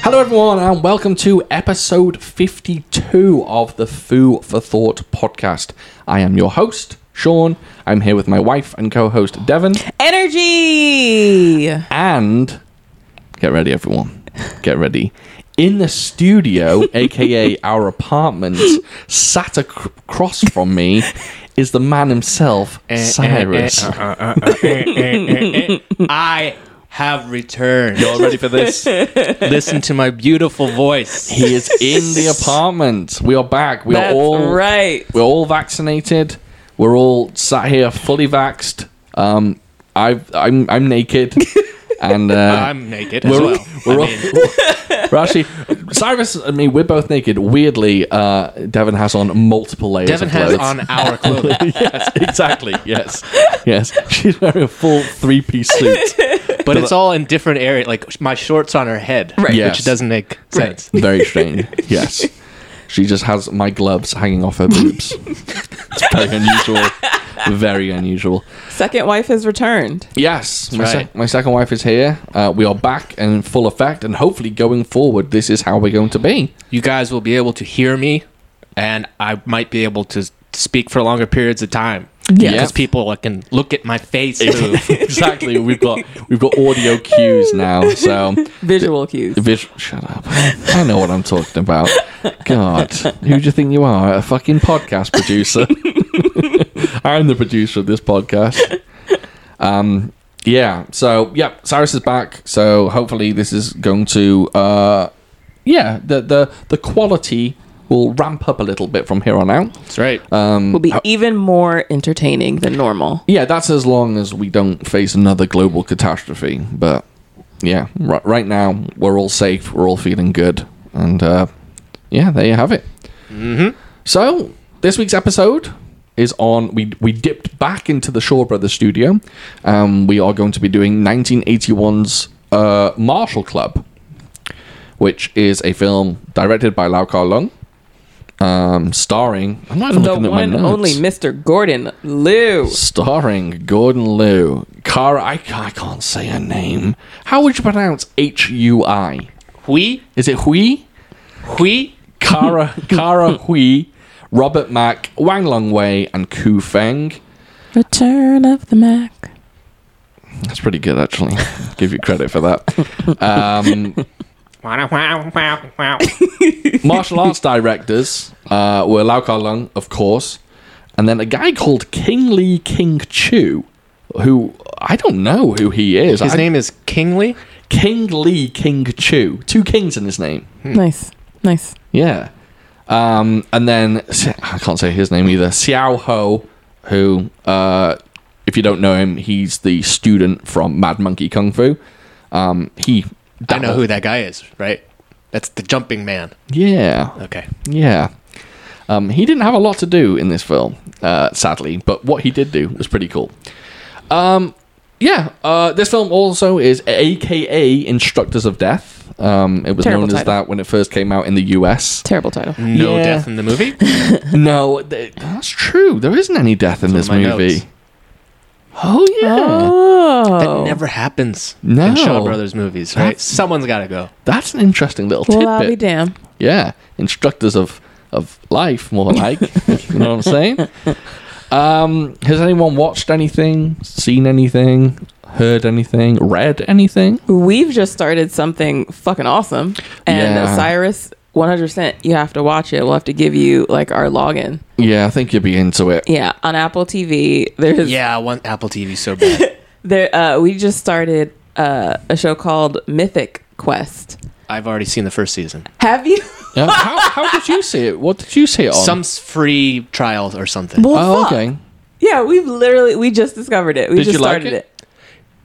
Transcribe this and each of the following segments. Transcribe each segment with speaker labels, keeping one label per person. Speaker 1: Hello, everyone, and welcome to episode 52 of the Foo for Thought podcast. I am your host, Sean. I'm here with my wife and co host, Devon.
Speaker 2: Energy.
Speaker 1: And get ready, everyone. Get ready. In the studio, aka our apartment, sat ac- across from me is the man himself,
Speaker 3: Eh,
Speaker 1: Cyrus.
Speaker 3: uh, eh. I have returned.
Speaker 1: All ready for this?
Speaker 3: Listen to my beautiful voice.
Speaker 1: He is in the apartment. We are back. We
Speaker 2: That's
Speaker 1: are all
Speaker 2: right.
Speaker 1: We're all vaccinated. We're all sat here fully vaxxed. Um, I, I'm I'm naked, and uh,
Speaker 3: I'm naked as
Speaker 1: we're
Speaker 3: well.
Speaker 1: we're, all- we're actually Cyrus and me. We're both naked. Weirdly, uh, Devon has on multiple layers.
Speaker 3: Devin
Speaker 1: of
Speaker 3: has
Speaker 1: clothes.
Speaker 3: on our clothing.
Speaker 1: yes, exactly. Yes, yes. She's wearing a full three-piece suit.
Speaker 3: But it's all in different areas. Like my shorts on her head,
Speaker 2: Right.
Speaker 1: Yes.
Speaker 3: which doesn't make sense.
Speaker 1: Very strange. Yes. She just has my gloves hanging off her boobs. it's very unusual. Very unusual.
Speaker 2: Second wife has returned.
Speaker 1: Yes, my,
Speaker 3: right.
Speaker 1: sec- my second wife is here. Uh, we are back and in full effect, and hopefully, going forward, this is how we're going to be.
Speaker 3: You guys will be able to hear me, and I might be able to speak for longer periods of time.
Speaker 2: Yeah.
Speaker 3: because people like, can look at my face move.
Speaker 1: exactly. We've got we've got audio cues now. So,
Speaker 2: Visual cues.
Speaker 1: Vis- shut up. I know what I'm talking about. God, who do you think you are? A fucking podcast producer. I'm the producer of this podcast. Um, yeah. So, yeah, Cyrus is back. So, hopefully, this is going to, uh, yeah, the the the quality will ramp up a little bit from here on out.
Speaker 3: That's right.
Speaker 1: Uh,
Speaker 2: will be even more entertaining than normal.
Speaker 1: Yeah, that's as long as we don't face another global catastrophe. But yeah, right, right now we're all safe, we're all feeling good, and uh, yeah, there you have it. Mm-hmm. So this week's episode is on. We we dipped back into the Shaw Brothers studio. Um, we are going to be doing 1981's uh, Marshall Club, which is a film directed by Lau Kar Lung, um, starring. I'm not even
Speaker 2: The
Speaker 1: looking at my
Speaker 2: one
Speaker 1: notes
Speaker 2: only Mr. Gordon Liu.
Speaker 1: starring Gordon Liu. Cara, I, ca- I can't say her name. How would you pronounce H U I?
Speaker 3: Hui,
Speaker 1: Is it Hui?
Speaker 3: hui.
Speaker 1: Cara, Cara Hui, Robert Mack, Wang Long Wei, and Ku Feng.
Speaker 2: Return of the Mac.
Speaker 1: That's pretty good, actually. Give you credit for that. Um,
Speaker 3: Wow, wow, wow, wow.
Speaker 1: martial arts directors uh, were Lau Kar Lung, of course, and then a guy called King Lee King Chu, who I don't know who he is.
Speaker 3: His
Speaker 1: I-
Speaker 3: name is Kingly.
Speaker 1: King Lee King Chu. Two kings in his name.
Speaker 2: Nice. Nice.
Speaker 1: Yeah. Um, and then I can't say his name either. Xiao Ho, who, uh, if you don't know him, he's the student from Mad Monkey Kung Fu. Um, he.
Speaker 3: I know who that guy is, right? That's the jumping man.
Speaker 1: Yeah.
Speaker 3: Okay.
Speaker 1: Yeah. Um, he didn't have a lot to do in this film, uh, sadly, but what he did do was pretty cool. Um, yeah, uh, this film also is AKA Instructors of Death. Um, it was
Speaker 2: Terrible
Speaker 1: known as
Speaker 2: title.
Speaker 1: that when it first came out in the US.
Speaker 2: Terrible title.
Speaker 3: No
Speaker 1: Yeah.
Speaker 3: death in the movie.
Speaker 1: No, th- that's true. There isn't any death in
Speaker 3: It's
Speaker 1: this
Speaker 3: on my
Speaker 1: movie.
Speaker 3: notes.
Speaker 1: Oh yeah,
Speaker 2: Oh.
Speaker 3: That never happens
Speaker 1: No.
Speaker 3: in Shaw Brothers movies, right?
Speaker 1: That's-
Speaker 3: Someone's got to go.
Speaker 1: that's an interesting little
Speaker 2: well,
Speaker 1: tidbit.
Speaker 2: I'll be damned.
Speaker 1: yeah, instructors of of life, more like. you know what I'm saying? Um, has anyone watched anything, seen anything, heard anything, read anything?
Speaker 2: We've just started something fucking awesome. And
Speaker 1: Yeah.
Speaker 2: Cyrus, 100%, you have to watch it. We'll have to give you like our login.
Speaker 1: Yeah, I think you'd be into it.
Speaker 2: Yeah, on Apple TV, there's
Speaker 3: Yeah, I want Apple TV so bad.
Speaker 2: there uh, we just started uh, a show called Mythic Quest.
Speaker 3: I've already seen the first season.
Speaker 2: Have you?
Speaker 1: Yeah, how, how did you see it? What did you see it on?
Speaker 3: Some s- free trial or something.
Speaker 2: Well,
Speaker 1: oh,
Speaker 2: fuck.
Speaker 1: okay.
Speaker 2: Yeah, we've literally we just discovered it. We
Speaker 1: Did
Speaker 2: just
Speaker 1: you like
Speaker 2: started
Speaker 1: it?
Speaker 2: it.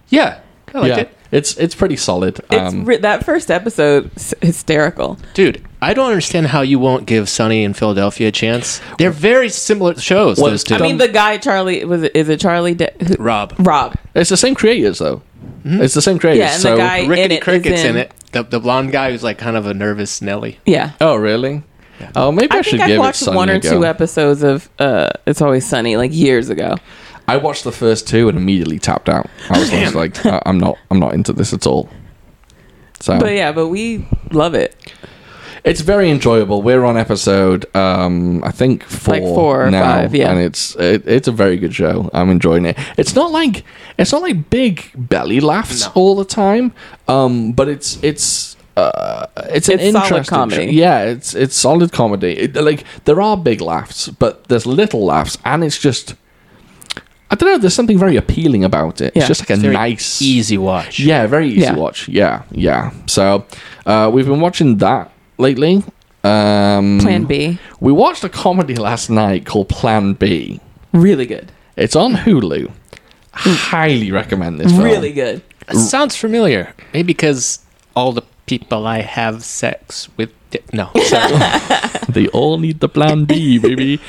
Speaker 3: yeah, I liked
Speaker 1: yeah,
Speaker 3: it.
Speaker 1: it's it's pretty solid.
Speaker 2: It's
Speaker 1: Um,
Speaker 2: ri- that first episode s- hysterical.
Speaker 3: Dude, I don't understand how you won't give Sunny and Philadelphia a chance. They're very similar shows,
Speaker 1: Well,
Speaker 3: those two.
Speaker 1: I
Speaker 2: I mean, the guy Charlie was it, is it Charlie De- who-
Speaker 3: Rob.
Speaker 2: Rob?
Speaker 1: it's the same creators though. It's the same creators.
Speaker 2: Yeah, and the
Speaker 1: so,
Speaker 2: guy in
Speaker 3: Rickety
Speaker 2: it is
Speaker 3: Cricket's in,
Speaker 2: in-
Speaker 3: it. The, the blonde guy who's like kind of a nervous Nelly.
Speaker 2: Yeah,
Speaker 1: Oh, really? Oh, maybe I,
Speaker 2: I
Speaker 1: should
Speaker 2: think
Speaker 1: give
Speaker 2: I
Speaker 1: it
Speaker 2: watched
Speaker 1: Sunny
Speaker 2: one or
Speaker 1: a go.
Speaker 2: two episodes of uh, It's Always Sunny like years ago.
Speaker 1: I watched the "Uh, first two and immediately tapped out. I was just like, I- I'm not, I'm not into this at all. So
Speaker 2: But yeah, but we love it.
Speaker 1: It's very enjoyable. We're on episode, um, I think four,
Speaker 2: Like four or
Speaker 1: now,
Speaker 2: five, yeah.
Speaker 1: and it's it, it's a very good show. I'm enjoying it. It's not like it's not like big belly laughs
Speaker 3: No.
Speaker 1: all the time, um, but it's it's uh, it's an
Speaker 2: It's solid
Speaker 1: interesting
Speaker 2: comedy.
Speaker 1: show. Yeah, it's it's solid comedy. It, like there are big laughs, but there's little laughs, and it's just I don't know. There's something very appealing about it.
Speaker 2: Yeah.
Speaker 1: It's just like a
Speaker 3: Very
Speaker 1: nice,
Speaker 3: easy watch.
Speaker 1: yeah, very easy
Speaker 2: Yeah.
Speaker 1: watch. Yeah, yeah. So uh, we've been watching that lately. Um,
Speaker 2: Plan B,
Speaker 1: We watched a comedy last night called Plan B.
Speaker 2: really good,
Speaker 1: It's on Hulu. Highly recommend this. Film.
Speaker 2: really good.
Speaker 3: That sounds familiar. Maybe because all the people I have sex with. Di- no, sorry.
Speaker 1: they all need the Plan B, baby.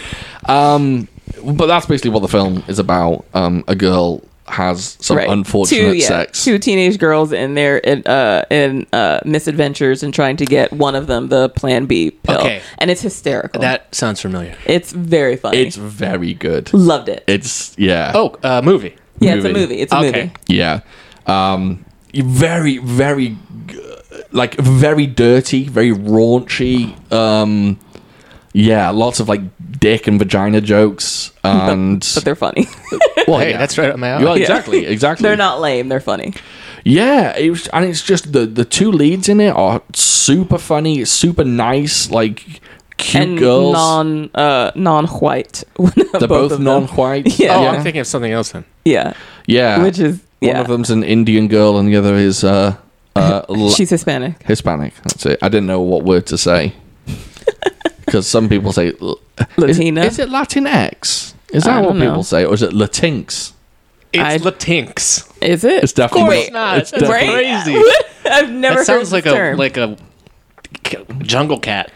Speaker 1: Um, but that's basically what the film is about. Um, a girl has some unfortunate
Speaker 2: two, yeah,
Speaker 1: sex.
Speaker 2: Two teenage girls in their in uh in uh misadventures and trying to get one of them the Plan B pill,
Speaker 3: Okay.
Speaker 2: and it's hysterical.
Speaker 3: that sounds familiar.
Speaker 2: it's very funny.
Speaker 1: It's very good.
Speaker 2: Loved it.
Speaker 1: It's yeah.
Speaker 3: Oh, uh, movie.
Speaker 2: yeah, it's a
Speaker 1: movie.
Speaker 2: movie. It's a
Speaker 3: Okay.
Speaker 2: movie.
Speaker 1: Yeah. Um, very, very, g- like, very dirty, very raunchy. Um, yeah, lots of like dick and vagina jokes, and
Speaker 2: But they're funny.
Speaker 1: well,
Speaker 3: Hey,
Speaker 1: Oh, yeah.
Speaker 3: that's right up my alley.
Speaker 1: You are-
Speaker 2: Yeah.
Speaker 1: exactly, exactly.
Speaker 2: they're not lame. They're funny.
Speaker 1: Yeah, it was, and it's just the the two leads in it are super funny, super nice, like cute
Speaker 2: and
Speaker 1: girls.
Speaker 2: non uh non white.
Speaker 1: They're both, non-white.
Speaker 2: Yeah.
Speaker 3: Oh,
Speaker 1: yeah.
Speaker 3: I'm thinking of something else then.
Speaker 2: Yeah,
Speaker 1: Yeah.
Speaker 2: which is
Speaker 1: one
Speaker 2: yeah.
Speaker 1: of them's an Indian girl, and the other is uh, uh, l-
Speaker 2: She's Hispanic.
Speaker 1: Hispanic. That's it. I didn't know what word to say because some people say l- is it-
Speaker 2: Latina?
Speaker 1: Is, it Latinx? Is
Speaker 2: I
Speaker 1: that what
Speaker 2: don't know.
Speaker 1: people say, or is it Latinx?
Speaker 3: It's
Speaker 2: I-
Speaker 3: Latinx.
Speaker 2: Is it?
Speaker 1: It's definitely
Speaker 2: Wait,
Speaker 1: It's not.
Speaker 3: That's
Speaker 2: right?
Speaker 3: crazy.
Speaker 2: I've never
Speaker 3: that sounds
Speaker 2: heard
Speaker 3: like
Speaker 2: this
Speaker 3: a
Speaker 2: term.
Speaker 3: like a jungle cat.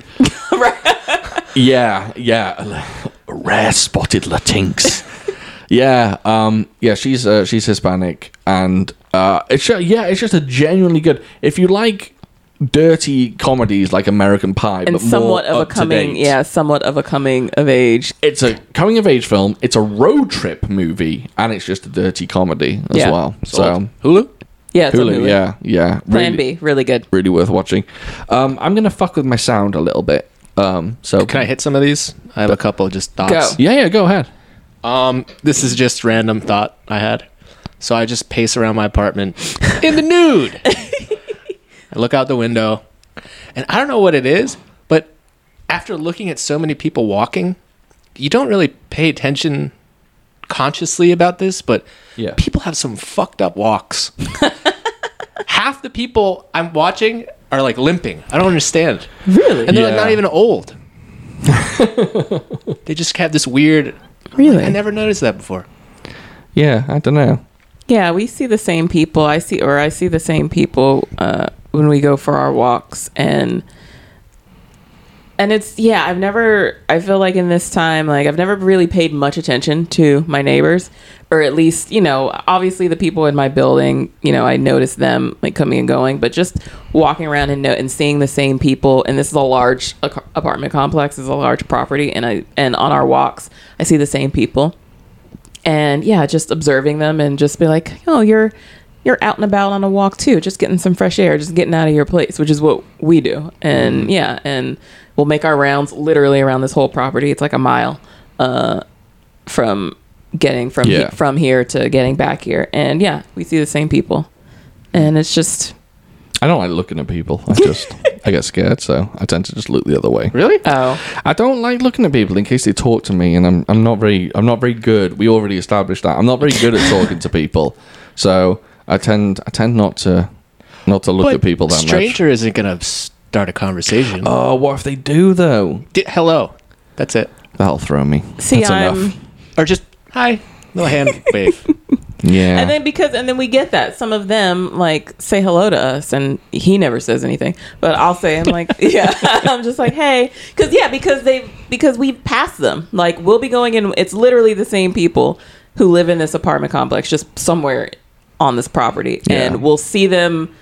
Speaker 1: Yeah, yeah. A Rare spotted Latinx. yeah, um, yeah. She's uh, she's Hispanic, and uh, it's ju- yeah, it's just a genuinely good. If you like dirty comedies like American Pie,
Speaker 2: and
Speaker 1: but
Speaker 2: somewhat
Speaker 1: more
Speaker 2: of a
Speaker 1: up to
Speaker 2: coming
Speaker 1: date,
Speaker 2: yeah somewhat of a coming of age
Speaker 1: it's a coming of age film. It's a road trip movie, and it's just a dirty comedy as
Speaker 2: Yeah.
Speaker 1: well. So
Speaker 3: So Hulu.
Speaker 2: yeah it's a
Speaker 1: Hulu,
Speaker 2: movie.
Speaker 1: yeah, yeah,
Speaker 2: plan
Speaker 1: really,
Speaker 2: b really good
Speaker 1: really worth watching. Um, I'm gonna fuck with my sound a little bit. Um, so
Speaker 3: Can I hit some of these? I have a couple of just thoughts.
Speaker 2: Go.
Speaker 1: Yeah, yeah, go ahead.
Speaker 3: Um, this is just random thought I had. So I just pace around my apartment in the nude. I look out the window, and I don't know what it is, but after looking at so many people walking, you don't really pay attention consciously about this, but
Speaker 1: Yeah.
Speaker 3: people have some fucked up walks. Half the people I'm watching are like limping. I don't understand.
Speaker 2: really
Speaker 3: And they're like
Speaker 1: Yeah.
Speaker 3: not even old. they just have this weird
Speaker 2: really
Speaker 3: I never noticed that before.
Speaker 1: Yeah, I don't know.
Speaker 2: yeah we see the same people i see or i see the same people uh when we go for our walks and and it's yeah i've never i feel like in this time like i've never really paid much attention to my neighbors or at least you know obviously the people in my building you know i noticed them like coming and going but just walking around and no, and seeing the same people and this is a large ac- apartment complex is a large property and i and on our walks i see the same people and yeah just observing them and just be like oh you're you're out and about on a walk too just getting some fresh air just getting out of your place which is what we do and yeah and we'll make our rounds literally around this whole property it's like a mile uh from getting from
Speaker 1: Yeah.
Speaker 2: he- from here to getting back here and yeah we see the same people and it's just
Speaker 1: I don't like looking at people. I just I get scared, so I tend to just look Uh, the other way.
Speaker 3: Really?
Speaker 2: oh
Speaker 1: I don't like looking at people in case they talk to me, and I'm I'm not very I'm not very good. We already established that I'm not very good at talking to people, so I tend I tend not to not to look at people that much.
Speaker 3: stranger isn't gonna start a conversation.
Speaker 1: Oh, what if they do though?
Speaker 3: Di- hello, that's it,
Speaker 1: That'll throw me.
Speaker 2: see
Speaker 1: That's
Speaker 2: i'm
Speaker 1: enough.
Speaker 3: or just hi, little hand wave.
Speaker 1: Yeah.
Speaker 2: And then because and then we get that some of them like say hello to us and he never says anything, but I'll say I'm like yeah I'm just like hey because yeah because they because we pass them like we'll be going in it's literally the same people who live in this apartment complex just somewhere on this property
Speaker 1: Yeah.
Speaker 2: and we'll see them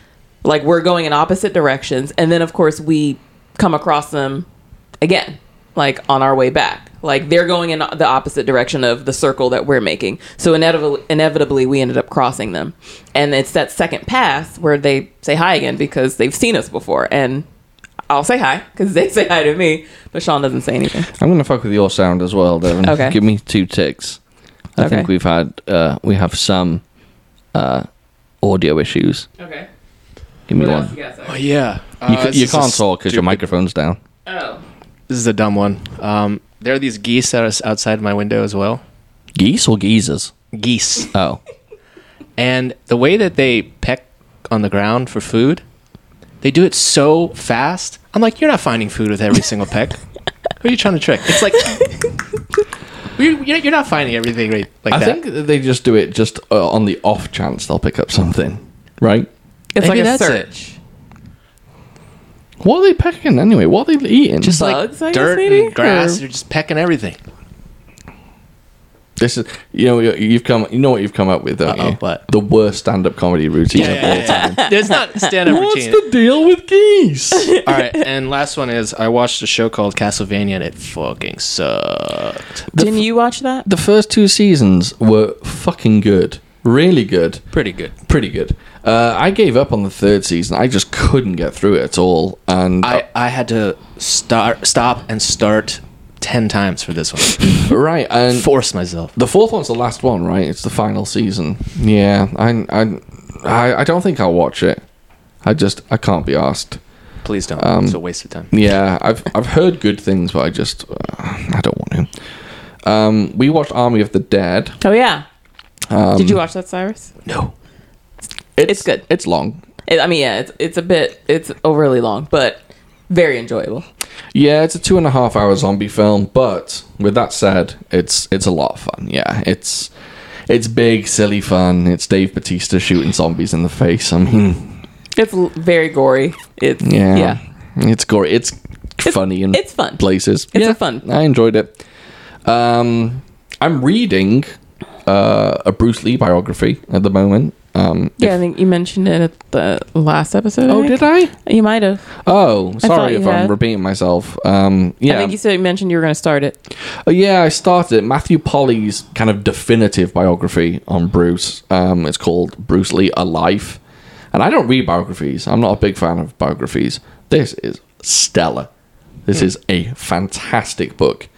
Speaker 2: like we're going in opposite directions and then of course we come across them again like on our way back Like they're going in the opposite direction of the circle that we're making. So inevitably, inevitably, we ended up crossing them. And it's that second pass where they say hi again because they've seen us before. And I'll say hi because they say hi to me, but Sean doesn't say anything.
Speaker 1: I'm gonna fuck with your sound as well, Devin.
Speaker 2: Okay.
Speaker 1: Give me two ticks. I think
Speaker 2: Okay.
Speaker 1: we've had uh, we have some uh, audio issues.
Speaker 2: Okay.
Speaker 1: Give me one.
Speaker 3: Oh yeah,
Speaker 1: You,
Speaker 3: Uh,
Speaker 1: ca-
Speaker 3: this
Speaker 1: you
Speaker 3: is a
Speaker 1: can't talk because your
Speaker 3: stupid-
Speaker 1: microphone's down.
Speaker 2: Oh.
Speaker 3: This is a dumb one. Um, there are these geese that are s- outside my window as well.
Speaker 1: Geese or geezers?
Speaker 3: Geese,
Speaker 1: Oh,
Speaker 3: and the way that they peck on the ground for food, they do it so fast. I'm like, you're not finding food with every single peck. Who are you trying to trick? It's like. you- You're you're not finding everything right like
Speaker 1: I
Speaker 3: that.
Speaker 1: think that they just do it just uh, on the off chance they'll pick up something, right?
Speaker 2: It's
Speaker 3: Maybe
Speaker 2: like a
Speaker 3: that's it.
Speaker 2: search.
Speaker 1: What are they pecking anyway? What are they eating?
Speaker 3: Just
Speaker 2: Bugs, I guess,
Speaker 3: like dirt
Speaker 2: maybe?
Speaker 3: and grass.
Speaker 2: Or-
Speaker 3: You're just pecking everything.
Speaker 1: this is you know you- you've come you know what you've come up with don't
Speaker 3: Uh-oh,
Speaker 1: you?
Speaker 3: what?
Speaker 1: the worst stand up comedy routine of all time.
Speaker 3: There's not stand up
Speaker 1: What's
Speaker 3: routine.
Speaker 1: the deal with geese?
Speaker 3: All right, and last one is I watched a show called Castlevania and it fucking sucked.
Speaker 2: Didn't you watch that?
Speaker 1: the first two seasons were fucking good, really good,
Speaker 3: Pretty good.
Speaker 1: pretty good. Uh, I gave up on the third season. I just couldn't get through it at all, and
Speaker 3: I, I had to start stop and start ten times for this one.
Speaker 1: uh, right and
Speaker 3: Force myself.
Speaker 1: the fourth one's the last one, right? It's the final season. Yeah, I I I, I don't think I'll watch it. I just I can't be asked.
Speaker 3: Please don't.
Speaker 1: um,
Speaker 3: it's a waste of time.
Speaker 1: Yeah, I've I've heard good things, but I just uh, I don't want to. Um, we watched Army of the Dead.
Speaker 2: Oh yeah. Did you watch that, Cyrus?
Speaker 1: No,
Speaker 2: It's good.
Speaker 1: It's long.
Speaker 2: It, I mean, yeah, it's it's a bit it's overly long, but very enjoyable.
Speaker 1: Yeah, it's a two and a half hour zombie film, but with that said, it's it's a lot of fun. Yeah, it's it's big, silly fun. It's Dave Batista shooting zombies in the face. I mean,
Speaker 2: It's l- very gory. It's
Speaker 1: yeah,
Speaker 2: Mm. yeah.
Speaker 1: it's gory. It's,
Speaker 2: It's-
Speaker 1: funny in
Speaker 2: it's fun.
Speaker 1: places.
Speaker 2: It's
Speaker 1: yeah,
Speaker 2: a fun-
Speaker 1: I enjoyed it. Um, I'm reading uh, a Bruce Lee biography at the moment. Um,
Speaker 2: Yeah, I think you mentioned it at the last episode.
Speaker 1: oh, did I?
Speaker 2: I? You might have.
Speaker 1: Oh,
Speaker 2: I thought
Speaker 1: sorry
Speaker 2: you
Speaker 1: if I'm
Speaker 2: had.
Speaker 1: repeating myself. Um, yeah,
Speaker 2: I think you said you mentioned you were going to start it.
Speaker 1: Uh, yeah, I started Matthew Polly's kind of definitive biography on Bruce. Um, it's called Bruce Lee: A Life, and I don't read biographies. I'm not a big fan of biographies. This is stellar. This
Speaker 3: Hmm.
Speaker 1: is a fantastic book.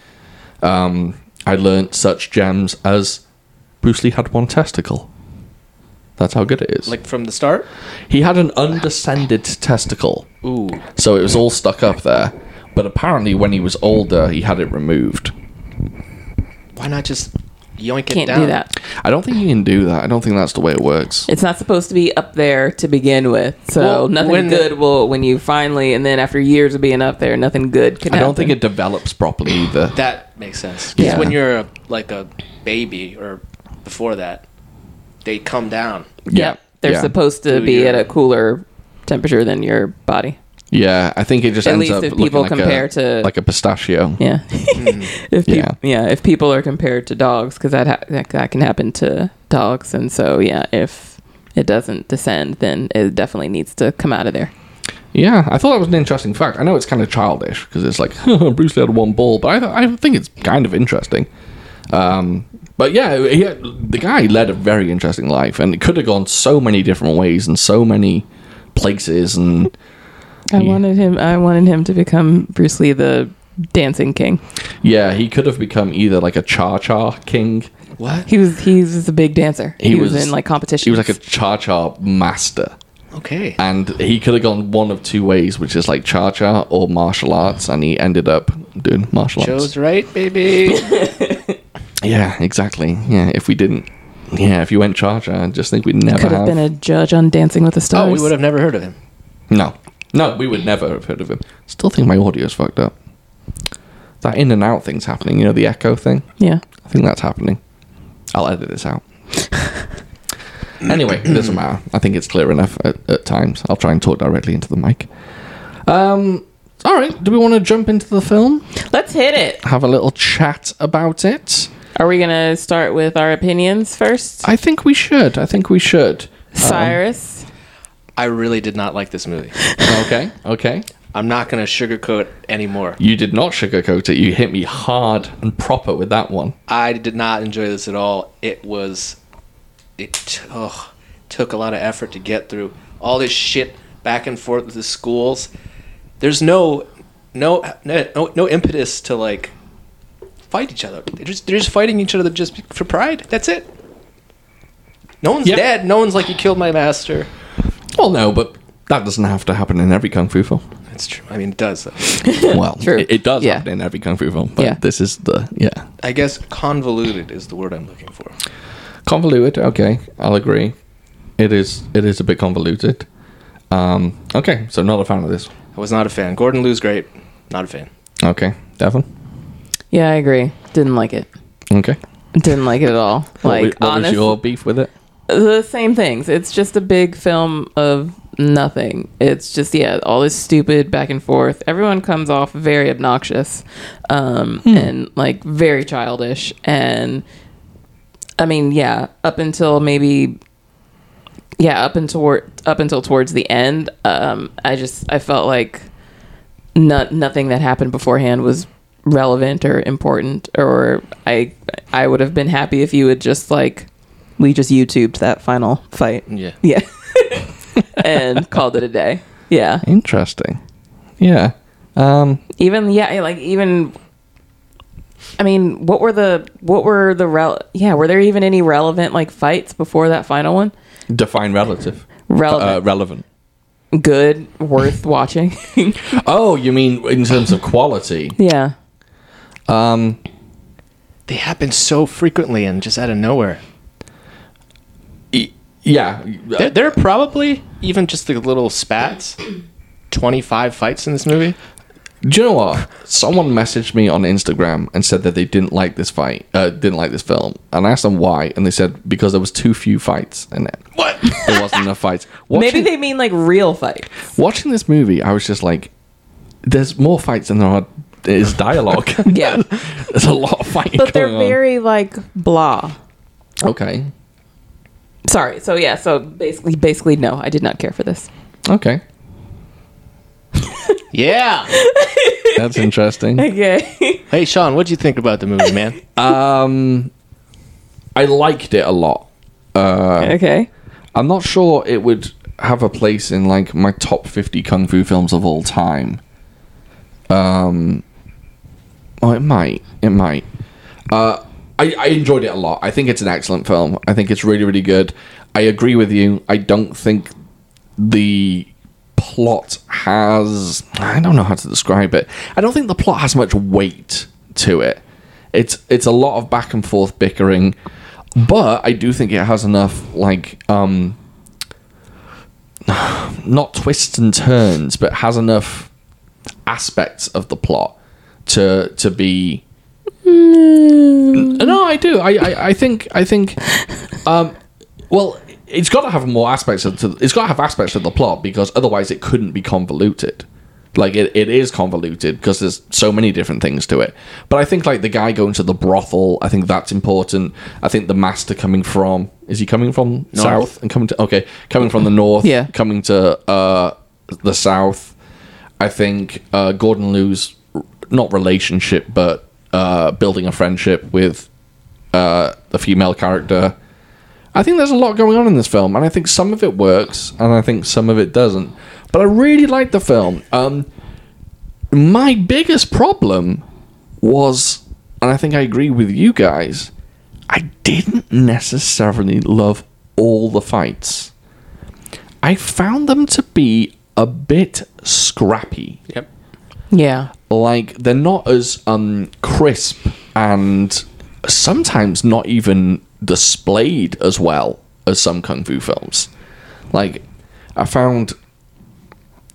Speaker 1: Um, I learned such gems as Bruce Lee had one testicle. That's how good it is.
Speaker 3: Like from the start?
Speaker 1: he had an undescended testicle.
Speaker 3: Ooh.
Speaker 1: So it was all stuck up there. But apparently, when he was older, he had it removed.
Speaker 3: Why not just yoink it
Speaker 2: Can't
Speaker 3: down?
Speaker 2: do that.
Speaker 1: I don't think you can do that. I don't think that's the way it works.
Speaker 2: It's not supposed to be up there to begin with. So
Speaker 3: Well, when
Speaker 2: nothing
Speaker 3: the-
Speaker 2: good will when you finally and then after years of being up there, nothing good can
Speaker 1: I don't
Speaker 2: happen.
Speaker 1: think it develops properly either.
Speaker 3: That makes sense. Because
Speaker 1: Yeah.
Speaker 3: when you're like a baby or before that, they come down.
Speaker 1: Yeah.
Speaker 2: They're
Speaker 1: Yeah.
Speaker 2: supposed to
Speaker 3: Do
Speaker 2: be
Speaker 3: your-
Speaker 2: at a cooler temperature than your body.
Speaker 1: Yeah, I think it just
Speaker 2: At
Speaker 1: ends
Speaker 2: least
Speaker 1: up
Speaker 2: if
Speaker 1: looking
Speaker 2: people
Speaker 1: like
Speaker 2: compare
Speaker 1: a,
Speaker 2: to-
Speaker 1: like a pistachio.
Speaker 2: Yeah. if peop-
Speaker 1: Yeah.
Speaker 2: yeah. If people are compared to dogs, because that, ha- that that can happen to dogs, and so yeah, if it doesn't descend, then it definitely needs to come out of there.
Speaker 1: Yeah, I thought that was an interesting fact. I know it's kind of childish because it's like Bruce Lee had one ball, but I, th- I think it's kind of interesting. Um, but yeah, he had, the guy led a very interesting life, and it could have gone so many different ways and so many places. And
Speaker 2: I
Speaker 1: Yeah.
Speaker 2: wanted him. I wanted him to become Bruce Lee, the dancing king.
Speaker 1: yeah, he could have become either like a cha cha king.
Speaker 3: What?
Speaker 2: He was. He was a big dancer.
Speaker 1: He
Speaker 2: He, was,
Speaker 1: was-
Speaker 2: in like competition.
Speaker 1: He was like a cha cha master.
Speaker 3: Okay.
Speaker 1: and he could have gone one of two ways, which is like cha cha or martial arts, and he ended up doing martial arts.
Speaker 3: Joe's right, baby.
Speaker 1: Yeah, exactly. Yeah, if we didn't, yeah, if you went cha cha, I just think we'd never
Speaker 2: could have been a judge on Dancing with the Stars.
Speaker 3: oh, we would have never heard of him.
Speaker 1: no, no, we would never have heard of him. Still think my audio's fucked up. That in and out thing's happening. You know the echo thing.
Speaker 2: Yeah.
Speaker 1: I think that's happening. I'll edit this out. anyway, it doesn't matter. I think it's clear enough at, at times. I'll try and talk directly into the mic. Um, all right. Do we want to jump into the film?
Speaker 2: Let's hit it.
Speaker 1: have a little chat about it.
Speaker 2: Are we gonna start with our opinions first,
Speaker 1: I um, think we should. I think we should.
Speaker 2: Cyrus?
Speaker 3: I really did not like this movie.
Speaker 1: Okay. Okay.
Speaker 3: I'm not going to sugarcoat anymore.
Speaker 1: You did not sugarcoat it. You hit me hard and proper with that one.
Speaker 3: I did not enjoy this at all. It was, it t- oh, took a lot of effort to get through all this shit back and forth with the schools. There's no, no, no, no impetus to like fight each other. They're just, they're just fighting each other just for pride. That's it. No one's
Speaker 1: Yep.
Speaker 3: dead. No one's like you killed my master.
Speaker 1: Well, no, but that doesn't have to happen in every kung fu film.
Speaker 3: That's true. I mean, it does.
Speaker 1: well,
Speaker 2: True.
Speaker 1: It, it does
Speaker 2: Yeah.
Speaker 1: happen in every kung fu film, but
Speaker 2: Yeah.
Speaker 1: this is the yeah
Speaker 3: I guess convoluted is the word I'm looking for.
Speaker 1: convoluted. Okay, I'll agree. It is it is a bit convoluted. Um, okay, so not a fan of this.
Speaker 3: I was not a fan. Gordon Liu's great. Not a fan.
Speaker 1: Okay, Devon.
Speaker 2: Yeah, I agree. Didn't like it.
Speaker 1: Okay,
Speaker 2: Didn't like it at all.
Speaker 1: What
Speaker 2: Like
Speaker 1: wa- what was
Speaker 2: honestly,
Speaker 1: your beef with it?
Speaker 2: the same things. It's just a big film of nothing. It's just yeah, all this stupid back and forth. Everyone comes off very obnoxious um, and like very childish. And I mean, yeah, up until maybe yeah, up until up until towards the end, um, I just I felt like not nothing that happened beforehand was relevant or important or I I would have been happy if you had just like we just YouTubed that final fight.
Speaker 3: Yeah.
Speaker 2: Yeah. and called it a day. Yeah.
Speaker 1: Interesting. Yeah. Um,
Speaker 2: Even yeah, like even I mean, what were the what were the rel- yeah, were there even any relevant like fights before that final one?
Speaker 1: define relative. Uh,
Speaker 2: Relevant.
Speaker 1: relevant. Uh,
Speaker 2: Good, worth watching.
Speaker 1: Oh, you mean in terms of quality?
Speaker 2: yeah.
Speaker 1: Um,
Speaker 3: They happen so frequently and just out of nowhere.
Speaker 1: e- yeah. uh,
Speaker 3: There, there are probably even just the little spats. Twenty-five fights in this movie.
Speaker 1: Do you know what? Someone messaged me on Instagram and said that they didn't like this fight, uh, didn't like this film, and I asked them why, and they said because there was too few fights in it. What? There wasn't enough fights.
Speaker 2: Maybe
Speaker 1: Watching,
Speaker 2: they mean like real fights.
Speaker 1: watching this movie, I was just like, "There's more fights than there are is dialogue.
Speaker 2: Yeah.
Speaker 1: There's a lot of fighting
Speaker 2: But they're
Speaker 1: going on."
Speaker 2: very like blah.
Speaker 1: okay,
Speaker 2: Sorry. So yeah, so basically basically no, I did not care for this.
Speaker 1: okay.
Speaker 3: Yeah.
Speaker 1: That's interesting.
Speaker 2: Okay.
Speaker 3: hey, Sean, what'd you think about the movie, man?
Speaker 1: Um, I liked it a lot. Oh.
Speaker 2: okay.
Speaker 1: I'm not sure it would have a place in like my top 50 kung fu films of all time. Um, oh, it might. It might. Uh, I, I enjoyed it a lot. I think it's an excellent film. I think it's really, really good. I agree with you. I don't think the plot has. I don't know how to describe it. I don't think the plot has much weight to it. It's it's a lot of back and forth bickering, but I do think it has enough like um, not twists and turns, but has enough aspects of the plot to to be. No, I do. I, I, I think I think. Um, well, it's got to have more aspects of. To, it's got to have aspects of the plot because otherwise it couldn't be convoluted. Like it, it is convoluted because there's so many different things to it. But I think like the guy going to the brothel, I think that's important. I think the master coming from is he coming from south and coming to okay coming from the north
Speaker 2: Yeah.
Speaker 1: coming to uh, the south. I think uh, Gordon Liu's r- not relationship, but uh, building a friendship with uh, the female character. I think there's a lot going on in this film, and I think some of it works, and I think some of it doesn't. But I really liked the film. Um, my biggest problem was, and I think I agree with you guys, I didn't necessarily love all the fights. I found them to be a bit scrappy.
Speaker 3: Yep.
Speaker 2: Yeah.
Speaker 1: Like they're not as um crisp and sometimes not even displayed as well as some kung fu films. Like I found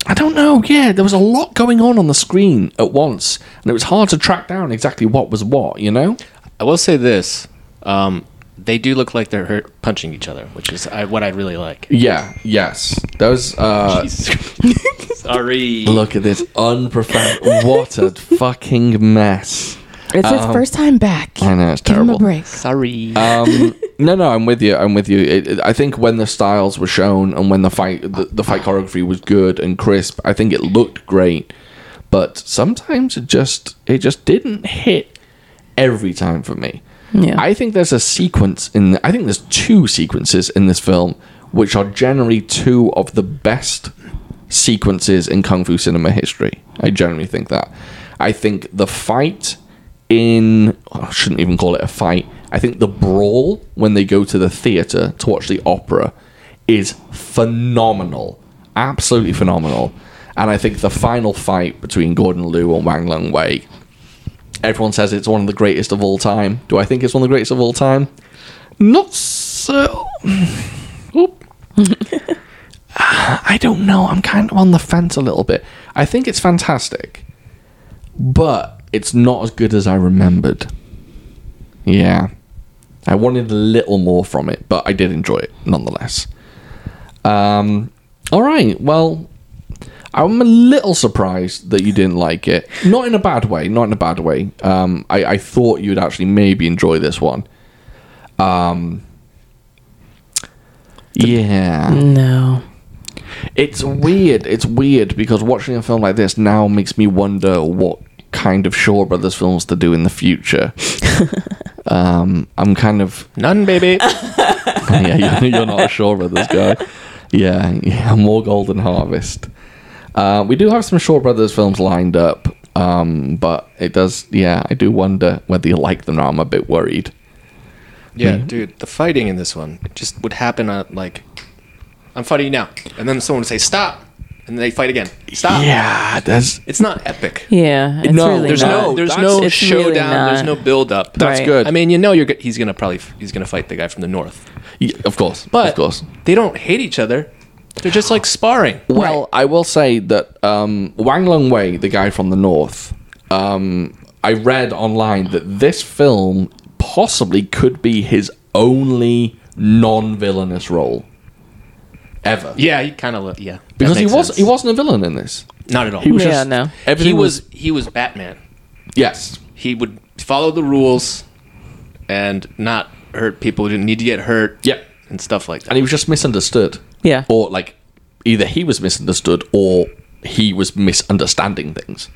Speaker 1: I don't know, yeah, there was a lot going on on the screen at once and it was hard to track down exactly what was what, you know?
Speaker 3: I will say this: um, they do look like they're hurt punching each other, which is I, what I really like.
Speaker 1: Yeah, yes. Those uh
Speaker 3: Sorry.
Speaker 1: Look at this unprofessional. what a fucking mess.
Speaker 2: It's his first time back.
Speaker 1: Um, I know it's
Speaker 2: Give him
Speaker 1: terrible.
Speaker 2: a break.
Speaker 3: Sorry. Uh,
Speaker 1: Um, it, no, no, I'm with you. I'm with you. It, it- I think when the styles were shown and when the fight, the, the fight choreography was good and crisp, I think it looked great. But sometimes it just, it just didn't hit every time for me.
Speaker 2: Yeah.
Speaker 1: I think there's a sequence in. I think there's two sequences in this film, which are generally two of the best sequences in kung fu cinema history. I generally think that. I think the fight in oh, I shouldn't even call it a fight. I think the brawl when they go to the theater to watch the opera is phenomenal, absolutely phenomenal. And I think the final fight between Gordon Liu and Wang Lung Wei everyone says it's one of the greatest of all time. Do I think it's one of the greatest of all time? Not so. Oop. I don't know. I'm kind of on the fence a little bit. I think it's fantastic, but it's not as good as I remembered. Yeah. I wanted a little more from it, but I did enjoy it nonetheless. Um, all right. Well, I'm a little surprised that you didn't like it. Not in a bad way. Not in a bad way. Um, I, I thought you'd actually maybe enjoy this one. Um, yeah.
Speaker 2: No.
Speaker 1: It's weird. It's weird because watching a film like this now makes me wonder what kind of Shaw Brothers films to do in the future. um, I'm kind of
Speaker 3: None, baby.
Speaker 1: yeah, you're, you're not a Shaw Brothers guy. Yeah, yeah, more Golden Harvest. Uh, we do have some Shaw Brothers films lined up, um, but it does. Yeah, I do wonder whether you like them. Now I'm a bit worried.
Speaker 3: yeah, dude. The fighting in this one it just would happen at like, I'm fighting you now, and then someone would say stop, and they fight again. Stop.
Speaker 1: Yeah, there's
Speaker 3: It's not epic.
Speaker 2: Yeah. It's
Speaker 1: No,
Speaker 2: really
Speaker 3: There's
Speaker 2: not.
Speaker 3: no, there's
Speaker 1: That's-
Speaker 3: no
Speaker 2: it's really
Speaker 3: showdown. there's
Speaker 2: not.
Speaker 3: no build up.
Speaker 1: that's
Speaker 2: Right.
Speaker 1: good.
Speaker 3: I mean, you know, you're go- he's gonna probably f- he's gonna fight the guy from the north,
Speaker 1: Y- of course,
Speaker 3: but
Speaker 1: of course.
Speaker 3: they don't hate each other. They're just like sparring.
Speaker 1: Well, I will say that um, Wang Lung Wei, the guy from the north, um, I read online that this film possibly could be his only non-villainous role ever.
Speaker 3: Yeah, he kind of yeah.
Speaker 1: because
Speaker 3: that
Speaker 1: he
Speaker 3: makes
Speaker 1: was
Speaker 3: sense.
Speaker 1: he wasn't a villain in this.
Speaker 3: not at all.
Speaker 1: He was
Speaker 2: Yeah,
Speaker 1: just
Speaker 2: no.
Speaker 1: everything
Speaker 3: he was he was Batman.
Speaker 1: yes.
Speaker 3: He would follow the rules and not hurt people who didn't need to get hurt.
Speaker 1: Yep.
Speaker 3: and stuff like that.
Speaker 1: and he was just misunderstood.
Speaker 2: Yeah.
Speaker 1: Or like either he was misunderstood or he was misunderstanding things.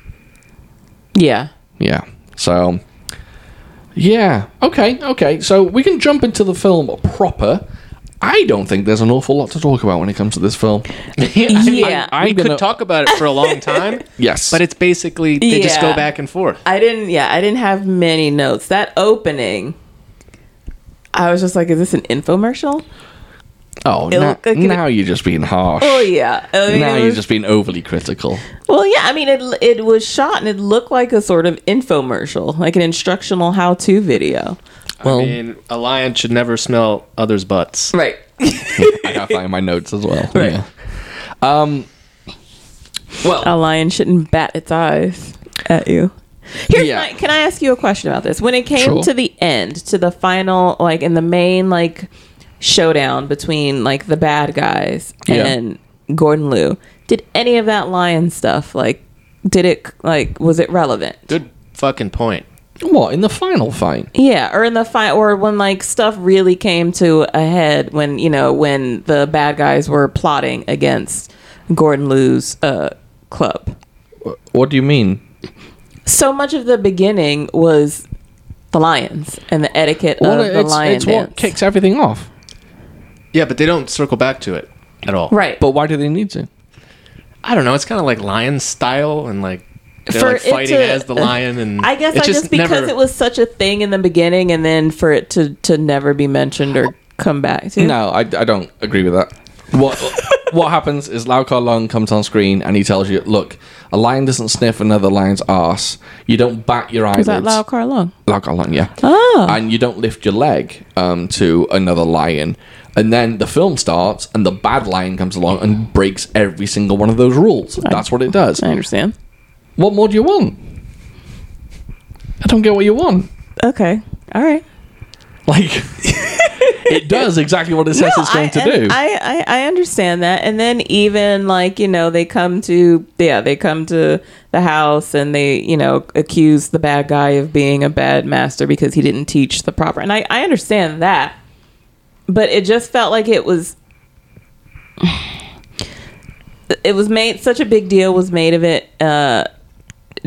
Speaker 2: Yeah.
Speaker 1: Yeah. So yeah, okay, okay. So we can jump into the film proper. I don't think there's an awful lot to talk about when it comes to this film.
Speaker 3: I mean,
Speaker 2: Yeah.
Speaker 3: I, we
Speaker 1: I'm
Speaker 3: could
Speaker 1: gonna-
Speaker 3: talk about it for a long time.
Speaker 1: Yes.
Speaker 3: but it's basically they just go
Speaker 2: Yeah.
Speaker 3: back and forth.
Speaker 2: I didn't. Yeah, I didn't have many notes. That opening, I was just like, "Is this an infomercial?"
Speaker 1: Oh,
Speaker 2: It
Speaker 1: na-
Speaker 2: looked like it-
Speaker 1: now you're just being harsh.
Speaker 2: Oh yeah. I mean,
Speaker 1: Now
Speaker 2: it
Speaker 1: you're
Speaker 2: was-
Speaker 1: just being overly critical.
Speaker 2: well, yeah. I mean, it it was shot and it looked like a sort of infomercial, like an instructional how-to video.
Speaker 1: Well,
Speaker 3: I mean, a lion should never smell others' butts.
Speaker 2: Right.
Speaker 1: I gotta find my notes as well.
Speaker 2: Right.
Speaker 1: Yeah.
Speaker 2: a lion shouldn't bat its eyes at you. Here's
Speaker 1: Yeah.
Speaker 2: my, can I ask you a question about this? When it came
Speaker 1: Sure.
Speaker 2: to the end, to the final, like in the main like showdown between like the bad guys
Speaker 1: Yeah.
Speaker 2: and Gordon Liu, did any of that lion stuff like did it like was it relevant?
Speaker 3: Good fucking point.
Speaker 1: What in the final fight?
Speaker 2: Yeah, or in the fight, or when like stuff really came to a head when you know when the bad guys were plotting against Gordon Liu's uh, club.
Speaker 1: What do you mean?
Speaker 2: so much of the beginning was the lions and the etiquette
Speaker 1: Well,
Speaker 2: of the
Speaker 1: it's,
Speaker 2: lion
Speaker 1: it's
Speaker 2: dance.
Speaker 1: what kicks everything off.
Speaker 3: Yeah, but they don't circle back to it at all.
Speaker 2: right.
Speaker 1: But why do they need to?
Speaker 3: I don't know. It's kind of like lion style and like they're
Speaker 2: For
Speaker 3: like
Speaker 2: it
Speaker 3: fighting
Speaker 2: to-
Speaker 3: as the lion and
Speaker 2: I guess
Speaker 3: it's
Speaker 2: I just, because
Speaker 3: never-
Speaker 2: it was such a thing in the beginning and then for it to, to never be mentioned or come back to.
Speaker 1: No, I, I don't agree with that. What what happens is Lau Kar Lung comes on screen and he tells you, look, a lion doesn't sniff another lion's ass. You don't bat your eyelids.
Speaker 2: Was that Lau Kar Lung?
Speaker 1: Lau Kar Lung, yeah.
Speaker 2: Oh.
Speaker 1: And you don't lift your leg um, to another lion. And then the film starts and the bad lion comes along and breaks every single one of those rules. That's what it does.
Speaker 2: I understand.
Speaker 1: What more do you want? I don't get what you want.
Speaker 2: Okay. All right.
Speaker 1: Like, it does exactly what it says it's going
Speaker 2: I,
Speaker 1: to
Speaker 2: and
Speaker 1: do.
Speaker 2: I, I, I understand that. And then even like, you know, they come to yeah, they come to the house and they, you know, accuse the bad guy of being a bad master because he didn't teach the proper and I, I understand that. but it just felt like it was it was made such a big deal was made of it uh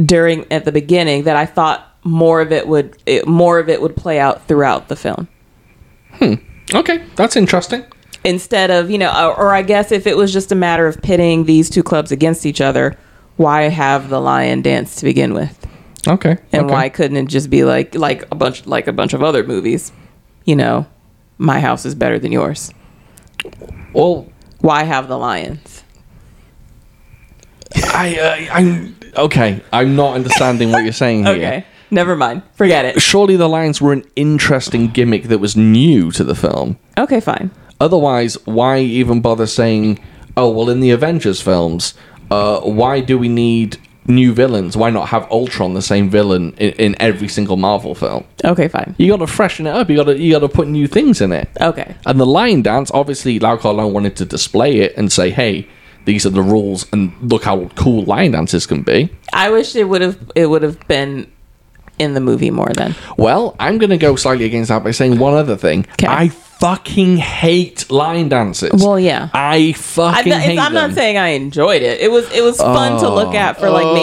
Speaker 2: during at the beginning that I thought more of it would it, more of it would play out throughout the film
Speaker 1: Okay, that's interesting.
Speaker 2: instead of you know or, or I guess if it was just a matter of pitting these two clubs against each other why have the lion dance to begin with
Speaker 1: Okay.
Speaker 2: and
Speaker 1: okay.
Speaker 2: why couldn't it just be like like a bunch like a bunch of other movies you know my house is better than yours
Speaker 1: Well,
Speaker 2: why have the lions
Speaker 1: I, uh, I'm okay. I'm not understanding what you're saying here.
Speaker 2: okay never mind forget it
Speaker 1: Surely the lions were an interesting gimmick that was new to the film.
Speaker 2: okay fine
Speaker 1: Otherwise, why even bother saying, "Oh, well, in the Avengers films, uh, why do we need new villains? Why not have Ultron the same villain in, in every single Marvel film?
Speaker 2: okay fine
Speaker 1: You got to freshen it up. You got to you got to put new things in it."
Speaker 2: okay
Speaker 1: And the lion dance, obviously, Lao Carlon wanted to display it and say, "Hey, these are the rules, and look how cool lion dances can be."
Speaker 2: i wish it would have it would have been in the movie more then
Speaker 1: Well, I'm going to go slightly against that by saying one other thing.
Speaker 2: 'Kay.
Speaker 1: I fucking hate line dances.
Speaker 2: Well, yeah.
Speaker 1: I
Speaker 2: I'm
Speaker 1: fucking
Speaker 2: not,
Speaker 1: hate
Speaker 2: it's- I'm
Speaker 1: them.
Speaker 2: not saying I enjoyed it. It was it was fun to look at for like
Speaker 3: Oh,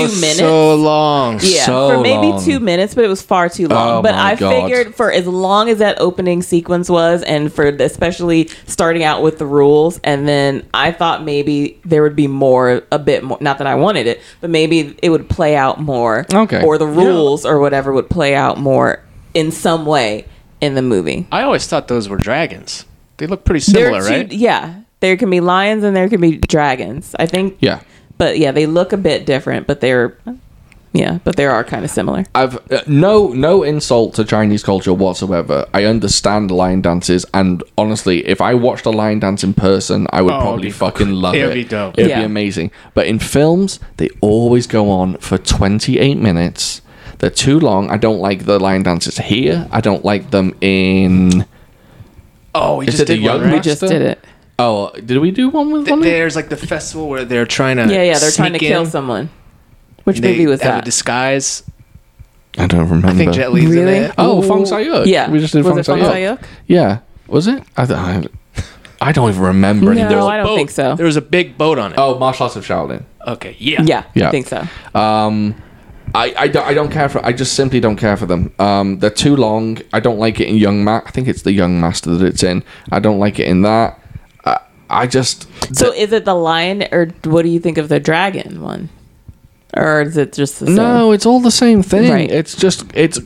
Speaker 2: maybe two minutes.
Speaker 3: So long.
Speaker 2: yeah,
Speaker 1: so
Speaker 2: for maybe
Speaker 1: long.
Speaker 2: two minutes, but it was far too long.
Speaker 1: Oh
Speaker 2: but
Speaker 1: my
Speaker 2: I
Speaker 1: God.
Speaker 2: figured for as long as that opening sequence was, and for the- especially starting out with the rules, and then I thought maybe there would be more, a bit more. Not that I wanted it, but maybe it would play out more.
Speaker 1: Okay.
Speaker 2: Or the rules or whatever would play out more in some way in the movie.
Speaker 3: I always thought those were dragons. They look pretty
Speaker 2: There
Speaker 3: similar,
Speaker 2: are two-
Speaker 3: right?
Speaker 2: Yeah. There can be lions and there can be dragons. I think.
Speaker 1: Yeah.
Speaker 2: But yeah, they look a bit different, but they're. Yeah, but they are kind of similar.
Speaker 1: I've uh, no no insult to Chinese culture whatsoever. I understand line dances, and honestly, if I watched a line dance in person, I would
Speaker 3: Oh, it'd
Speaker 1: probably
Speaker 3: be
Speaker 1: fucking
Speaker 3: cool.
Speaker 1: love it.
Speaker 3: It'd be dope.
Speaker 1: It'd be
Speaker 2: Yeah.
Speaker 1: amazing. But in films, they always go on for twenty eight minutes. They're too long. I don't like the line dances here. I don't like them in.
Speaker 3: Oh, we
Speaker 1: Is
Speaker 3: just
Speaker 1: it the
Speaker 3: did one,
Speaker 1: young
Speaker 2: We
Speaker 3: right?
Speaker 1: Bucks?
Speaker 2: just
Speaker 1: Master?
Speaker 2: did it.
Speaker 1: Oh, did we do one with
Speaker 3: Th-
Speaker 1: one?
Speaker 3: There's like the festival where they're trying to
Speaker 2: Yeah, yeah, they're trying to
Speaker 3: sneak
Speaker 2: kill
Speaker 3: in.
Speaker 2: someone. Which
Speaker 3: And they
Speaker 2: movie was
Speaker 3: have
Speaker 2: that?
Speaker 3: A disguise.
Speaker 1: I don't remember.
Speaker 3: I think Jet Li's
Speaker 2: Really?
Speaker 3: in it.
Speaker 1: Oh,
Speaker 2: Ooh.
Speaker 1: Fong Sayuk.
Speaker 2: Yeah.
Speaker 1: we just did
Speaker 2: Was
Speaker 1: Fong
Speaker 2: it Fong
Speaker 1: Sayuk.
Speaker 2: Sayuk?
Speaker 1: Yeah, was it? I, th- I, I don't even remember
Speaker 2: No,
Speaker 1: anymore.
Speaker 2: I don't
Speaker 3: Boat.
Speaker 2: think so.
Speaker 3: There was a big boat on it.
Speaker 1: Oh, martial arts of Shaolin.
Speaker 3: Okay, yeah.
Speaker 2: yeah,
Speaker 1: Yeah.
Speaker 2: I think so.
Speaker 1: Um, I, I, don't, I don't care for. I just simply don't care for them. Um, they're too long. I don't like it in Young Ma. I think it's the Young Master that it's in. I don't like it in that. I, I just.
Speaker 2: So is it the lion, or what do you think of the dragon one? Or is it just the same?
Speaker 1: No, it's all the same thing.
Speaker 2: Right.
Speaker 1: It's just it's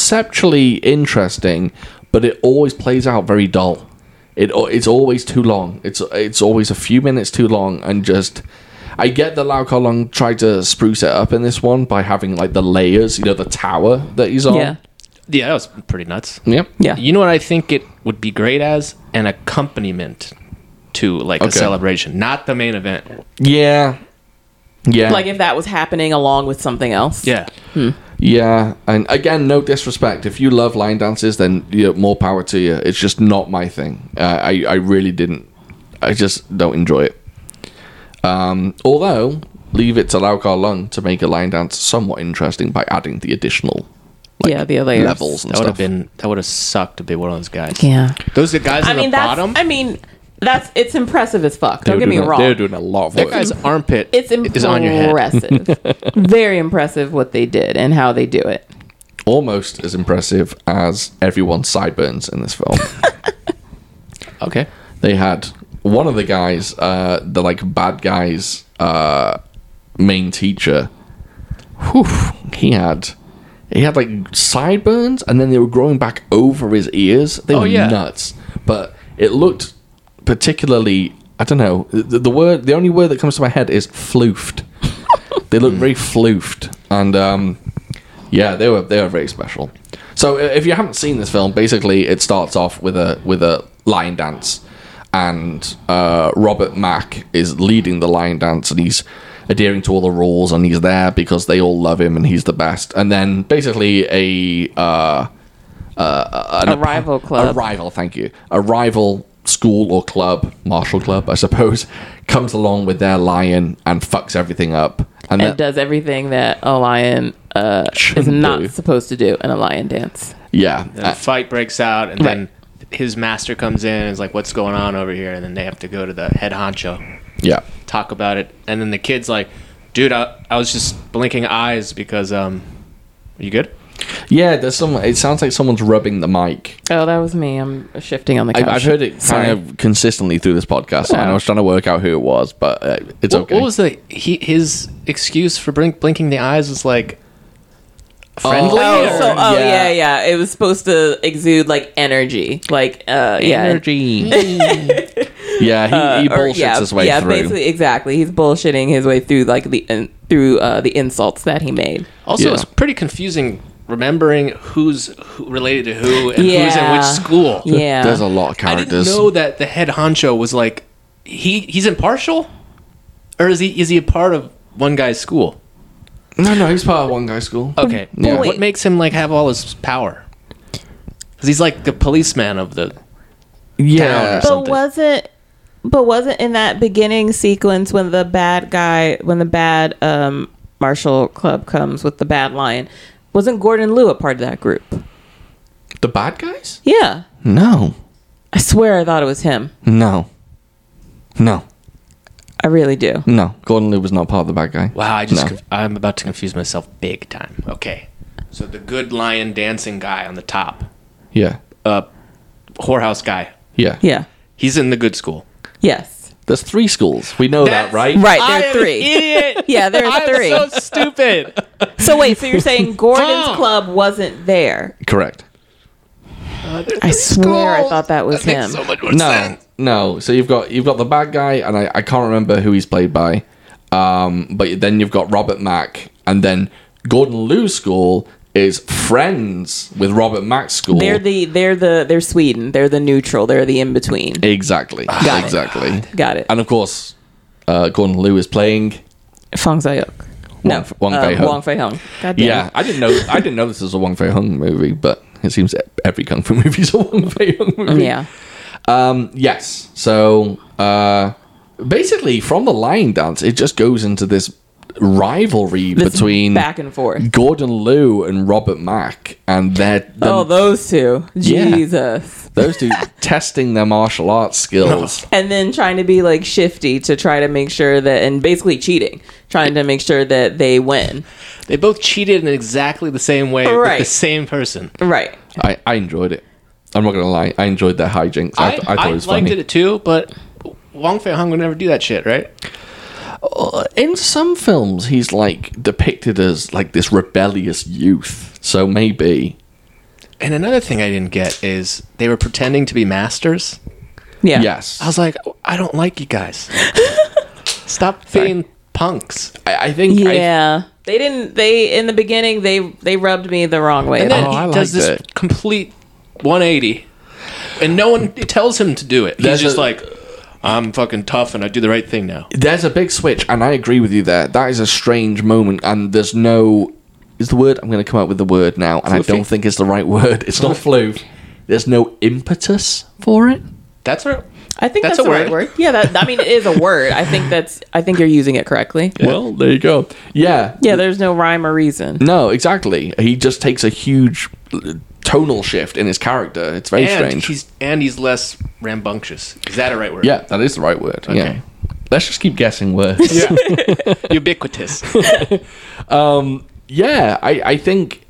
Speaker 1: conceptually interesting, but it always plays out very dull. It al- it's always too long. It's it's always a few minutes too long, and just I get that Lao Long tried to spruce it up in this one by having like the layers, you know, the tower that he's on.
Speaker 2: Yeah.
Speaker 3: Yeah, that was pretty nuts.
Speaker 1: Yep.
Speaker 2: Yeah.
Speaker 3: You know what I think it would be great as? An accompaniment to like a
Speaker 1: Okay.
Speaker 3: celebration, not the main event.
Speaker 1: Yeah. Yeah.
Speaker 2: Like if that was happening along with something else.
Speaker 3: Yeah.
Speaker 1: Yeah, and again, no disrespect. If you love line dances, then you know, more power to you. It's just not my thing. Uh, I I really didn't. I just don't enjoy it. Um, although, leave it to Lau Kar Lung to make a line dance somewhat interesting by adding the additional
Speaker 2: yeah, the other
Speaker 1: levels and
Speaker 3: That would have
Speaker 1: stuff.
Speaker 3: been that would have sucked to be one of those guys.
Speaker 2: Yeah.
Speaker 3: Those are guys
Speaker 2: I
Speaker 3: on
Speaker 2: mean,
Speaker 3: the
Speaker 2: that's.
Speaker 3: bottom.
Speaker 2: I mean, that's. It's impressive as fuck.
Speaker 1: They
Speaker 2: Don't
Speaker 1: were
Speaker 2: get me
Speaker 1: doing a-
Speaker 2: wrong.
Speaker 1: They were doing a lot of
Speaker 3: that
Speaker 1: work.
Speaker 3: guy's armpit
Speaker 2: It's
Speaker 3: is on your head.
Speaker 2: impressive. Very impressive what they did and how they do it.
Speaker 1: almost as impressive as everyone's sideburns in this film.
Speaker 3: Okay.
Speaker 1: they had one of the guys, uh, the like bad guys, uh, main teacher. Whew, he had, he had like sideburns, and then they were growing back over his ears. They
Speaker 3: Oh,
Speaker 1: were
Speaker 3: yeah.
Speaker 1: nuts, but it looked particularly. I don't know. The, the word, the only word that comes to my head is floofed. they looked very floofed, and um, yeah, they were they were very special. So i- if you haven't seen this film, basically it starts off with a with a lion dance, and uh, Robert Mack is leading the lion dance, and he's adhering to all the rules, and he's there because they all love him, and he's the best. And then basically a uh, uh,
Speaker 2: A rival club.
Speaker 1: a rival, thank you, a rival school or club, martial club, I suppose, comes along with their lion and fucks everything up, and,
Speaker 2: and
Speaker 1: that
Speaker 2: does everything that a lion uh, is
Speaker 1: shouldn't
Speaker 2: not
Speaker 1: do.
Speaker 2: supposed to do in a lion dance.
Speaker 1: yeah, uh,
Speaker 3: Then a fight breaks out and then his master comes in and is like, "What's going on over here?" And then they have to go to the head honcho,
Speaker 1: Yeah.
Speaker 3: talk about it, and then the kid's like, "Dude, I, I was just blinking eyes because um, are you good?"
Speaker 1: Yeah, there's some. It sounds like someone's rubbing the mic.
Speaker 2: Oh, that was me. I'm shifting on the couch.
Speaker 1: I, I've heard it
Speaker 2: Sorry.
Speaker 1: kind of consistently through this podcast, and I was trying to work out who it was, but uh, it's
Speaker 3: What,
Speaker 1: okay.
Speaker 3: what was the he, his excuse for blink, blinking the eyes was like friendly?
Speaker 2: Oh,
Speaker 3: or-
Speaker 2: so, oh
Speaker 1: Yeah.
Speaker 2: yeah. yeah, It was supposed to exude like energy, like uh, yeah,
Speaker 1: yeah, he, he
Speaker 2: Uh, or-
Speaker 1: bullshits his way
Speaker 2: yeah,
Speaker 1: through.
Speaker 2: basically, exactly. He's bullshitting his way through like the in, through uh, the insults that he made.
Speaker 3: Also,
Speaker 1: Yeah.
Speaker 3: it's pretty confusing remembering who's who, related to who and who's in
Speaker 2: Yeah.
Speaker 3: which school.
Speaker 2: Yeah,
Speaker 1: There's a lot of
Speaker 3: I
Speaker 1: characters.
Speaker 3: didn't know that the head honcho was like he he's impartial, or is he is he a part of one guy's school?
Speaker 1: No, no, he's part of one guy school.
Speaker 3: Okay,
Speaker 1: Yeah.
Speaker 3: what makes him like have all his power? Because he's like the policeman of the.
Speaker 1: Yeah,
Speaker 3: Town.
Speaker 2: but
Speaker 3: something.
Speaker 2: wasn't but wasn't in that beginning sequence when the bad guy when the bad um martial club comes with the bad lion wasn't gordon Liu a part of that group
Speaker 1: the bad guys?
Speaker 2: yeah
Speaker 1: No,
Speaker 2: i swear i thought it was him
Speaker 1: no, no,
Speaker 2: i really do
Speaker 1: no. Gordon Liu was not part of the bad guy.
Speaker 3: Wow, I just
Speaker 1: No.
Speaker 3: conf- I'm about to confuse myself big time. Okay, so the good lion dancing guy on the top,
Speaker 1: Yeah,
Speaker 3: uh, whorehouse guy,
Speaker 1: yeah,
Speaker 2: yeah
Speaker 3: he's in the good school.
Speaker 2: yes
Speaker 1: There's three schools. We know Oh, that,
Speaker 3: That's-
Speaker 1: right?
Speaker 2: right there
Speaker 3: I
Speaker 2: are
Speaker 3: am
Speaker 2: three
Speaker 3: an idiot.
Speaker 2: yeah there's
Speaker 3: I'm
Speaker 2: three
Speaker 3: so
Speaker 2: so-,
Speaker 3: stupid.
Speaker 2: wait so you're saying gordon's
Speaker 3: Tom.
Speaker 2: club wasn't there
Speaker 1: Correct.
Speaker 2: i swear i thought that was him
Speaker 3: So much more
Speaker 1: No,
Speaker 3: sense.
Speaker 1: no. So you've got you've got the bad guy, and I, I can't remember who he's played by. Um, but then you've got Robert Mack, and then Gordon Liu's school is friends with Robert Mack's school.
Speaker 2: they're the they're the they're sweden they're the neutral they're the in between
Speaker 1: exactly,
Speaker 2: Got it.
Speaker 1: exactly.
Speaker 2: got it
Speaker 1: And of course, uh, Gordon Liu is playing.
Speaker 2: Fong Zayok. No,
Speaker 1: Wong Fei-hung.
Speaker 2: Wong Fei Hung. God damn.
Speaker 1: Yeah, I didn't know. I didn't know this was a Wong Fei Hung movie, but it seems every kung fu movie is a Wong Fei Hung movie.
Speaker 2: Yeah.
Speaker 1: Um, yes. So uh, basically, from the lion dance, it just goes into this rivalry
Speaker 2: This
Speaker 1: between
Speaker 2: back and forth.
Speaker 1: Gordon Liu and Robert Mack, and they're them-
Speaker 2: oh, those two.
Speaker 1: Yeah.
Speaker 2: Jesus.
Speaker 1: those two testing their martial arts skills.
Speaker 2: And then trying to be like shifty to try to make sure that, and basically cheating, trying to make sure that they win.
Speaker 3: They both cheated in exactly the same way with the
Speaker 2: Right.
Speaker 3: same person.
Speaker 2: Right.
Speaker 1: I, I enjoyed it. I'm not gonna lie, I enjoyed their hijinks. I,
Speaker 3: I,
Speaker 1: th-
Speaker 3: I,
Speaker 1: I thought it was
Speaker 3: liked
Speaker 1: funny.
Speaker 3: it too, but Wong Fei Hung would never do that shit, right?
Speaker 1: In some films, he's like depicted as like this rebellious youth. So maybe
Speaker 3: And another thing I didn't get is they were pretending to be masters.
Speaker 2: Yeah.
Speaker 1: yes,
Speaker 3: I was like, I don't like you guys. Stop being punks.
Speaker 1: I, I think I-
Speaker 2: Yeah. they didn't. They in the beginning they they rubbed me the wrong way.
Speaker 3: And then
Speaker 1: Oh,
Speaker 3: he
Speaker 1: I
Speaker 3: does
Speaker 1: liked
Speaker 3: this
Speaker 1: it.
Speaker 3: complete 180, and no one tells him to do it. He's
Speaker 1: There's
Speaker 3: just
Speaker 1: a-
Speaker 3: like, I'm fucking tough and I do the right thing now.
Speaker 1: there's a big switch, and I agree with you there. That is a strange moment, and there's no is the word I'm going to come up with the word now, and I
Speaker 3: Floofy?
Speaker 1: don't think it's the right word. It's not floof. There's no impetus for it.
Speaker 3: That's right.
Speaker 2: I think
Speaker 3: That's
Speaker 2: that's, the
Speaker 3: a
Speaker 2: right
Speaker 3: word.
Speaker 2: word. Yeah, that I mean it is a word. I think that's I think you're using it correctly.
Speaker 1: Well, there you go. Yeah.
Speaker 2: Yeah, there's no rhyme or reason.
Speaker 1: No, exactly. He just takes a huge uh, tonal shift in his character. It's very
Speaker 3: And
Speaker 1: strange.
Speaker 3: he's and he's less rambunctious. Is that a right word?
Speaker 1: Yeah, that is the right word.
Speaker 3: Okay.
Speaker 1: Yeah. Let's just keep guessing words.
Speaker 3: Yeah. Ubiquitous.
Speaker 1: Um, yeah, I, I think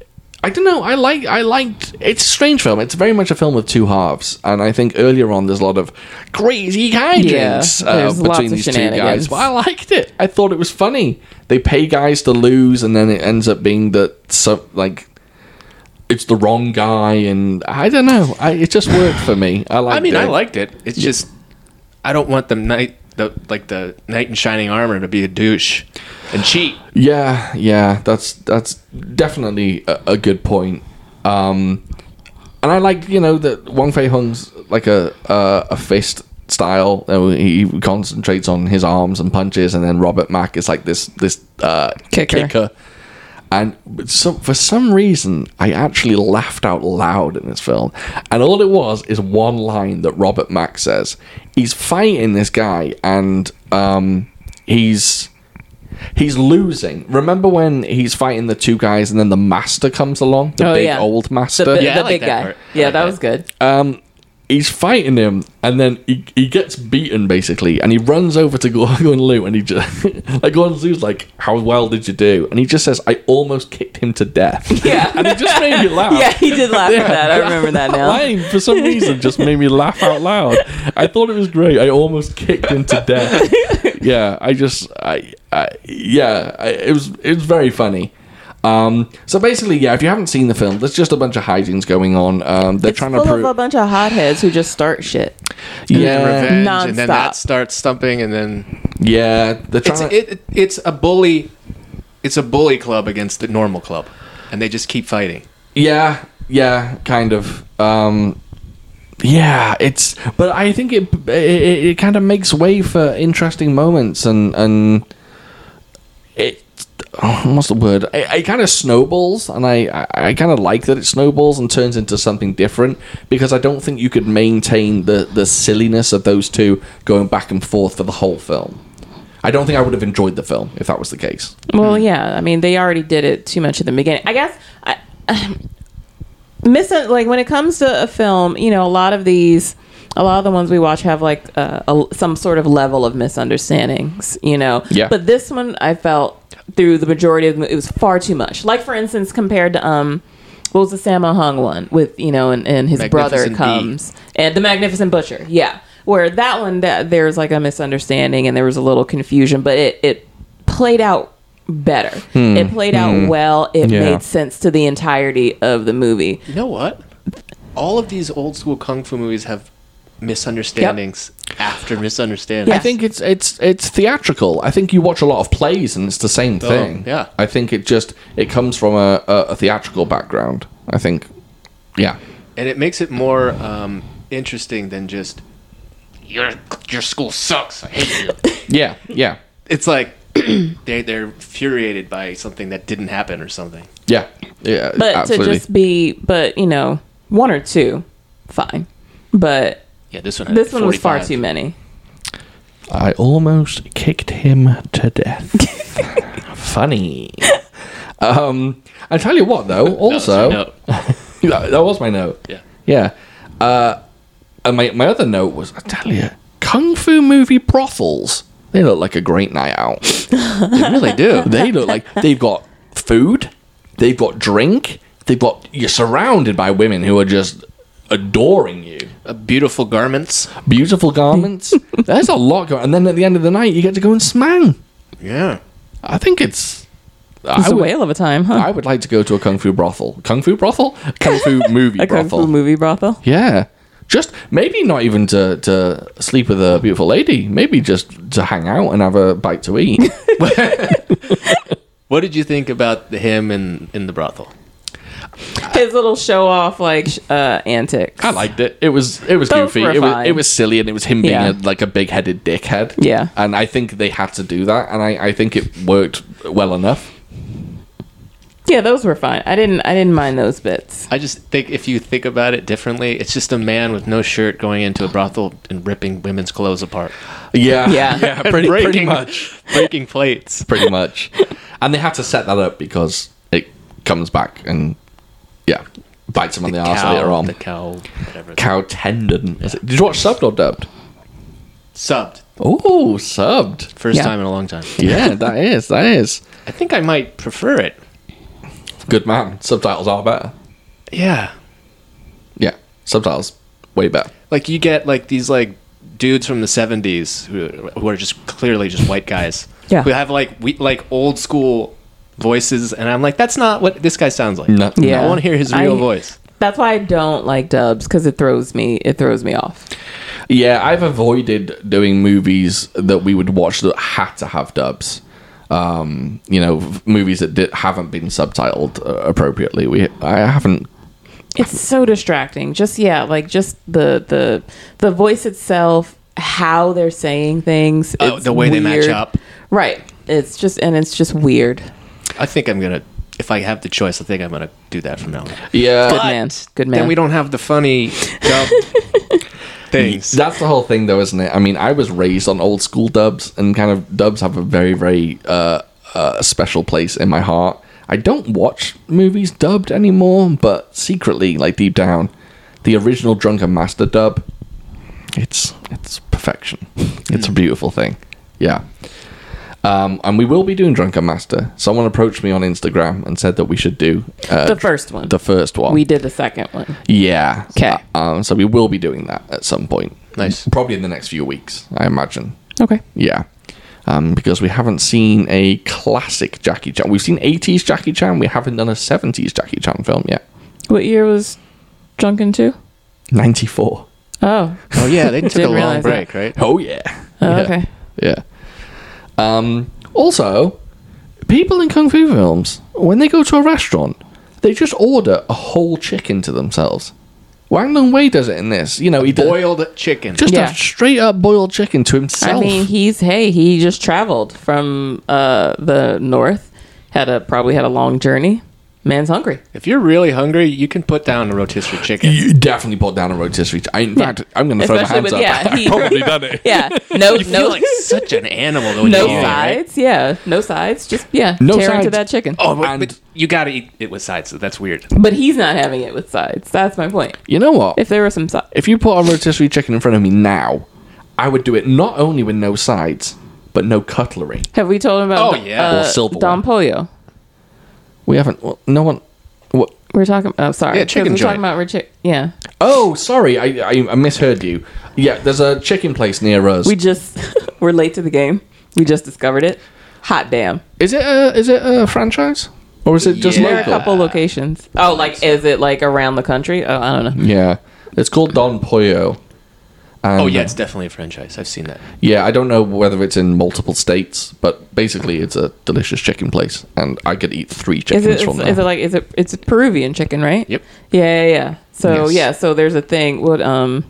Speaker 1: I don't know. I like I liked it's a strange film. It's very much a film of two halves, and I think earlier on there's a lot of crazy hijinks
Speaker 2: Yeah,
Speaker 1: uh,
Speaker 2: there's lots
Speaker 1: between
Speaker 2: of
Speaker 1: these two guys.
Speaker 2: shenanigans.
Speaker 1: But I liked it. I thought it was funny. They pay guys to lose, and then it ends up being that so like it's the wrong guy, and I don't know. I, it just worked for me. I like.
Speaker 3: I mean,
Speaker 1: it.
Speaker 3: I liked it. It's just I don't want the knight the like the knight in shining armor to be a douche and cheat.
Speaker 1: Yeah, yeah, that's that's definitely a, a good point. Um, and I like you know that Wong Fei Hung's like a a, a fist style. uh, He concentrates on his arms and punches, and then Robert Mack is like this this uh,
Speaker 2: Kicker.
Speaker 1: And so, for some reason, I actually laughed out loud in this film. And all it was is one line that Robert Mack says. He's fighting this guy, and um, he's he's losing. Remember when he's fighting the two guys, and then the master comes along, the
Speaker 2: Oh,
Speaker 1: big
Speaker 2: yeah.
Speaker 1: old master.
Speaker 2: The, the,
Speaker 3: Yeah, I
Speaker 2: the
Speaker 3: like
Speaker 2: big
Speaker 3: that
Speaker 2: guy.
Speaker 3: part. I
Speaker 2: Yeah,
Speaker 3: like
Speaker 2: that
Speaker 3: that.
Speaker 2: was good.
Speaker 1: Um, he's fighting him, and then he, he gets beaten basically, and he runs over to Gorgon Lou, and he just like Gorgon Lou's like, "How well did you do?" And he just says, "I almost kicked him to death."
Speaker 2: Yeah.
Speaker 1: and it just made me laugh.
Speaker 2: Yeah, he did laugh at that. I remember that now.
Speaker 1: line for some reason just made me laugh out loud. I thought it was great. I almost kicked him to death. Yeah, I just, I, I yeah, I, it was, it was very funny. Um, so basically, yeah, if you haven't seen the film, there's just a bunch of hijinks going on. Um, they're
Speaker 2: It's
Speaker 1: trying to
Speaker 2: full of a
Speaker 1: prove,
Speaker 2: bunch of hotheads who just start shit.
Speaker 3: and
Speaker 1: yeah,
Speaker 3: revenge, and then
Speaker 2: Nonstop.
Speaker 3: that starts stumping, and then
Speaker 1: yeah, they're
Speaker 3: it's
Speaker 1: trying.
Speaker 3: it,
Speaker 1: to,
Speaker 3: it- it's a bully, it's a bully club against the normal club, and they just keep fighting.
Speaker 1: yeah, yeah, kind of. Um, yeah, it's, but I think it, it, it, it kind of makes way for interesting moments and and it oh, what's the word it, it kind of snowballs and i i, I kind of like that it snowballs and turns into something different because i don't think you could maintain the the silliness of those two going back and forth for the whole film i don't think i would have enjoyed the film if that was the case
Speaker 2: Well, yeah. I mean, they already did it too much at the beginning. I guess I, miss like when it comes to a film, you know, a lot of these, a lot of the ones we watch have like uh, a, some sort of level of misunderstandings, you know.
Speaker 1: Yeah.
Speaker 2: But this one, I felt through the majority of the mo- it was far too much. Like for instance, compared to um. What was the Sammo Hung one with you know, and, and his brother
Speaker 3: Magnificent
Speaker 2: comes and the Magnificent Butcher, yeah. Where that one, that there's like a misunderstanding and there was a little confusion, but it it played out better. It played out well. It
Speaker 1: Hmm. Yeah.
Speaker 2: made sense to the entirety of the movie.
Speaker 3: You know what? All of these old school kung fu movies have misunderstandings after misunderstandings.
Speaker 1: I think it's it's it's theatrical. I think you watch a lot of plays and it's the same thing.
Speaker 3: Oh, yeah.
Speaker 1: I think it just it comes from a, a, a theatrical background. I think. Yeah.
Speaker 3: and it makes it more um, interesting than just your your school sucks. I hate you.
Speaker 1: Yeah. Yeah.
Speaker 3: it's like they they're infuriated by something that didn't happen or something.
Speaker 1: Yeah. Yeah.
Speaker 2: But
Speaker 1: absolutely.
Speaker 2: to just be, but you know, one or two, fine. But
Speaker 3: Yeah, this one. Had
Speaker 2: this one was far
Speaker 3: 45.
Speaker 2: too many.
Speaker 1: I almost kicked him to death. Funny. Um, I tell you what, though.
Speaker 3: No,
Speaker 1: Also,
Speaker 3: no.
Speaker 1: that that was my note.
Speaker 3: Yeah.
Speaker 1: Yeah. Uh, and my, my other note was I tell you, Kung Fu movie brothels. They look like a great night out. they really do. They look like they've got food, they've got drink, they've got you're surrounded by women who are just adoring you.
Speaker 3: Uh, beautiful garments.
Speaker 1: Beautiful garments. There's a lot going And then at the end of the night you get to go and smang.
Speaker 3: Yeah.
Speaker 1: I think it's
Speaker 2: It's
Speaker 1: I
Speaker 2: a
Speaker 1: would,
Speaker 2: whale of a time, huh?
Speaker 1: I would like to go to a kung fu brothel. Kung fu brothel? Kung fu movie
Speaker 2: a kung
Speaker 1: brothel.
Speaker 2: fu movie brothel.
Speaker 1: Yeah. Just maybe not even to, to sleep with a beautiful lady. Maybe just to hang out and have a bite to eat.
Speaker 3: What did you think about the him in in the brothel?
Speaker 2: His little show off like sh- uh, antics.
Speaker 1: I liked it. It was it was
Speaker 2: Those
Speaker 1: goofy.
Speaker 2: were
Speaker 1: It was
Speaker 2: fine.
Speaker 1: it was silly, and it was him being
Speaker 2: Yeah.
Speaker 1: a, like a big headed dickhead.
Speaker 2: Yeah.
Speaker 1: And I think they had to do that, and I, I think it worked well enough.
Speaker 2: yeah, those were fine. I didn't. I didn't mind those bits.
Speaker 3: I just think if you think about it differently, it's just a man with no shirt going into a brothel and ripping women's clothes apart,
Speaker 1: Yeah.
Speaker 2: Yeah.
Speaker 1: Yeah. Pretty pretty
Speaker 3: breaking-
Speaker 1: much.
Speaker 3: breaking plates.
Speaker 1: Pretty much. and they had to set that up because it comes back and yeah bites him on the, ass
Speaker 3: Cow,
Speaker 1: later on.
Speaker 3: the cow, whatever.
Speaker 1: cow tendon. Is it- Did you watch subbed or dubbed?
Speaker 3: Subbed.
Speaker 1: Oh, subbed.
Speaker 3: First
Speaker 2: Yeah.
Speaker 3: time in a long time.
Speaker 1: Yeah, that is. That is.
Speaker 3: I think I might prefer it.
Speaker 1: Good man. Subtitles are better.
Speaker 3: Yeah.
Speaker 1: Yeah. Subtitles way better.
Speaker 3: Like you get like these like dudes from the 70s who, who are just clearly just white guys.
Speaker 2: Yeah.
Speaker 3: Who have like we like old school voices and I'm like that's not what this guy sounds like.
Speaker 1: No.
Speaker 2: Yeah.
Speaker 3: I want to hear his real
Speaker 2: I-
Speaker 3: voice.
Speaker 2: That's why I don't like dubs because it throws me. It throws me off.
Speaker 1: Yeah, I've avoided doing movies that we would watch that had to have dubs. Um, you know, v- movies that did, haven't been subtitled uh, appropriately. We I haven't
Speaker 2: it's so distracting just yeah like just the the the voice itself how they're saying things
Speaker 3: Oh,
Speaker 2: it's
Speaker 3: the way they match
Speaker 2: weird.
Speaker 3: up.
Speaker 2: right it's just and it's just weird
Speaker 3: I think I'm going to if I have the choice I think I'm going to do that from now on.
Speaker 2: good
Speaker 1: Yeah.
Speaker 2: man good man
Speaker 3: Then we don't have the funny dumb things.
Speaker 1: That's the whole thing though, isn't it? I mean, I was raised on old school dubs and kind of dubs have a very very uh, uh special place in my heart. I don't watch movies dubbed anymore, but secretly like deep down the original Drunken Master dub. It's it's perfection.
Speaker 2: Hmm.
Speaker 1: It's a beautiful thing. Yeah. Um, and we will be doing Drunken Master. Someone approached me on Instagram and said that we should do uh,
Speaker 2: The first one.
Speaker 1: The first one.
Speaker 2: We did the second one.
Speaker 1: Yeah.
Speaker 2: 'Kay.
Speaker 1: Uh, um, so we will be doing that at some point.
Speaker 3: Nice.
Speaker 1: Probably in the next few weeks, I imagine.
Speaker 2: Okay.
Speaker 1: Yeah. Um, because we haven't seen a classic Jackie Chan. We've seen 80s Jackie Chan. We haven't done a 70s Jackie Chan film yet.
Speaker 2: What year was Drunken 2?
Speaker 1: 94.
Speaker 2: Oh.
Speaker 3: Oh yeah, they took a
Speaker 2: Didn't
Speaker 3: long
Speaker 2: realize that.
Speaker 3: break, right?
Speaker 1: Oh, yeah.
Speaker 2: Oh,
Speaker 1: yeah.
Speaker 2: okay.
Speaker 1: Yeah. Um, also, people in Kung Fu films, when they go to a restaurant, they just order a whole chicken to themselves. Wang Lung Wei does it in this. You know, he does-
Speaker 3: Boiled chicken.
Speaker 1: just
Speaker 2: Yeah.
Speaker 1: a straight up boiled chicken to himself.
Speaker 2: I mean, he's hey, he just traveled from uh the north. Had a probably had a long journey. Man's hungry.
Speaker 3: if you're really hungry, you can put down a rotisserie chicken.
Speaker 1: You definitely put down a rotisserie. I, in
Speaker 2: Yeah.
Speaker 1: fact, I'm going to throw my
Speaker 2: Especially
Speaker 1: hands
Speaker 2: with-
Speaker 1: up.
Speaker 2: yeah,
Speaker 1: I've
Speaker 2: he-
Speaker 1: probably done it.
Speaker 2: Yeah. No
Speaker 3: You
Speaker 2: no
Speaker 3: feel like such an animal though. when
Speaker 2: no
Speaker 3: you eat it, right?
Speaker 2: sides. Yeah. No sides. Just yeah.
Speaker 1: No
Speaker 2: tear into
Speaker 1: sides.
Speaker 2: that chicken.
Speaker 3: Oh, but,
Speaker 1: And-
Speaker 3: but you got to eat it with sides. So that's weird.
Speaker 2: But he's not having it with sides. That's my point.
Speaker 1: You know what?
Speaker 2: If there were some sides.
Speaker 1: If you put a rotisserie chicken in front of me now, I would do it not only with no sides, but no cutlery.
Speaker 2: Have we told him about
Speaker 3: Oh, yeah.
Speaker 2: uh,
Speaker 1: Or silverware.
Speaker 2: Don Pollo?
Speaker 1: We haven't. Well, no one. What?
Speaker 2: We're talking. Oh, sorry.
Speaker 3: Yeah, chicken
Speaker 2: 'Cause We're
Speaker 3: joint.
Speaker 2: talking about Richard. Yeah,
Speaker 1: Oh, sorry, I, I I misheard you. Yeah, there's a chicken place near us.
Speaker 2: we just we're late to the game. We just discovered it. Hot damn!
Speaker 1: is it a is it a franchise or is it just
Speaker 3: Yeah.
Speaker 2: There are a
Speaker 1: local?
Speaker 2: couple locations. Oh, like is it like around the country? Oh, I don't know.
Speaker 1: Yeah, it's called Don Pollo. And,
Speaker 3: Oh yeah, it's definitely a franchise. I've seen that.
Speaker 1: Yeah, I don't know whether it's in multiple states, but basically it's a delicious chicken place, and I could eat three chickens
Speaker 2: Is it is,
Speaker 1: from there.
Speaker 2: is it like is it it's Peruvian chicken, right?
Speaker 3: Yep.
Speaker 2: Yeah, yeah. yeah. So
Speaker 1: Yes.
Speaker 2: yeah, so there's a thing. What um,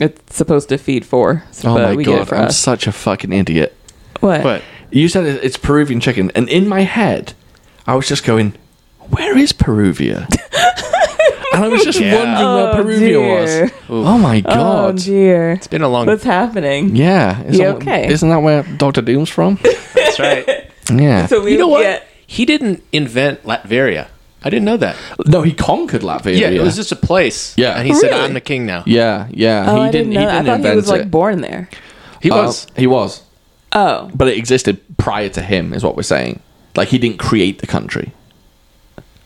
Speaker 2: it's supposed to feed for. So,
Speaker 1: oh
Speaker 2: but
Speaker 1: my
Speaker 2: we Get it
Speaker 1: god,
Speaker 2: for
Speaker 1: I'm
Speaker 2: us.
Speaker 1: such a fucking idiot.
Speaker 2: what?
Speaker 3: But
Speaker 1: You said it- it's Peruvian chicken, and in my head, I was just going, "Where is Peruvia?" and I was just
Speaker 3: Yeah.
Speaker 1: wondering
Speaker 2: Oh,
Speaker 1: where Peruvia
Speaker 2: dear.
Speaker 1: was. Oh my
Speaker 2: Oh
Speaker 1: god!
Speaker 2: dear,
Speaker 3: it's been a long.
Speaker 2: what's happening?
Speaker 1: yeah, isn't,
Speaker 2: okay?
Speaker 1: Isn't that where Doctor Doom's from?
Speaker 3: That's right.
Speaker 1: yeah.
Speaker 2: So we
Speaker 3: you know what?
Speaker 2: yeah.
Speaker 3: He didn't invent Latveria. I didn't know that.
Speaker 1: no, he conquered Latvia.
Speaker 3: Yeah, it was just a place.
Speaker 1: Yeah.
Speaker 3: and he said,
Speaker 2: Really?
Speaker 3: "I'm the king now."
Speaker 1: yeah, yeah.
Speaker 2: Oh,
Speaker 1: he
Speaker 2: I didn't, know.
Speaker 1: He didn't
Speaker 2: that. I thought he
Speaker 1: invent
Speaker 2: was like
Speaker 1: it.
Speaker 2: born there.
Speaker 3: He
Speaker 1: Uh,
Speaker 3: was.
Speaker 1: he was,
Speaker 2: Oh,
Speaker 1: but it existed prior to him, is what we're saying. Like he didn't create the country.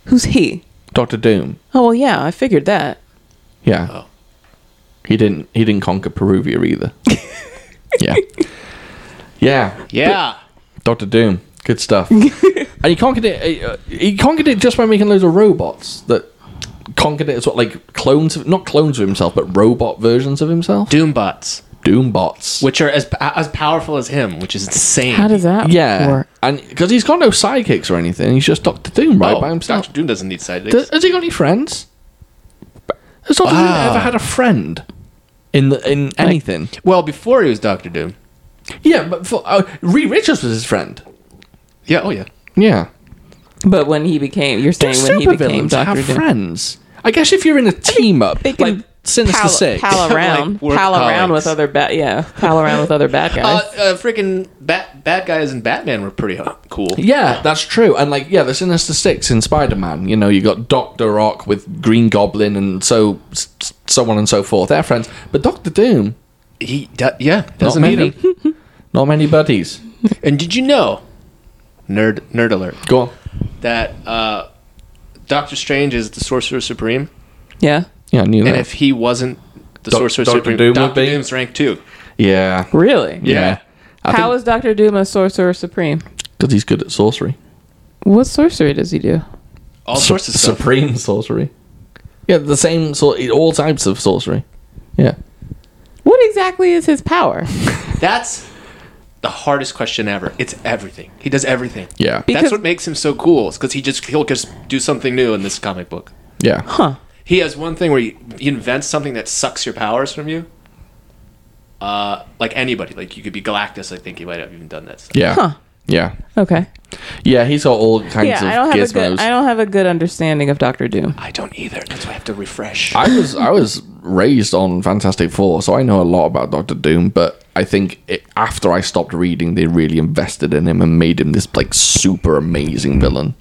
Speaker 2: who's he?
Speaker 1: Doctor Doom.
Speaker 2: Oh well, yeah, I figured that.
Speaker 1: Yeah.
Speaker 3: Oh.
Speaker 1: He didn't. He didn't conquer Peruvia either. yeah. Yeah.
Speaker 3: Yeah.
Speaker 1: Doctor Doom. Good stuff. and he conquered it. Uh, he conquered it just by making loads of robots that conquered it as what like clones, of, not clones of himself, but robot versions of himself.
Speaker 3: Doombots,
Speaker 1: Doom bots.
Speaker 3: which are as as powerful as him, which is insane.
Speaker 2: How does that
Speaker 1: yeah,
Speaker 2: work?
Speaker 1: and because he's got no sidekicks or anything, he's just Doctor Doom right
Speaker 3: Oh,
Speaker 1: by himself.
Speaker 3: Doctor Doom doesn't need sidekicks.
Speaker 1: Does, has he got any friends? Has Doctor Doom
Speaker 3: Wow.
Speaker 1: ever had a friend in the, in anything?
Speaker 3: well, before he was Doctor Doom.
Speaker 1: yeah, but for, uh, Reed Richards was his friend.
Speaker 3: Yeah. Oh yeah.
Speaker 1: Yeah,
Speaker 2: But when he became, you're
Speaker 1: do
Speaker 2: saying when he became
Speaker 1: supervillains have
Speaker 2: Doctor Doom,
Speaker 1: friends? I guess if you're in a team up,
Speaker 2: they can
Speaker 1: like Sinister
Speaker 2: pal,
Speaker 1: Six,
Speaker 2: pal around,
Speaker 3: Like, work
Speaker 2: pal around
Speaker 3: colleagues.
Speaker 2: with other bad, yeah, pal around with other bad
Speaker 3: Uh,
Speaker 2: guys.
Speaker 3: uh freaking bat, bad guys and Batman were pretty uh, cool.
Speaker 1: Yeah, that's true. And like, yeah, the Sinister Six in Spider-Man. You know, you got Doctor Rock with Green Goblin and so s- s- so on and so forth. They're friends, but Doctor Doom,
Speaker 3: He, do- yeah, doesn't
Speaker 1: many.
Speaker 3: need him.
Speaker 1: not many buddies.
Speaker 3: And did you know, nerd nerd alert,
Speaker 1: Go on.
Speaker 3: that uh, Doctor Strange is the Sorcerer Supreme,
Speaker 2: yeah,
Speaker 1: Yeah, I knew
Speaker 3: and
Speaker 1: that.
Speaker 3: if he wasn't the
Speaker 1: Doc-
Speaker 3: Sorcerer
Speaker 1: Doctor
Speaker 3: Supreme,
Speaker 1: Doom would
Speaker 3: Doctor
Speaker 1: be?
Speaker 3: Doom's ranked two.
Speaker 1: yeah,
Speaker 2: really.
Speaker 1: yeah. I
Speaker 2: How
Speaker 1: think-
Speaker 2: is Doctor Doom a sorcerer supreme?
Speaker 1: Because he's good at sorcery.
Speaker 2: What sorcery does he do?
Speaker 3: All sorts of
Speaker 1: Su-
Speaker 3: stuff.
Speaker 1: Supreme sorcery. Yeah, the same sort. All types of sorcery. Yeah.
Speaker 2: What exactly is his power?
Speaker 3: That's the hardest question ever. It's everything. He does everything.
Speaker 1: Yeah.
Speaker 2: Because-
Speaker 3: That's what makes him so cool. Is because he just he'll just do something new in this comic book.
Speaker 1: yeah.
Speaker 2: Huh?
Speaker 3: He has one thing where he, he invents something that sucks your powers from you. Uh, like anybody, like you could be Galactus. I think he might have even done that. Stuff.
Speaker 1: Yeah.
Speaker 2: Huh.
Speaker 1: Yeah.
Speaker 2: Okay.
Speaker 1: Yeah. He's got all kinds
Speaker 2: Yeah,
Speaker 1: of
Speaker 2: I don't have a
Speaker 1: gizmos.
Speaker 2: good. I don't have a good understanding of Doctor Doom.
Speaker 3: I don't either. That's why I have to refresh.
Speaker 1: I was I was raised on Fantastic Four, so I know a lot about Doctor Doom. But I think it, after I stopped reading, they really invested in him and made him this like super amazing villain.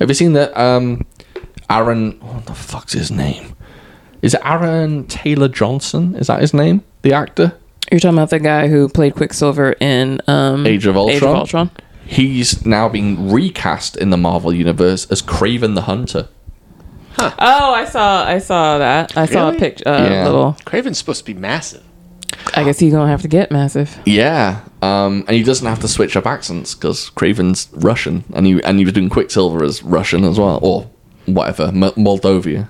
Speaker 1: Have you seen that? Um, Aaron, what the fuck's his name? Is it Aaron Taylor Johnson? Is that his name? The actor?
Speaker 2: You're talking about the guy who played Quicksilver in um,
Speaker 1: Age of
Speaker 2: Age of
Speaker 1: Ultron.
Speaker 2: Ultron.
Speaker 1: He's now being recast in the Marvel universe as Craven the Hunter.
Speaker 2: Oh, I saw, I saw that. I saw
Speaker 3: Really?
Speaker 2: a picture. Uh,
Speaker 1: Yeah.
Speaker 2: Little.
Speaker 3: Craven's supposed to be massive.
Speaker 2: I guess he's gonna have to get massive.
Speaker 1: E- Yeah, um, and he doesn't have to switch up accents because Craven's Russian, and he and he was doing Quicksilver as Russian as well, or whatever M- Moldovia.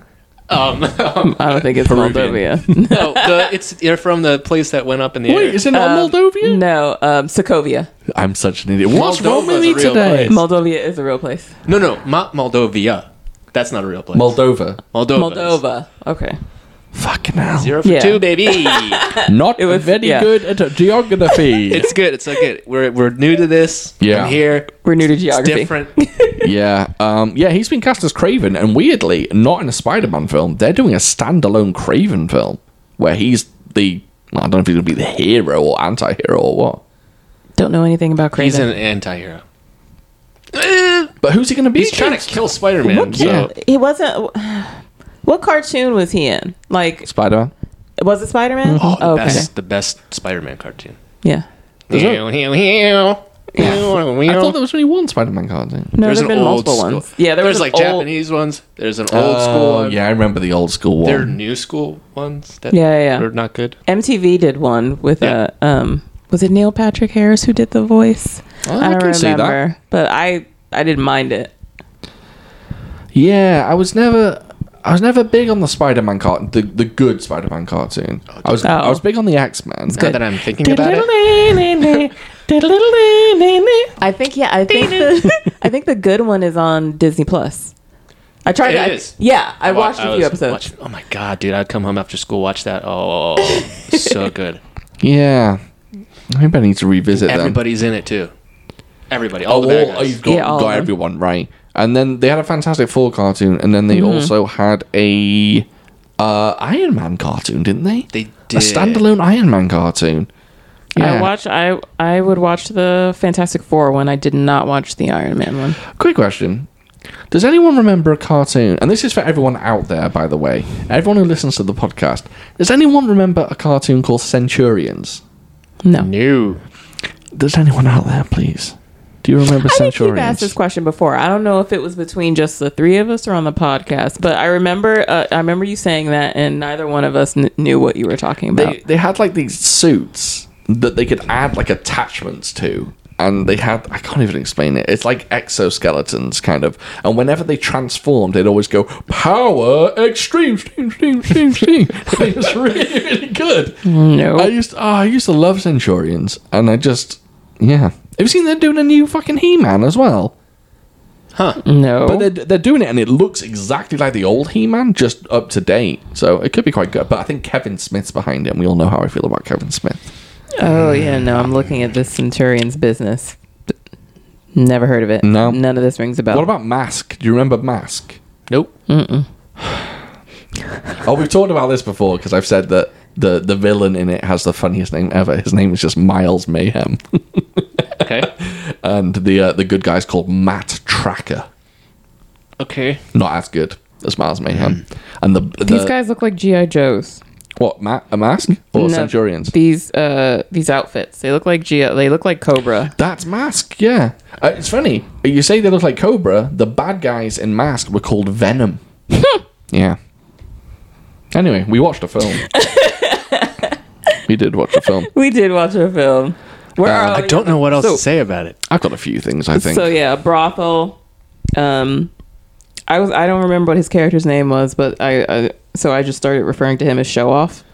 Speaker 3: Um,
Speaker 2: I don't think it's
Speaker 1: Peruvian.
Speaker 2: Moldova.
Speaker 3: no, the, it's they're from the place that went up in the air.
Speaker 1: it not Moldovia?
Speaker 2: no, um, Sokovia.
Speaker 1: I'm such an idiot. What's
Speaker 3: Moldova's
Speaker 1: wrong with
Speaker 3: a
Speaker 1: me
Speaker 3: real
Speaker 1: today?
Speaker 3: place.
Speaker 2: Moldova is a real place.
Speaker 3: no, no, not Moldovia. That's not a real place.
Speaker 1: Moldova.
Speaker 3: Moldova.
Speaker 2: Moldova. Okay.
Speaker 1: Fucking hell.
Speaker 3: Zero for
Speaker 2: Yeah.
Speaker 3: two, baby.
Speaker 1: Not
Speaker 2: It was- very yeah.
Speaker 1: good at geography.
Speaker 3: it's good. It's so good. We're we're new to this.
Speaker 1: Yeah.
Speaker 3: I'm here.
Speaker 2: We're new to
Speaker 3: It's
Speaker 2: geography.
Speaker 3: different.
Speaker 1: yeah, um, yeah. He's been cast as Craven, and weirdly, not in a Spider-Man film. They're doing a standalone Craven film where he's the I don't know if he's gonna be the hero or anti-hero or what.
Speaker 2: Don't know anything about
Speaker 3: He's
Speaker 2: Craven.
Speaker 3: an anti-hero. Eh,
Speaker 1: But who's he gonna be?
Speaker 3: He's trying to kill Spider-Man.
Speaker 1: What?
Speaker 3: So
Speaker 1: Yeah.
Speaker 2: He wasn't. What cartoon was he in? Like,
Speaker 1: Spider-Man.
Speaker 2: was it Spider Man?
Speaker 3: oh, the
Speaker 2: okay.
Speaker 3: best, the best Spider-Man cartoon.
Speaker 2: Yeah.
Speaker 1: Is it?
Speaker 3: Ew, ew, ew. Ew,
Speaker 1: I
Speaker 3: ew.
Speaker 1: thought there was only one Spider-Man cartoon.
Speaker 2: No, there's been multiple
Speaker 3: school.
Speaker 2: ones. Yeah, there was
Speaker 3: there's
Speaker 2: an
Speaker 3: like
Speaker 2: old-
Speaker 3: Japanese ones. There's an old school.
Speaker 1: Oh,
Speaker 3: One.
Speaker 1: yeah, I remember the old school one.
Speaker 3: There are new school ones that
Speaker 2: Yeah, yeah, yeah.
Speaker 3: are not good.
Speaker 2: MTV did one with
Speaker 3: Yeah.
Speaker 2: a um was it Neil Patrick Harris who did the voice?
Speaker 1: Oh, I can see that.
Speaker 2: but I I didn't mind it.
Speaker 1: yeah, I was never. I was never big on the Spider-Man cartoon, the, the good Spider-Man cartoon. I was I
Speaker 2: Oh.
Speaker 1: was big on the X-Men.
Speaker 3: Now that I'm thinking about it,
Speaker 2: I think yeah, I think the, I think the good one is on Disney Plus. I tried
Speaker 3: It
Speaker 2: I-
Speaker 3: is.
Speaker 2: Yeah, I,
Speaker 3: wa-
Speaker 2: watched a
Speaker 3: I
Speaker 2: few
Speaker 3: was
Speaker 2: episodes.
Speaker 3: watching- oh my god, dude! I'd come home after school, watch that. Oh, so good.
Speaker 1: Yeah, maybe I need to revisit them.
Speaker 3: Everybody's in it too. Everybody. All
Speaker 1: Oh,
Speaker 3: the bad
Speaker 1: all-
Speaker 3: guys.
Speaker 1: oh, you've got,
Speaker 2: Yeah, all
Speaker 1: got
Speaker 2: of them.
Speaker 1: everyone right. And then they had a Fantastic Four cartoon, and then they also had a uh, Iron Man cartoon, didn't they?
Speaker 3: They
Speaker 1: a
Speaker 3: did.
Speaker 1: standalone Iron Man cartoon. Uh,
Speaker 2: I watch I I would watch the Fantastic Four one. I did not watch the Iron Man one.
Speaker 1: Quick question. Does anyone remember a cartoon? And this is for everyone out there, by the way. Everyone who listens to the podcast. Does anyone remember a cartoon called Centurions?
Speaker 2: No.
Speaker 3: New.
Speaker 1: Does anyone out there, please? Do you remember
Speaker 2: I think you've asked this
Speaker 1: Centurions?
Speaker 2: question before. I don't know if it was between just the three of us or on the podcast, but I remember uh, I remember you saying that, and neither one of us kn- knew what you were talking about.
Speaker 1: They, they had like these suits that they could add like attachments to. And they had, I can't even explain it. It's like exoskeletons, kind of. And whenever they transformed, they'd always go, Power extreme, steam, steam, steam, steam. it was really, really good.
Speaker 2: no,
Speaker 1: I used oh, I used to love Centurions, and I just yeah. Have you seen they're doing a new fucking He-Man as well?
Speaker 2: no.
Speaker 1: But they're they're doing it, and it looks exactly like the old He-Man, just up to date. So it could be quite good. But I think Kevin Smith's behind it, and we all know how I feel about Kevin Smith.
Speaker 2: oh yeah, no. I'm looking at this Centurion's business. Never heard of it.
Speaker 1: No.
Speaker 2: none of this rings a bell.
Speaker 1: What about Mask? Do you remember Mask?
Speaker 3: Nope.
Speaker 1: Oh, we've talked about this before because I've said that the the villain in it has the funniest name ever. His name is just Miles Mayhem,
Speaker 3: Okay.
Speaker 1: and the uh, the good guy's called Matt Tracker.
Speaker 3: okay.
Speaker 1: Not as good as Miles Mayhem, and the, the
Speaker 2: These guys look like GI Joes
Speaker 1: What ma- a mask or
Speaker 2: No,
Speaker 1: Centurions?
Speaker 2: These uh these outfits. They look like GI. They look like Cobra.
Speaker 1: That's mask. Yeah, uh, it's funny. You say they look like Cobra. The bad guys in Mask were called Venom. yeah. Anyway, we watched a film. we did watch a film.
Speaker 2: We did watch a film. Where
Speaker 1: Uh,
Speaker 2: are
Speaker 3: I
Speaker 2: we?
Speaker 3: don't know what else
Speaker 2: So-
Speaker 3: to say about it.
Speaker 1: I've got a few things. I think.
Speaker 2: So yeah, brothel. Um, I was I don't remember what his character's name was, but I, I so I just started referring to him as show off.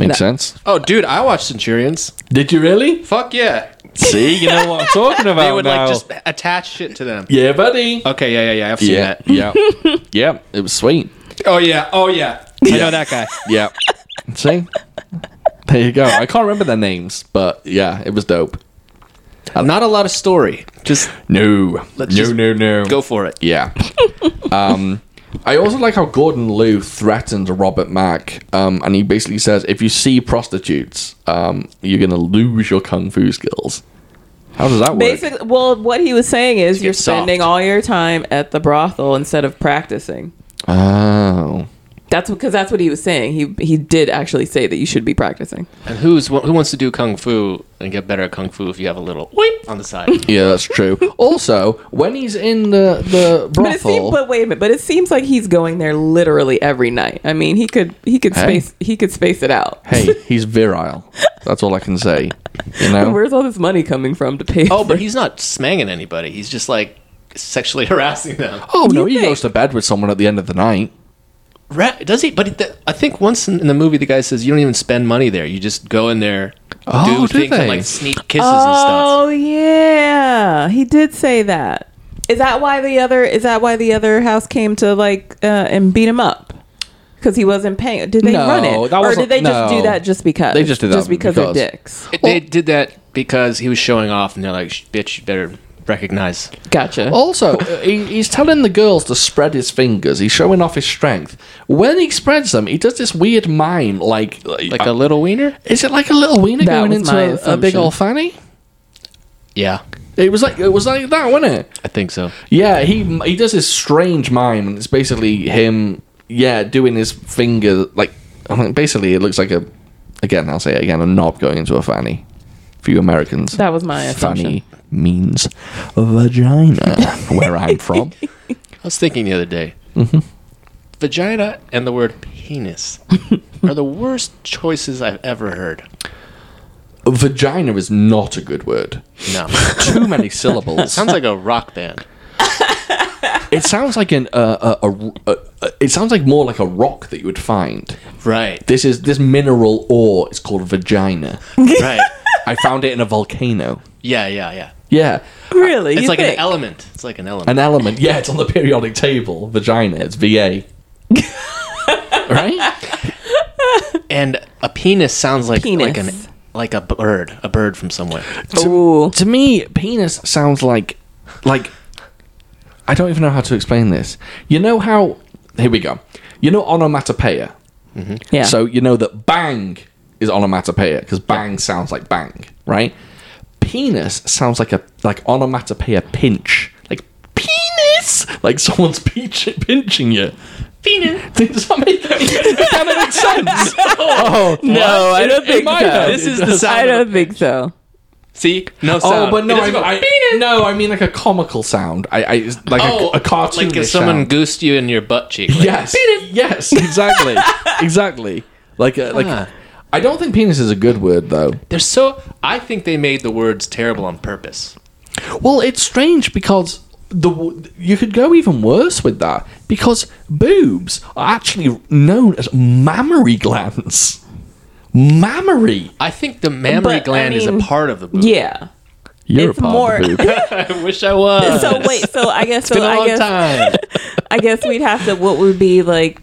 Speaker 1: Makes sense.
Speaker 3: Oh, dude, I watched Centurions.
Speaker 1: Did you really?
Speaker 3: Fuck yeah.
Speaker 1: See, you know what I'm talking about
Speaker 3: They would
Speaker 1: now.
Speaker 3: like just attach shit to them.
Speaker 1: Oh, yeah, buddy.
Speaker 3: Okay. Yeah. Yeah. Yeah. I've seen
Speaker 1: Yeah,
Speaker 3: that.
Speaker 1: yeah, yeah. It was sweet.
Speaker 3: Oh yeah. Oh yeah. I know that guy.
Speaker 1: Yeah. See? There you go. I can't remember their names, but yeah, it was dope.
Speaker 3: Not a lot of story. Just
Speaker 1: No.
Speaker 3: Let's
Speaker 1: no,
Speaker 3: just
Speaker 1: no, no.
Speaker 3: go for it.
Speaker 1: Yeah. um, I also like how Gordon Liu threatens Robert Mack, um, and he basically says, if you see prostitutes, um, you're going to lose your kung fu skills. How does that work?
Speaker 2: Basically, well, what he was saying is you're
Speaker 3: soft.
Speaker 2: spending all your time at the brothel instead of practicing.
Speaker 1: Oh.
Speaker 2: That's because that's what he was saying. He he did actually say that you should be practicing.
Speaker 3: And who's who wants to do kung fu and get better at kung fu if you have a little oink on the side?
Speaker 1: Yeah, that's true. also, when he's in the the
Speaker 2: But it seems,
Speaker 1: brothel,
Speaker 2: but wait a minute. But it seems like he's going there literally every night. I mean, he could he could
Speaker 1: Hey.
Speaker 2: space he could space it out.
Speaker 1: hey, he's virile. That's all I can say. You know,
Speaker 2: Where's all this money coming from to pay?
Speaker 3: oh,
Speaker 2: for-
Speaker 3: but he's not smanging anybody. He's just like sexually harassing them.
Speaker 1: oh no, he
Speaker 2: think-
Speaker 1: goes to bed with someone at the end of the night.
Speaker 3: Ra- does he? But the, I think once in, in the movie, the guy says you don't even spend money there. You just go in there,
Speaker 1: Oh, do
Speaker 3: do things, and
Speaker 1: they?
Speaker 3: like sneak kisses and stuff.
Speaker 2: oh yeah, he did say that. Is that why the other is that why the other house came to like uh, and beat him up? Because he wasn't paying. Did they
Speaker 1: No,
Speaker 2: run it,
Speaker 1: that
Speaker 2: or
Speaker 1: wasn't-
Speaker 2: did they just
Speaker 1: no.
Speaker 2: do that just because?
Speaker 1: They just did that
Speaker 2: just because,
Speaker 1: because-
Speaker 2: they're dicks.
Speaker 3: It- They did that because he was showing off, and they're like, "Sh- "Bitch, you better recognize."
Speaker 2: Gotcha.
Speaker 1: Also, uh, he, he's telling the girls to spread his fingers. He's showing off his strength. When he spreads them, he does this weird mime, like
Speaker 3: Like
Speaker 2: Uh,
Speaker 3: a little wiener.
Speaker 1: Is it like a little wiener
Speaker 2: That
Speaker 1: going
Speaker 2: was
Speaker 1: into
Speaker 2: my
Speaker 1: a, a big
Speaker 2: assumption.
Speaker 1: old fanny?
Speaker 3: Yeah,
Speaker 1: It was like it was like that, wasn't it?
Speaker 3: I think so.
Speaker 1: Yeah, he he does this strange mime, and it's basically him, yeah, doing his finger like I mean, basically it looks like a again I'll say it again a knob going into a fanny. For you Americans,
Speaker 2: That was my assumption.
Speaker 1: fanny means vagina where I'm from.
Speaker 3: I was thinking the other day.
Speaker 1: Mm-hmm.
Speaker 3: Vagina and the word penis are the worst choices I've ever heard.
Speaker 1: Vagina is not a good word.
Speaker 3: No,
Speaker 1: Too many syllables.
Speaker 3: sounds like a rock band.
Speaker 1: it sounds like an uh, a, a, a, a it sounds like more like a rock that you would find.
Speaker 3: Right,
Speaker 1: This is this mineral ore is called vagina.
Speaker 3: right.
Speaker 1: I found it in a volcano.
Speaker 3: Yeah, yeah, yeah.
Speaker 1: Yeah.
Speaker 2: Really,
Speaker 3: It's
Speaker 2: you
Speaker 3: like
Speaker 2: think?
Speaker 3: an element. It's like an element.
Speaker 1: An element. Yeah, it's on the periodic table. Vagina. It's VA. right?
Speaker 3: And a penis sounds like like an
Speaker 2: Penis.
Speaker 3: like a bird, a bird from somewhere.
Speaker 2: Ooh.
Speaker 1: To me, penis sounds like like I don't even know how to explain this. You know how here we go. You know onomatopoeia.
Speaker 2: Yeah.
Speaker 1: So you know that bang is onomatopoeia because bang sounds like bang, right? Penis sounds like a like onomatopoeia pinch, like penis, like someone's pinch, pinching you. Penis. Does that make, does that make sense? oh
Speaker 2: no, I don't
Speaker 1: In
Speaker 2: think
Speaker 1: my
Speaker 2: so.
Speaker 1: head,
Speaker 3: This
Speaker 1: it
Speaker 3: is the
Speaker 1: does.
Speaker 3: sound
Speaker 2: I
Speaker 3: of
Speaker 2: don't think so.
Speaker 3: See, no
Speaker 1: Oh,
Speaker 3: sound.
Speaker 1: but no,
Speaker 3: It doesn't go,
Speaker 1: I, I, no, I mean like a comical sound. I, I it's like
Speaker 3: oh,
Speaker 1: a, a cartoon.
Speaker 3: Like if someone
Speaker 1: sound.
Speaker 3: goosed you in your butt cheek. like,
Speaker 1: Yes. Yes. Exactly. exactly. Like a, like.
Speaker 3: Huh.
Speaker 1: I don't think penis is a good word though.
Speaker 3: They're so. I think they made the words terrible on purpose.
Speaker 1: Well, it's strange because the w- you could go even worse with that because boobs are actually known as mammary glands. Mammary.
Speaker 3: I think the mammary
Speaker 2: But, I
Speaker 3: gland is
Speaker 2: mean-
Speaker 3: a part of the boob.
Speaker 2: Yeah.
Speaker 1: You're
Speaker 2: It's more-
Speaker 3: I wish I was.
Speaker 2: So wait. So I guess. So
Speaker 3: Been a
Speaker 2: I
Speaker 3: long
Speaker 2: guess.
Speaker 3: time.
Speaker 2: I guess we'd have to. What would be like?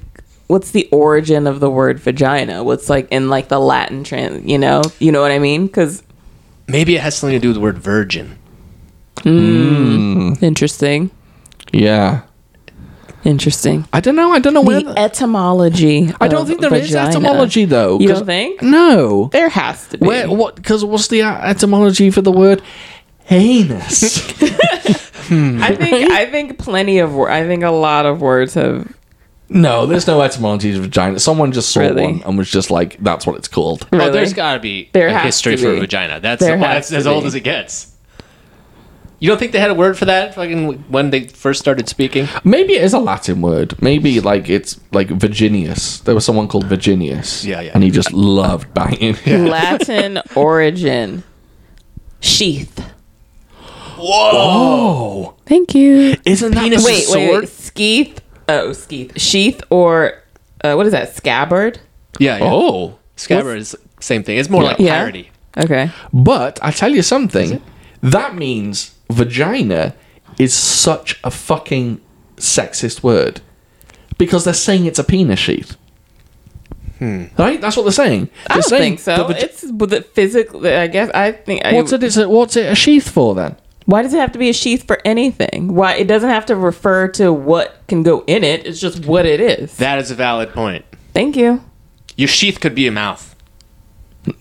Speaker 2: What's the origin of the word vagina? What's like in like the Latin trans? You know. You know what I mean? Because
Speaker 3: Maybe it has something to do with the word virgin.
Speaker 2: interesting.
Speaker 1: yeah.
Speaker 2: Interesting.
Speaker 1: I don't know. I don't know where.
Speaker 2: The
Speaker 1: the-
Speaker 2: etymology.
Speaker 1: I don't
Speaker 2: of
Speaker 1: think there is
Speaker 2: vagina.
Speaker 1: etymology though.
Speaker 2: You
Speaker 1: 'cause-
Speaker 2: don't think?
Speaker 1: No.
Speaker 2: There has to be.
Speaker 1: Where? What? Because what's the uh, etymology for the word heinous?
Speaker 2: I think. I think plenty of. wor- I think a lot of words have.
Speaker 1: no, there's no etymology to vagina. Someone just saw
Speaker 2: Really?
Speaker 1: one and was just like, "That's what it's called."
Speaker 2: Really?
Speaker 3: Oh, there's got to be
Speaker 2: There
Speaker 3: a
Speaker 2: has
Speaker 3: history
Speaker 2: to
Speaker 3: for
Speaker 2: be.
Speaker 3: vagina. That's,
Speaker 2: There has
Speaker 3: that's
Speaker 2: to
Speaker 3: as old
Speaker 2: be.
Speaker 3: as it gets. You don't think they had a word for that fucking when they first started speaking?
Speaker 1: Maybe it is a Latin word. Maybe like it's like Virginius. There was someone called Virginius.
Speaker 3: Yeah, yeah.
Speaker 1: And he just loved banging.
Speaker 2: Latin origin. Sheath.
Speaker 1: Whoa!
Speaker 2: Thank you.
Speaker 1: Isn't that
Speaker 3: Penis
Speaker 1: the-
Speaker 2: wait, wait, wait. Skeeth. Oh, skeeth. Sheath or uh, what is that? Scabbard.
Speaker 3: Yeah. yeah.
Speaker 1: Oh,
Speaker 3: Scabbard is same thing. It's more like
Speaker 2: Yeah.
Speaker 3: parody.
Speaker 2: Okay.
Speaker 1: but I tell you something. That means vagina is such a fucking sexist word because they're saying it's a penis sheath. Right? That's what they're saying. They're
Speaker 2: I don't
Speaker 1: saying
Speaker 2: think so.
Speaker 1: the vag-
Speaker 2: it's with the physical. I guess I think. I,
Speaker 1: what's it? Is it? What's it a sheath for then?
Speaker 2: why does it have to be a sheath for anything? Why it doesn't have to refer to what can go in it. It's just what it is.
Speaker 3: That is a valid point.
Speaker 2: Thank you.
Speaker 3: Your sheath could be a mouth.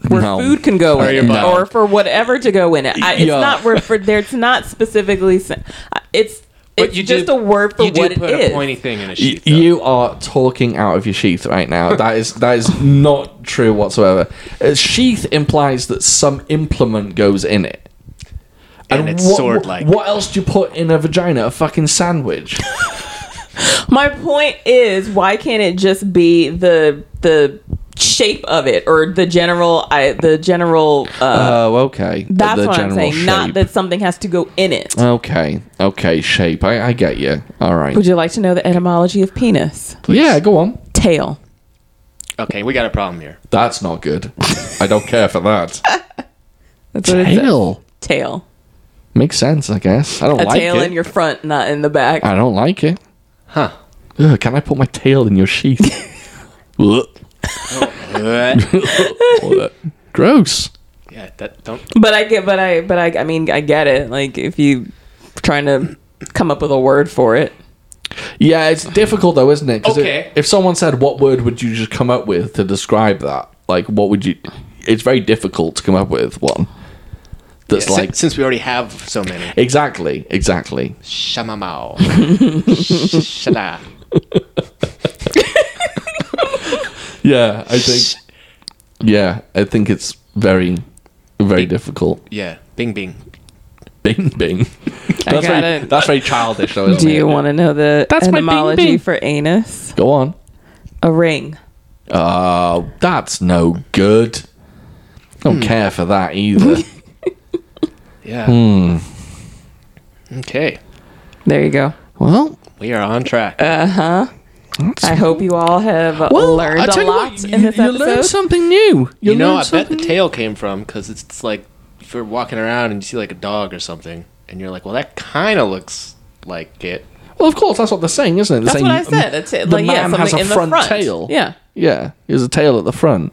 Speaker 2: Where
Speaker 1: No.
Speaker 2: food can go
Speaker 3: Or
Speaker 2: in
Speaker 3: your
Speaker 2: it,
Speaker 3: butt.
Speaker 2: or for whatever to go in it. I, it's
Speaker 1: Yeah.
Speaker 2: not refer. It's not specifically. sen- I- It's
Speaker 3: But
Speaker 2: it's
Speaker 3: you
Speaker 2: just
Speaker 3: did-
Speaker 2: a word for
Speaker 3: you do
Speaker 2: what it
Speaker 3: put a
Speaker 2: is.
Speaker 3: pointy thing in a
Speaker 1: Y-
Speaker 3: sheath. though.
Speaker 1: You are talking out of your sheath right now. That is that is not true whatsoever. A sheath implies that some implement goes in it.
Speaker 3: And it's
Speaker 1: what-
Speaker 3: sword-like.
Speaker 1: What else do you put in a vagina? A fucking sandwich.
Speaker 2: My point is, why can't it just be the the shape of it or the general I, the general uh,
Speaker 1: Oh, okay.
Speaker 2: that's
Speaker 1: the
Speaker 2: what I'm
Speaker 1: general
Speaker 2: saying. Not
Speaker 1: shape.
Speaker 2: that something has to go in it.
Speaker 1: Okay, okay, shape. I, I get you. All right.
Speaker 2: Would you like to know the etymology of penis?
Speaker 1: Yeah, go on.
Speaker 2: Tail.
Speaker 3: Okay, we got a problem here.
Speaker 1: That's not good. I don't care for that.
Speaker 2: That's what it says.
Speaker 1: Tail
Speaker 2: Tail.
Speaker 1: makes sense, I guess. I don't
Speaker 2: A
Speaker 1: like
Speaker 2: tail
Speaker 1: it.
Speaker 2: in your front, not in the back.
Speaker 1: I don't like it.
Speaker 3: Huh.
Speaker 1: Ugh, can I put my tail in your sheath? Ugh.
Speaker 3: yeah,
Speaker 1: Gross.
Speaker 3: that don't
Speaker 2: But I get, but I, but I, I mean, I get it. Like if you trying to come up with a word for it,
Speaker 1: Yeah, it's difficult though, isn't it? 'Cause it-
Speaker 3: Okay.
Speaker 1: if someone said, "What word would you just come up with to describe that?" Like, what would you? It's very difficult to come up with one that's
Speaker 3: Yeah, si-
Speaker 1: like
Speaker 3: since we already have so many.
Speaker 1: exactly, exactly.
Speaker 3: Shamamao. Shala.
Speaker 1: Yeah, I think. Yeah, I think it's very, very difficult.
Speaker 3: Yeah. Bing bing.
Speaker 1: Bing, bing. That's
Speaker 2: I got
Speaker 1: very,
Speaker 2: it.
Speaker 1: That's very childish, though. Isn't
Speaker 2: Do
Speaker 1: it?
Speaker 2: you want to know the
Speaker 1: That's my bing
Speaker 2: etymology
Speaker 1: bing.
Speaker 2: for anus?
Speaker 1: Go on.
Speaker 2: A ring.
Speaker 1: Oh, that's no good. Don't care for that either.
Speaker 3: Yeah.
Speaker 1: Hmm.
Speaker 3: Okay.
Speaker 2: There you go.
Speaker 1: well,
Speaker 3: We are on track.
Speaker 1: Uh,
Speaker 2: I hope you all have learned a lot
Speaker 1: you,
Speaker 2: in this
Speaker 1: you
Speaker 2: episode.
Speaker 1: learned something new. You,
Speaker 3: you know, I
Speaker 1: learned
Speaker 3: bet the
Speaker 1: something
Speaker 3: tail came from because it's, it's like if you're walking around and you see like a dog or something, and you're like, well, that kind of looks like it.
Speaker 1: Well, of course, that's what they're saying, isn't it? They're
Speaker 2: That's
Speaker 1: saying
Speaker 2: what I
Speaker 1: you-
Speaker 2: said. It's it.
Speaker 1: the
Speaker 2: Like, yeah,
Speaker 1: man has
Speaker 2: something
Speaker 1: a
Speaker 2: in
Speaker 1: front
Speaker 2: the front.
Speaker 1: tail.
Speaker 2: Yeah.
Speaker 1: Yeah, there's a tail at the front.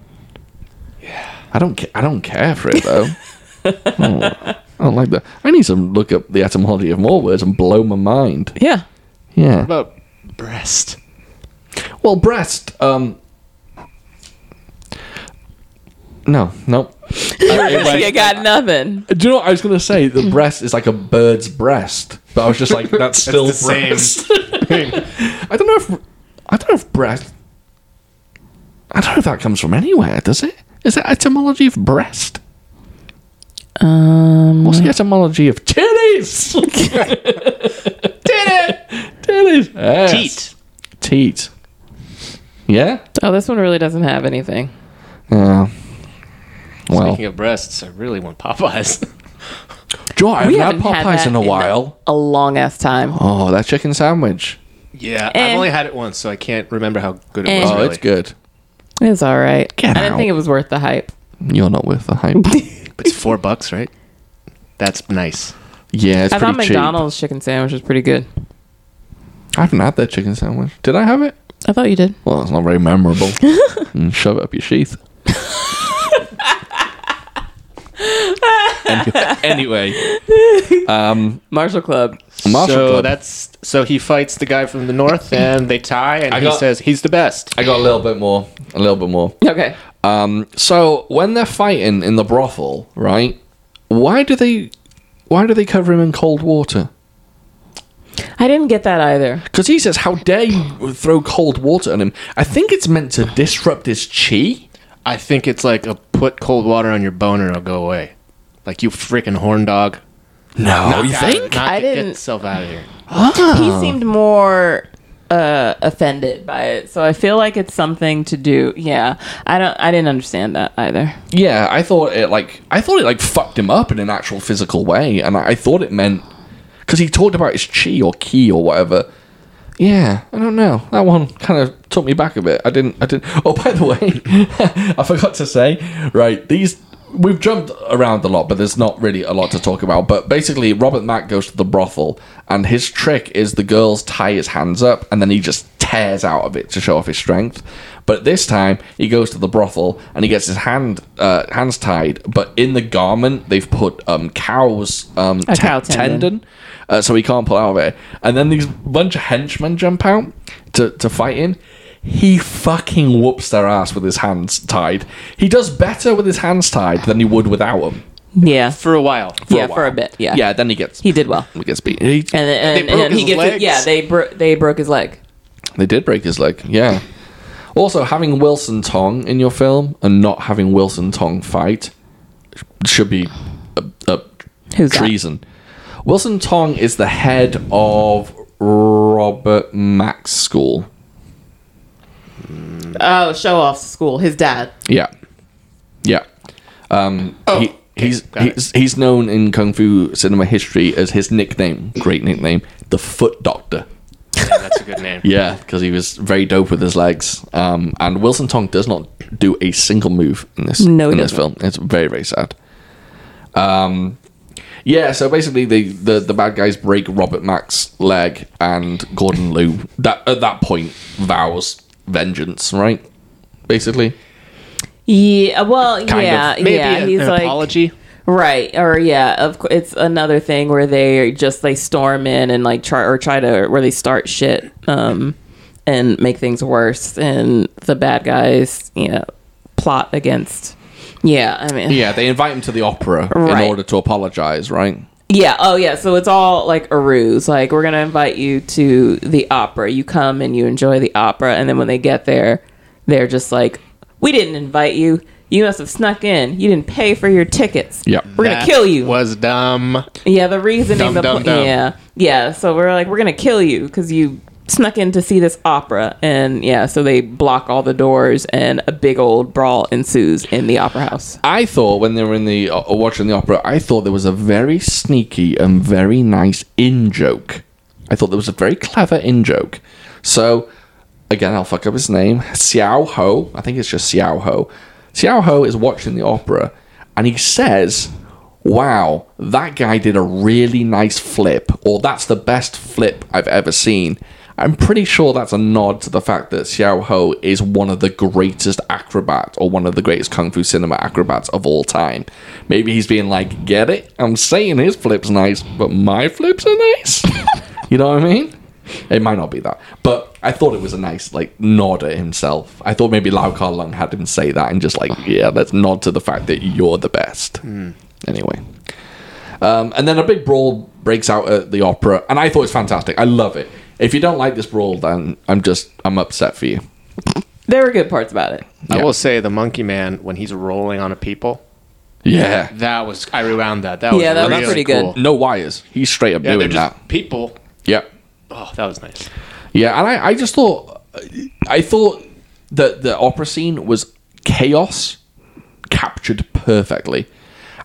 Speaker 1: Yeah, I don't. Ca- I don't care for it though. Oh, I don't like that. I need to look up the etymology of more words and blow my mind.
Speaker 2: Yeah.
Speaker 1: Yeah.
Speaker 3: What about breast?
Speaker 1: Well, breast. Um. No, no.
Speaker 2: you got nothing.
Speaker 1: Do you know what I was gonna say? The breast is like a bird's breast, but I was just like, that's still
Speaker 3: That's the same
Speaker 1: breast. I don't know if I don't know if breast. I don't know if that comes from anywhere. Does it? Is that etymology of breast? Um. What's the etymology of titties? Titty, titties, Yes.
Speaker 3: Teat.
Speaker 1: teat. Yeah. Uh,
Speaker 2: Oh, this one really doesn't have anything.
Speaker 1: Yeah. Well,
Speaker 3: Speaking of breasts, I really want Popeyes.
Speaker 1: Joy, I
Speaker 2: We
Speaker 1: haven't had
Speaker 2: haven't had
Speaker 1: Popeyes
Speaker 2: that
Speaker 1: in a
Speaker 2: in a-
Speaker 1: while.
Speaker 2: A long ass time.
Speaker 1: Oh, that chicken sandwich.
Speaker 3: yeah,
Speaker 2: Eh.
Speaker 3: I've only had it once, so I can't remember how good it
Speaker 2: Eh.
Speaker 3: was.
Speaker 1: Oh,
Speaker 3: Really.
Speaker 1: it's good.
Speaker 2: It's all right.
Speaker 1: Get
Speaker 2: I didn't
Speaker 1: out.
Speaker 2: think it was worth the hype.
Speaker 1: You're not worth the hype.
Speaker 3: It's four bucks, right? That's nice.
Speaker 1: yeah, it's
Speaker 2: I
Speaker 1: pretty
Speaker 2: thought
Speaker 1: cheap.
Speaker 2: McDonald's chicken sandwich was pretty good.
Speaker 1: I haven't had that chicken sandwich. Did I have it?
Speaker 2: I thought you did.
Speaker 1: Well, it's not very memorable. Mm, shove it up your sheath. anyway, um,
Speaker 2: Marshall Club.
Speaker 1: Marshall
Speaker 3: so
Speaker 1: Club.
Speaker 3: that's so he fights the guy from the north, and they tie, and
Speaker 1: I
Speaker 3: he
Speaker 1: got-
Speaker 3: says he's the best.
Speaker 1: I got a little bit more. A little bit more.
Speaker 2: Okay.
Speaker 1: Um, so when they're fighting in the brothel, right? Why do they? Why do they cover him in cold water?
Speaker 2: I didn't get that either.
Speaker 1: Because he says, "How dare you throw cold water on him?" I think it's meant to disrupt his chi.
Speaker 3: I think it's like a put cold water on your boner and it'll go away. Like you freaking horn dog.
Speaker 1: No, you
Speaker 3: Knock out-
Speaker 1: think?
Speaker 3: knock
Speaker 2: I
Speaker 3: it- Get
Speaker 2: didn't-
Speaker 3: yourself out of here.
Speaker 2: He seemed more uh, offended by it, so I feel like it's something to do. Yeah, I don't. I didn't understand that either.
Speaker 1: Yeah, I thought it like I thought it like fucked him up in an actual physical way, and I, I thought it meant because he talked about his chi or ki or whatever. Yeah, I don't know. That one kind of took me back a bit. I didn't. I didn't. Oh, by the way, I forgot to say. Right, these we've jumped around a lot, but there's not really a lot to talk about. But basically, Robert Mack goes to the brothel, and his trick is the girls tie his hands up, and then he just tears out of it to show off his strength. But this time, he goes to the brothel and he gets his hand uh, hands tied, but in the garment they've put um, cow's um,
Speaker 2: A
Speaker 1: te-
Speaker 2: cow tendon.
Speaker 1: tendon uh, so he can't pull out of it. And then these bunch of henchmen jump out to, to fight him. He fucking whoops their ass with his hands tied. He does better with his hands tied than he would without them.
Speaker 2: Yeah.
Speaker 3: for a while.
Speaker 2: yeah, for a bit. Yeah.
Speaker 1: Yeah, then he gets
Speaker 2: He did well.
Speaker 1: he gets beat. He,
Speaker 2: And then, and,
Speaker 3: They broke
Speaker 2: and he
Speaker 3: his
Speaker 2: gets
Speaker 3: legs.
Speaker 2: yeah, they bro- they broke his leg.
Speaker 1: they did break his leg. Yeah. Also, having Wilson Tong in your film and not having Wilson Tong fight should be a, a
Speaker 2: Who's that?
Speaker 1: treason. Wilson Tong is the head of Robert Max School.
Speaker 2: Oh, show off school. His dad.
Speaker 1: Yeah, yeah. Um,
Speaker 3: Oh,
Speaker 1: he,
Speaker 3: okay,
Speaker 1: he's
Speaker 3: got it.
Speaker 1: he's he's known in kung fu cinema history as his nickname, great nickname, the Foot Doctor.
Speaker 3: Yeah, that's a good name.
Speaker 1: Yeah, because he was very dope with his legs. Um, and Wilson Tong does not do a single move in this
Speaker 2: No, he
Speaker 1: in this film.
Speaker 2: doesn't.
Speaker 1: It's very very sad. Um, yeah. So basically, the, the the bad guys break Robert Mack's leg, and Gordon Liu that at that point vows vengeance. Right. Basically,
Speaker 2: Yeah. uh, Well,
Speaker 1: Kind of.
Speaker 2: yeah,
Speaker 3: Maybe
Speaker 2: yeah.
Speaker 3: a-
Speaker 2: he's
Speaker 3: an
Speaker 2: like
Speaker 3: apology.
Speaker 2: right, or yeah. Of course, it's another thing where they just they storm in and like try or try to where they start shit um, and make things worse, and the bad guys, you know, plot against. Yeah, I mean,
Speaker 1: yeah, they invite him to the opera
Speaker 2: Right.
Speaker 1: in order to apologize. Right.
Speaker 2: Yeah. Oh, yeah. So it's all like a ruse. Like we're gonna invite you to the opera. You come and you enjoy the opera, and then when they get there, they're just like, "We didn't invite you. You must have snuck in. You didn't pay for your tickets.
Speaker 1: Yeah.
Speaker 2: We're gonna
Speaker 3: That
Speaker 2: kill you.
Speaker 3: Was dumb.
Speaker 2: yeah. The reasoning.
Speaker 3: Dumb,
Speaker 2: the
Speaker 3: dumb, dumb.
Speaker 2: Yeah. Yeah. So we're like, we're gonna kill you because you snuck in to see this opera, and yeah. So they block all the doors, and a big old brawl ensues in the opera house.
Speaker 1: I thought when they were in the uh, watching the opera, I thought there was a very sneaky and very nice in joke. I thought there was a very clever in joke. So again, I'll fuck up his name. Xiao Ho, I think it's just Xiao Ho. Xiao Ho is watching the opera, and he says, "Wow, that guy did a really nice flip, or that's the best flip I've ever seen." I'm pretty sure that's a nod to the fact that Xiao Ho is one of the greatest acrobats or one of the greatest kung fu cinema acrobats of all time. Maybe he's being like, get it? I'm saying his flip's nice, but my flips are nice. you know what I mean? It might not be that, but I thought it was a nice like nod at himself. I thought maybe Lau Kar Lung had him say that and just like, yeah, let's nod to the fact that you're the best. Anyway, um, and then a big brawl breaks out at the opera, and I thought it's fantastic. I love it. If you don't like this brawl, then I'm just I'm upset for you.
Speaker 2: There were good parts about it.
Speaker 1: Yeah.
Speaker 3: I will say the monkey man when he's rolling on a people.
Speaker 1: Yeah,
Speaker 3: That was I rewound that. That was
Speaker 2: Yeah, that was
Speaker 3: really
Speaker 2: pretty good.
Speaker 3: cool.
Speaker 1: no wires. He's straight up
Speaker 3: Yeah, they're
Speaker 1: doing
Speaker 3: just
Speaker 1: that.
Speaker 3: people.
Speaker 1: Yep.
Speaker 3: Oh, that was nice.
Speaker 1: Yeah, and I, I just thought I thought that the opera scene was chaos captured perfectly.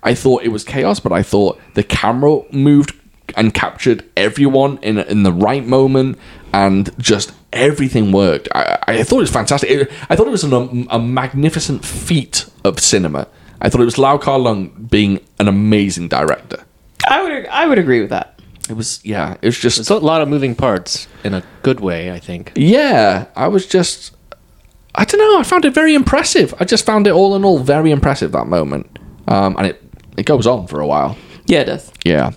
Speaker 1: I thought it was chaos, but I thought the camera moved and captured everyone in in the right moment, and just everything worked. I, I thought it was fantastic. It- I thought it was an, um, a magnificent feat of cinema. I thought it was Lau Kar Lung being an amazing director.
Speaker 2: I would I would agree with that.
Speaker 1: It was yeah, it was just
Speaker 3: There's a lot of moving parts in a good way, I think.
Speaker 1: Yeah, I was just. I don't know. I found it very impressive. I just found it all in all very impressive that moment, um, and it it goes on for a while.
Speaker 2: Yeah, it does.
Speaker 1: Yeah,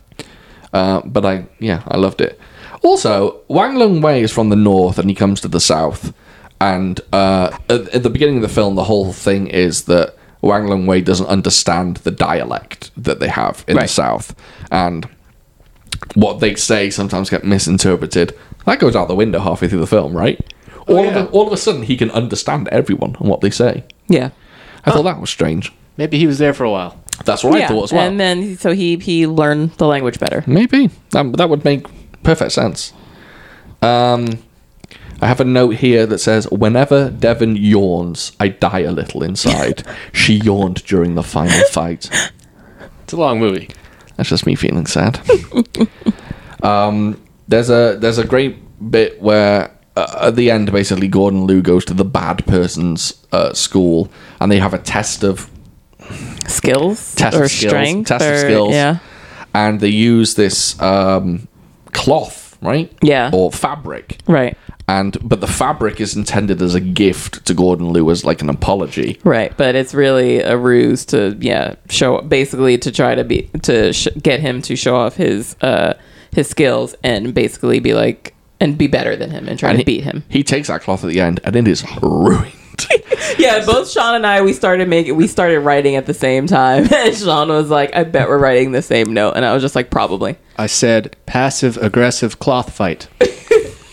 Speaker 1: uh, but I yeah I loved it. Also, Wang Lung Wei is from the north, and he comes to the south. And uh, at, at the beginning of the film, the whole thing is that Wang Lung Wei doesn't understand the dialect that they have in the
Speaker 2: Right.
Speaker 1: south, and what they say sometimes get misinterpreted. That goes out the window halfway through the film, right?
Speaker 2: Oh,
Speaker 1: all
Speaker 3: yeah.
Speaker 1: of a, all of a sudden, he can understand everyone and what they say.
Speaker 2: Yeah.
Speaker 1: I thought that was strange.
Speaker 3: Maybe he was there for a while.
Speaker 1: That's what I thought as well.
Speaker 2: And then so he he learned the language better.
Speaker 1: Maybe that that would make perfect sense. Um, I have a note here that says, "Whenever Devon yawns, I die a little inside." she yawned during the final fight.
Speaker 3: It's a long movie.
Speaker 1: That's just me feeling sad. um, there's a there's a great bit where uh, at the end, basically, Gordon Liu goes to the bad person's uh, school, and they have a test of
Speaker 2: Skills
Speaker 1: Test of
Speaker 2: or
Speaker 1: skills,
Speaker 2: strength
Speaker 1: test of
Speaker 2: or-
Speaker 1: skills.
Speaker 2: Yeah.
Speaker 1: and they use this um, cloth, right?
Speaker 2: Yeah.
Speaker 1: Or fabric.
Speaker 2: Right.
Speaker 1: And but the fabric is intended as a gift to Gordon Liu as like an apology.
Speaker 2: Right. But it's really a ruse to yeah show basically to try to be to sh- get him to show off his uh his skills and basically be like and be better than him and try
Speaker 1: And
Speaker 2: to
Speaker 1: he-
Speaker 2: beat him.
Speaker 1: He takes that cloth at the end and it is ruined.
Speaker 2: yeah, both Sean and I we started making we started writing at the same time. And Sean was like, "I bet we're writing the same note," and I was just like, "Probably."
Speaker 3: I said passive aggressive cloth fight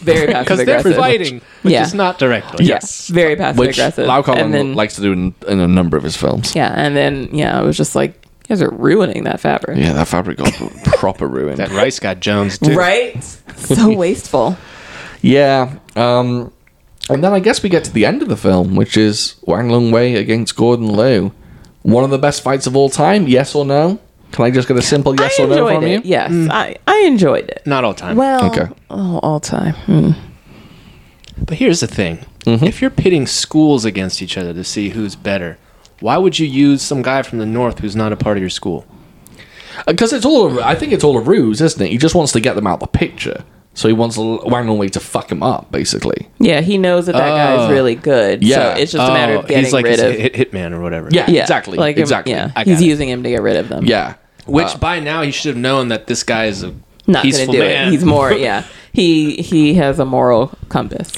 Speaker 2: Very passive
Speaker 3: because they're
Speaker 2: aggressive.
Speaker 3: fighting, which
Speaker 2: Yeah.
Speaker 3: is not directly.
Speaker 2: Yeah, very passive
Speaker 1: Which
Speaker 2: aggressive.
Speaker 1: Lau Collin
Speaker 2: and then,
Speaker 1: likes to do in, in a number of his films.
Speaker 2: yeah, and then yeah, I was just like, "You guys are ruining that fabric."
Speaker 1: Yeah, that fabric got proper ruined.
Speaker 3: That rice got Jones too.
Speaker 2: Right? So wasteful.
Speaker 1: Yeah. Um, and then I guess we get to the end of the film, which is Wang Lung Wei against Gordon Liu. One of the best fights of all time, yes or no? Can I just get a simple yes
Speaker 2: I
Speaker 1: or no
Speaker 2: enjoyed
Speaker 1: from
Speaker 2: it.
Speaker 1: you?
Speaker 2: Yes, I, I enjoyed it.
Speaker 3: Not all time.
Speaker 2: Mm. Well,
Speaker 1: Okay.
Speaker 2: oh, all time.
Speaker 3: But here's the thing:
Speaker 2: Mm-hmm.
Speaker 3: if you're pitting schools against each other to see who's better, why would you use some guy from the north who's not a part of your school?
Speaker 1: Because Uh, it's all, a- I think it's all a ruse, isn't it? He just wants to get them out of the picture. So he wants L- Wang Lung Wei to fuck him up, basically.
Speaker 2: Yeah, he knows that that guy is
Speaker 3: Oh.
Speaker 2: really good.
Speaker 1: Yeah.
Speaker 2: So it's just a matter of getting
Speaker 3: he's like
Speaker 2: rid
Speaker 3: his
Speaker 2: of.
Speaker 3: hit, hitman or whatever.
Speaker 1: Yeah,
Speaker 2: yeah,
Speaker 1: exactly.
Speaker 2: Like him-
Speaker 1: exactly.
Speaker 2: Yeah,
Speaker 3: I got
Speaker 2: he's
Speaker 3: it.
Speaker 2: using him to get rid of them.
Speaker 1: Yeah.
Speaker 3: Which
Speaker 1: Uh,
Speaker 3: by now he should have known that this guy is a
Speaker 2: not gonna
Speaker 3: peaceful
Speaker 2: do
Speaker 3: man.
Speaker 2: it. He's more. Yeah, he he has a moral compass.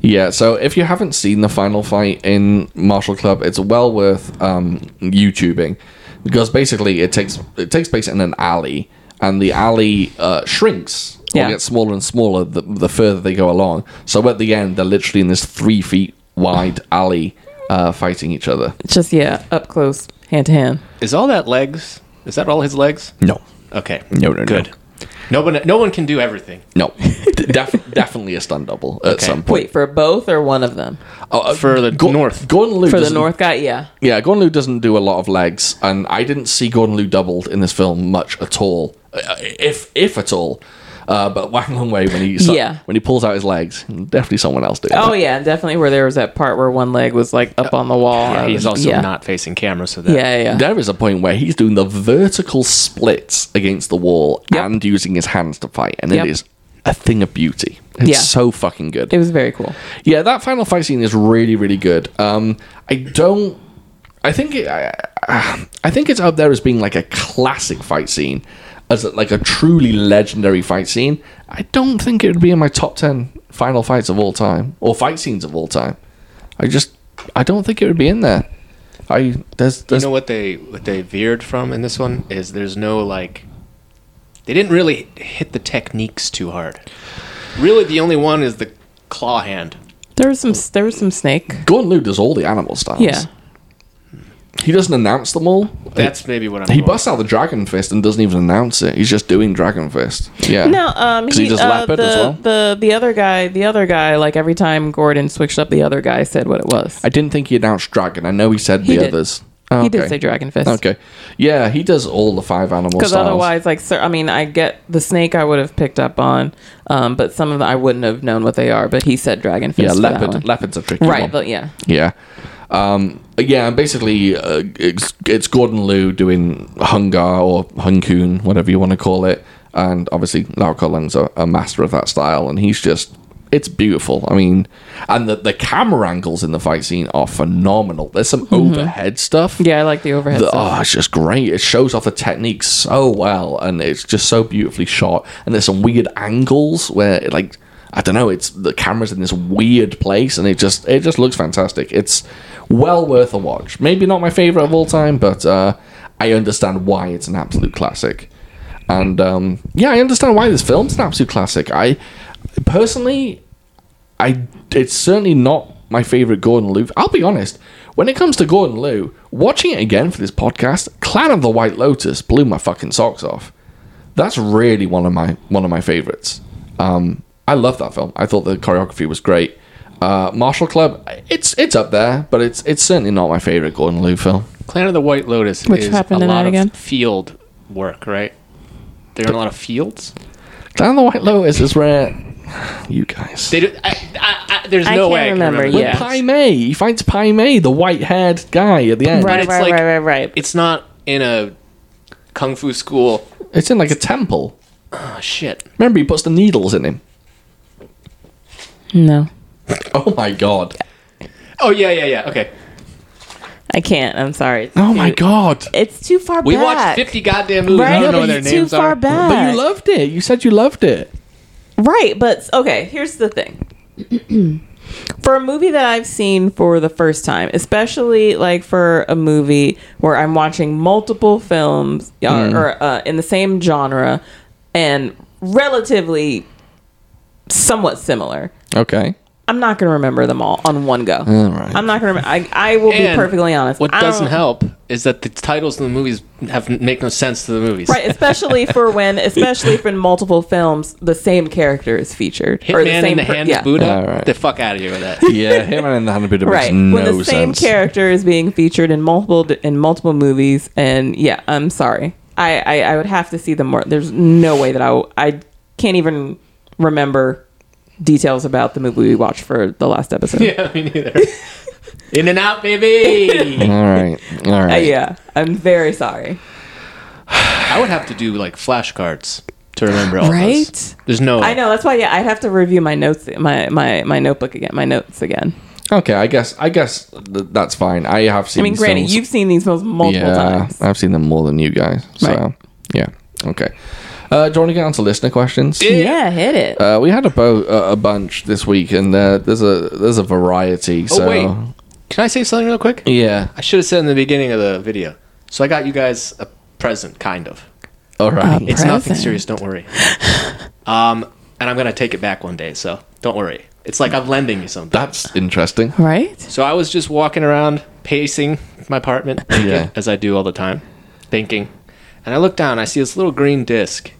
Speaker 1: Yeah, so if you haven't seen the final fight in Martial Club, it's well worth um, YouTubing because basically it takes it takes place in an alley, and the alley uh, shrinks or
Speaker 2: Yeah.
Speaker 1: gets smaller and smaller the, the further they go along. So at the end, they're literally in this three feet wide alley uh, fighting each other.
Speaker 2: It's just yeah, up close, hand to hand.
Speaker 3: Is all that legs? Is that all his legs?
Speaker 1: No,
Speaker 3: Okay.
Speaker 1: No, no, no.
Speaker 3: Good. No one, no one can do everything.
Speaker 1: no, Def- definitely a stunt double at
Speaker 3: Okay.
Speaker 1: some point.
Speaker 2: Wait for both or one of them
Speaker 1: Oh, uh,
Speaker 3: For the north.
Speaker 1: Gordon Liu
Speaker 2: for the
Speaker 1: doesn't-
Speaker 2: North guy. Yeah,
Speaker 1: Yeah, Gordon Liu doesn't do a lot of legs, and I didn't see Gordon Liu doubled in this film much at all, Uh, if if at all. Uh, but Wang Long Wei when he so-
Speaker 2: Yeah.
Speaker 1: when he pulls out his legs, definitely someone else did.
Speaker 2: Oh
Speaker 1: it.
Speaker 2: yeah, definitely. Where there was that part where one leg was like up on the wall. I
Speaker 3: he's
Speaker 2: was-
Speaker 3: also
Speaker 2: yeah.
Speaker 3: not facing camera, so that
Speaker 2: Yeah, yeah, yeah.
Speaker 1: There is a point where he's doing the vertical splits against the wall
Speaker 2: Yep.
Speaker 1: and using his hands to fight, and
Speaker 2: Yep.
Speaker 1: it is a thing of beauty. It's
Speaker 2: Yeah.
Speaker 1: so fucking good.
Speaker 2: It was very cool.
Speaker 1: yeah, that final fight scene is really really good. Um, I don't. I think it, I, I think it's up there as being like a classic fight scene, as like a truly legendary fight scene. I don't think it would be in my top ten final fights of all time or fight scenes of all time. I just I don't think it would be in there. I there's
Speaker 3: You
Speaker 1: there's
Speaker 3: know what they what they veered from in this one is there's no like they didn't really hit the techniques too hard. Really, the only one is the claw hand.
Speaker 2: There was some. There was some snake.
Speaker 1: Gordon Liu does all the animal styles.
Speaker 2: Yeah,
Speaker 1: he doesn't announce them all.
Speaker 3: That's maybe what I'm.
Speaker 1: he
Speaker 3: going
Speaker 1: busts out the dragon fist and doesn't even announce it. He's just doing dragon fist. Yeah.
Speaker 2: No, um,
Speaker 1: 'Cause he does Lapid
Speaker 2: the,
Speaker 1: as well?
Speaker 2: the the other guy, the other guy, like every time Gordon switched up, the other guy said what it was.
Speaker 1: I didn't think he announced dragon. I know he said
Speaker 2: He
Speaker 1: the
Speaker 2: did.
Speaker 1: others. Oh,
Speaker 2: He did
Speaker 1: okay.
Speaker 2: say Dragon Fist.
Speaker 1: Okay. Yeah, he does all the five animal
Speaker 2: Because
Speaker 1: styles.
Speaker 2: otherwise, like, sir, I mean, I get the snake I would have picked up on, um, but some of them I wouldn't have known what they are. But he said Dragon Fist.
Speaker 1: yeah,
Speaker 2: for that one.
Speaker 1: leopard. Leopard's a tricky
Speaker 2: Right,
Speaker 1: one.
Speaker 2: but yeah,
Speaker 1: yeah. Um, yeah, and basically, uh, it's, it's Gordon Liu doing Hungar or Hunkun, whatever you want to call it. And obviously, Lau Collins a, a master of that style, and he's just. It's beautiful. I mean, and the, the camera angles in the fight scene are phenomenal. There's some
Speaker 2: Mm-hmm.
Speaker 1: overhead stuff.
Speaker 2: yeah, I like the overhead.
Speaker 1: The-
Speaker 2: stuff.
Speaker 1: oh, it's just great. It shows off the technique so well, and it's just so beautifully shot. And there's some weird angles where, it, like, I don't know, it's the camera's in this weird place, and it just it just looks fantastic. It's well worth a watch. Maybe not my favorite of all time, but uh, I understand why it's an absolute classic. And um, yeah, I understand why this film's an absolute classic. I personally, I it's certainly not my favorite Gordon Liu. I'll be honest. When it comes to Gordon Liu, watching it again for this podcast, Clan of the White Lotus blew my fucking socks off. That's really one of my one of my favorites. Um, I love that film. I thought the choreography was great. Uh, Martial Club, it's it's up there, but it's it's certainly not my favorite Gordon Liu film.
Speaker 3: Clan of the White Lotus
Speaker 2: Which
Speaker 3: is
Speaker 2: happened
Speaker 3: a
Speaker 2: in that
Speaker 3: lot
Speaker 2: again?
Speaker 3: of field work, right? They're in a lot of fields.
Speaker 1: Clan of the White Lotus is where you guys.
Speaker 3: They do, I, I, I, there's
Speaker 2: I
Speaker 3: no
Speaker 2: can't
Speaker 3: way I can
Speaker 2: remember,
Speaker 3: remember.
Speaker 1: With
Speaker 2: yeah.
Speaker 3: this.
Speaker 1: Pai Mei, he finds Pai Mei, the white-haired guy at the end.
Speaker 2: right,
Speaker 3: it's
Speaker 2: right,
Speaker 3: like-
Speaker 2: right, right, right.
Speaker 3: It's not in a kung fu school.
Speaker 1: It's in like a temple.
Speaker 3: Oh shit!
Speaker 1: Remember, he puts the needles in him.
Speaker 2: No,
Speaker 1: Oh my god.
Speaker 3: Oh yeah, yeah, yeah. Okay,
Speaker 2: I can't. I'm sorry. It's
Speaker 1: Oh my
Speaker 2: too-
Speaker 1: god.
Speaker 2: It's too far
Speaker 3: we
Speaker 2: back.
Speaker 3: watched 50 goddamn movies. I
Speaker 2: Right,
Speaker 3: don't know
Speaker 1: but
Speaker 3: what their
Speaker 2: it's too
Speaker 3: names
Speaker 2: far
Speaker 3: are.
Speaker 2: back.
Speaker 1: But you loved it. You said you loved it.
Speaker 2: Right, but okay, here's the thing. for a movie that I've seen for the first time, especially like for a movie where I'm watching multiple films uh,
Speaker 1: Mm.
Speaker 2: or uh, in the same genre and relatively somewhat similar.
Speaker 1: Okay.
Speaker 2: I'm not going to remember them all on one go.
Speaker 1: All right.
Speaker 2: I'm not going to remember. I, I will
Speaker 3: And
Speaker 2: be perfectly honest.
Speaker 3: What
Speaker 2: I don't-
Speaker 3: doesn't help is that the titles of the movies have make no sense to the movies.
Speaker 2: Right, especially for when, especially for in multiple films, the same character is featured
Speaker 3: Hitman in the
Speaker 2: per-
Speaker 3: hand
Speaker 2: yeah.
Speaker 3: of Buddha.
Speaker 1: All right.
Speaker 3: The fuck out of here with that.
Speaker 1: Yeah, him and the Hanabuda makes
Speaker 2: right
Speaker 1: no
Speaker 2: when the same
Speaker 1: sense.
Speaker 2: character is being featured in multiple in multiple movies and yeah i'm sorry i i, I would have to see them more there's no way that I w- I can't even remember details about the movie we watched for the last episode yeah,
Speaker 3: yeah, me neither. in and out, baby.
Speaker 1: all right. All right.
Speaker 2: Uh, yeah i'm very sorry
Speaker 3: I would have to do like flashcards to remember all
Speaker 2: Right?
Speaker 3: this. There's no.
Speaker 2: i know that's why yeah i'd have to review my notes my my my notebook again my notes again
Speaker 1: Okay, I guess I guess th- that's fine. I have seen
Speaker 2: i mean granted
Speaker 1: films-
Speaker 2: you've seen these films multiple
Speaker 1: yeah,
Speaker 2: times
Speaker 1: I've seen them more than you guys. So,
Speaker 2: Right.
Speaker 1: yeah. Okay. Uh, do you want to get on to listener questions?
Speaker 2: yeah hit it
Speaker 1: Uh, we had a, bo- uh, a bunch this week, and uh, there's a there's a variety.
Speaker 3: Oh
Speaker 1: So
Speaker 3: wait. Can I say something real quick?
Speaker 1: yeah,
Speaker 3: I should have said in the beginning of the video. So I got you guys a present, kind of.
Speaker 1: all
Speaker 2: Um,
Speaker 1: right.
Speaker 3: It's nothing
Speaker 2: Present.
Speaker 3: serious. Don't worry. Um, and I'm gonna take it back one day. So don't worry. It's like I'm lending you something.
Speaker 1: That's interesting.
Speaker 2: right
Speaker 3: So I was just walking around, pacing my apartment, thinking,
Speaker 1: Yeah.
Speaker 3: as I do all the time, thinking. And I look down, I see this little green disc,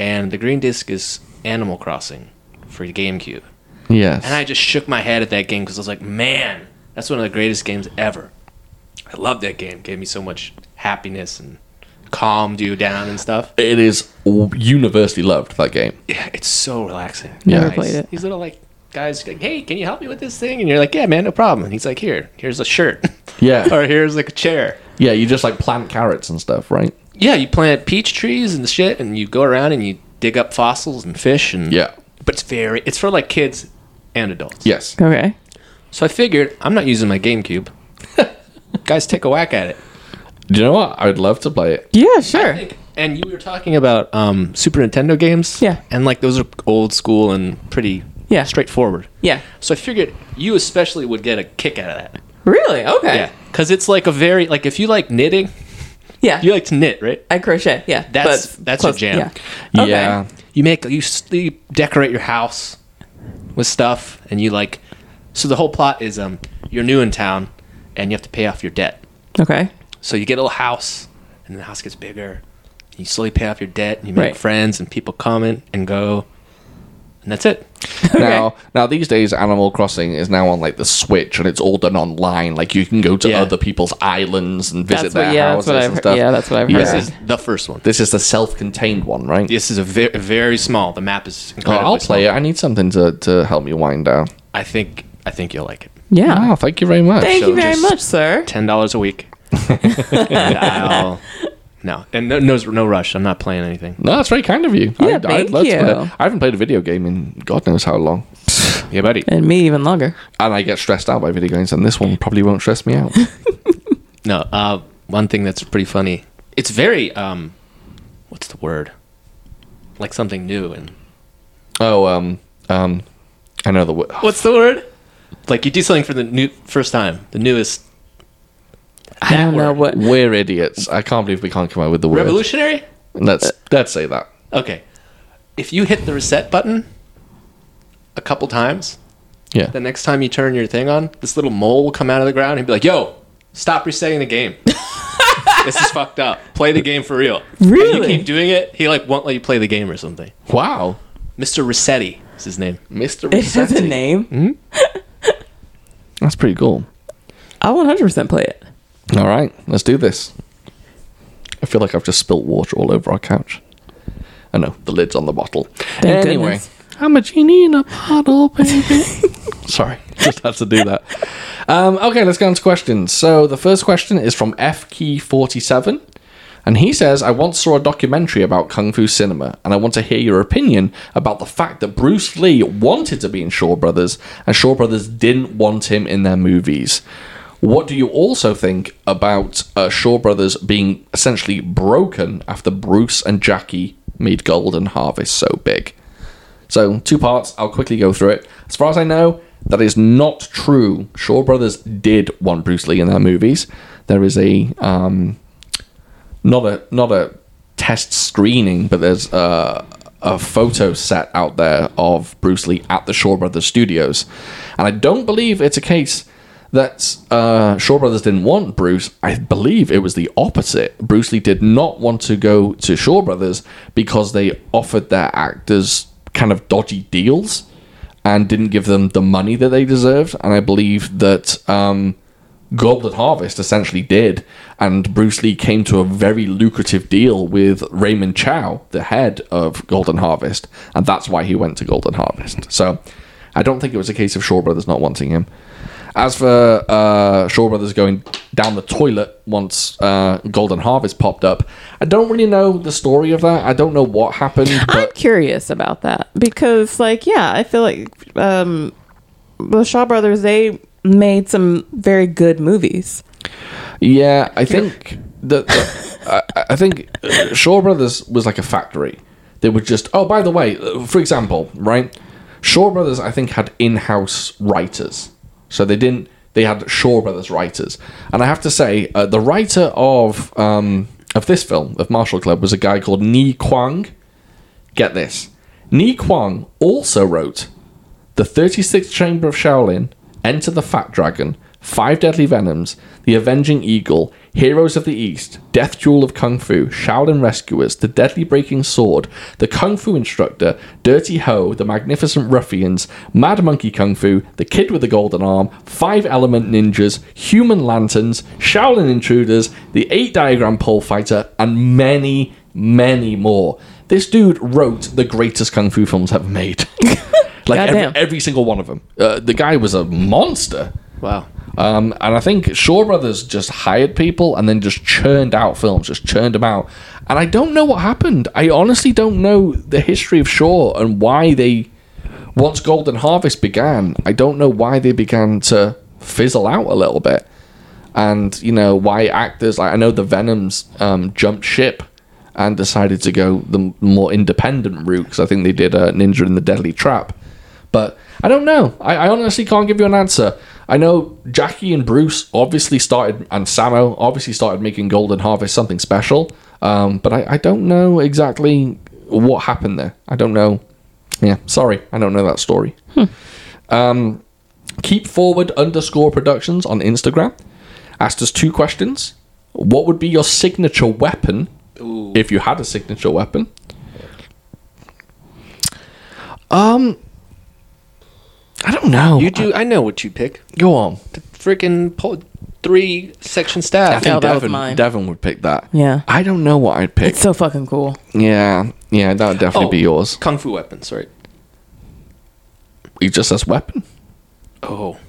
Speaker 3: and the green disc is Animal Crossing for GameCube.
Speaker 1: Yes.
Speaker 3: And I just shook my head at that game because I was like, man, that's one of the greatest games ever. I love that game. Gave me so much happiness and calmed you down and stuff.
Speaker 1: it is w- universally loved that game.
Speaker 3: Yeah, it's so relaxing.
Speaker 2: Never
Speaker 3: Nice.
Speaker 2: played it.
Speaker 3: These little like guys like, hey, can you help me with this thing? And you're like, yeah, man, no problem. And he's like, here, here's a shirt.
Speaker 1: Yeah.
Speaker 3: or here's like a chair.
Speaker 1: Yeah, you just like plant carrots and stuff, right?
Speaker 3: Yeah, you plant peach trees and shit, and you go around and you dig up fossils and fish and
Speaker 1: Yeah.
Speaker 3: But it's very it's for like kids and adults.
Speaker 1: Yes.
Speaker 2: okay
Speaker 3: So I figured I'm not using my GameCube. Guys, take a whack at it.
Speaker 1: Do you know what? I would love to play it.
Speaker 2: yeah sure
Speaker 3: And you were talking about um, Super Nintendo games.
Speaker 2: Yeah.
Speaker 3: And like those are old school and pretty
Speaker 2: Yeah.
Speaker 3: straightforward.
Speaker 2: yeah
Speaker 3: So I figured you especially would get a kick out of that.
Speaker 2: really okay
Speaker 3: Yeah. Because it's like a very like if you like knitting,
Speaker 2: yeah
Speaker 3: you like to knit, right?
Speaker 2: I crochet. Yeah,
Speaker 3: That's-
Speaker 2: but
Speaker 3: that's your jam.
Speaker 2: Yeah. Okay.
Speaker 1: Yeah.
Speaker 3: You make you, s- you decorate your house with stuff, and you like. So the whole plot is um you're new in town, and you have to pay off your debt.
Speaker 2: Okay.
Speaker 3: So you get a little house, and the house gets bigger. And you slowly pay off your debt, and you make
Speaker 2: Right.
Speaker 3: friends, and people come in and go, and that's it.
Speaker 1: Now, now these days, Animal Crossing is now on like the Switch, and it's all done online. Like you can go to
Speaker 3: Yeah.
Speaker 1: other people's islands and visit
Speaker 2: That's what-
Speaker 1: their
Speaker 2: yeah, that's
Speaker 1: houses
Speaker 2: what I've
Speaker 1: and
Speaker 2: heard-
Speaker 1: stuff.
Speaker 2: yeah, that's what I've
Speaker 3: This
Speaker 2: heard.
Speaker 3: is the first one.
Speaker 1: This is the self-contained one, right?
Speaker 3: This is a very, very small. The map is
Speaker 1: Oh,
Speaker 3: incredibly
Speaker 1: I'll play
Speaker 3: small.
Speaker 1: it. I need something to, to help me wind down.
Speaker 3: I think I think you'll like it.
Speaker 2: Yeah.
Speaker 1: Oh, thank you very much.
Speaker 2: Uh, Thank you
Speaker 3: so
Speaker 2: very
Speaker 3: just-
Speaker 2: much, sir.
Speaker 3: ten dollars a week. and I'll, no, and no, no, no rush. I'm not playing anything.
Speaker 1: No, that's very kind of you.
Speaker 2: Yeah, thank
Speaker 1: to
Speaker 2: you.
Speaker 1: play- I haven't played a video game in God knows how long,
Speaker 3: Yeah, buddy.
Speaker 2: And me even longer.
Speaker 1: and I get stressed out by video games, and this one probably won't stress me out.
Speaker 3: No. Uh, one thing that's pretty funny. It's very um, what's the word? Like something new and
Speaker 1: oh, um, um, I know the word.
Speaker 3: what's the word? Like you do something for the new first time, the newest.
Speaker 2: I don't know what.
Speaker 1: We're idiots. I can't believe we can't come up with the word.
Speaker 3: Revolutionary.
Speaker 2: Uh,
Speaker 1: Let's let's say that.
Speaker 3: Okay. If you hit the reset button a couple times,
Speaker 1: Yeah.
Speaker 3: the next time you turn your thing on, this little mole will come out of the ground and be like, "Yo, stop resetting the game. this is fucked up. Play the game for real." And
Speaker 2: Really?
Speaker 3: you keep doing it. He like won't let you play the game or something.
Speaker 1: Wow,
Speaker 3: Mr. Rossetti is his name.
Speaker 1: Mister.
Speaker 2: It has a name.
Speaker 1: That's pretty cool.
Speaker 2: I'll 100% play it.
Speaker 1: All right, let's do this. I feel like I've just spilt water all over our couch. I know the lid's on the bottle.
Speaker 2: Thank
Speaker 1: anyway,
Speaker 2: goodness.
Speaker 1: I'm a genie in a bottle, baby. Sorry, just had to do that. Um, okay, let's go on to questions. So the first question is from FKey47, and he says, "I once saw a documentary about kung fu cinema, and I want to hear your opinion about the fact that Bruce Lee wanted to be in Shaw Brothers, and Shaw Brothers didn't want him in their movies." What do you also think about uh, Shaw Brothers being essentially broken after Bruce and Jackie made Golden Harvest so big? So, two parts. I'll quickly go through it. As far as I know, That is not true. Shaw Brothers did want Bruce Lee in their movies. There is a um, not a not a test screening, but there's a, a photo set out there of Bruce Lee at the Shaw Brothers studios, and I don't believe it's a case that uh, Shaw Brothers didn't want Bruce. I believe it was the opposite. Bruce Lee did not want to go to Shaw Brothers because they offered their actors kind of dodgy deals and didn't give them the money that they deserved. And I believe that um, Golden Harvest essentially did. And Bruce Lee came to a very lucrative deal with Raymond Chow, the head of Golden Harvest. And that's why he went to Golden Harvest. So I don't think it was a case of Shaw Brothers not wanting him. As for uh, Shaw Brothers going down the toilet once uh, Golden Harvest popped up, I don't really know the story of that. I don't know what happened.
Speaker 2: I'm
Speaker 1: But
Speaker 2: curious about that because, like, yeah, I feel like um, the Shaw Brothers they made some very good movies.
Speaker 1: Yeah, I think that that- I, I think uh, Shaw Brothers was like a factory. They were just oh, by the way, uh, for example, right? Shaw Brothers, I think, had in-house writers, so they didn't. They had Shaw Brothers writers, and I have to say, uh, the writer of um, of this film of Martial Club was a guy called Ni Kwang. Get this, Ni Kwang also wrote the 36th Chamber of Shaolin, Enter the Fat Dragon, Five Deadly Venoms, The Avenging Eagle, Heroes of the East, Death Jewel of Kung Fu, Shaolin Rescuers, The Deadly Breaking Sword, The Kung Fu Instructor, Dirty Ho, The Magnificent Ruffians, Mad Monkey Kung Fu, The Kid with the Golden Arm, Five Element Ninjas, Human Lanterns, Shaolin Intruders, The Eight Diagram Pole Fighter, and many, many more. This dude wrote the greatest kung fu films ever made. like
Speaker 2: Goddamn.
Speaker 1: every, every single one of them. Uh, the guy was a monster.
Speaker 3: Wow.
Speaker 1: Um, and I think Shaw Brothers just hired people and then just churned out films, just churned them out. And I don't know what happened. I honestly don't know the history of Shaw and why they, once Golden Harvest began, I don't know why they began to fizzle out a little bit. And, you know, why actors, like I know the Venoms um, jumped ship and decided to go the m- more independent route because I think they did uh, Ninja in the Deadly Trap. But I don't know. I, I honestly can't give you an answer. I know Jackie and Bruce obviously started, and Samo obviously started making Golden Harvest something special. Um, but I, I don't know exactly what happened there. I don't know. Yeah, sorry, I don't know that story. Um, keep forward underscore productions on Instagram asked us two questions. What would be your signature weapon if you had a signature weapon? Um, I don't know.
Speaker 3: You do. I know what you pick.
Speaker 1: go on.
Speaker 3: The freaking po- three section
Speaker 1: I
Speaker 3: staff.
Speaker 1: think
Speaker 2: No, that was
Speaker 1: Devon,
Speaker 2: mine.
Speaker 1: Devon would pick that.
Speaker 2: Yeah.
Speaker 1: I don't know what I'd pick.
Speaker 2: It's so fucking cool.
Speaker 1: yeah. Yeah, that would definitely be yours.
Speaker 3: Oh, Kung fu weapons, right?
Speaker 1: He just says weapon.
Speaker 3: Oh.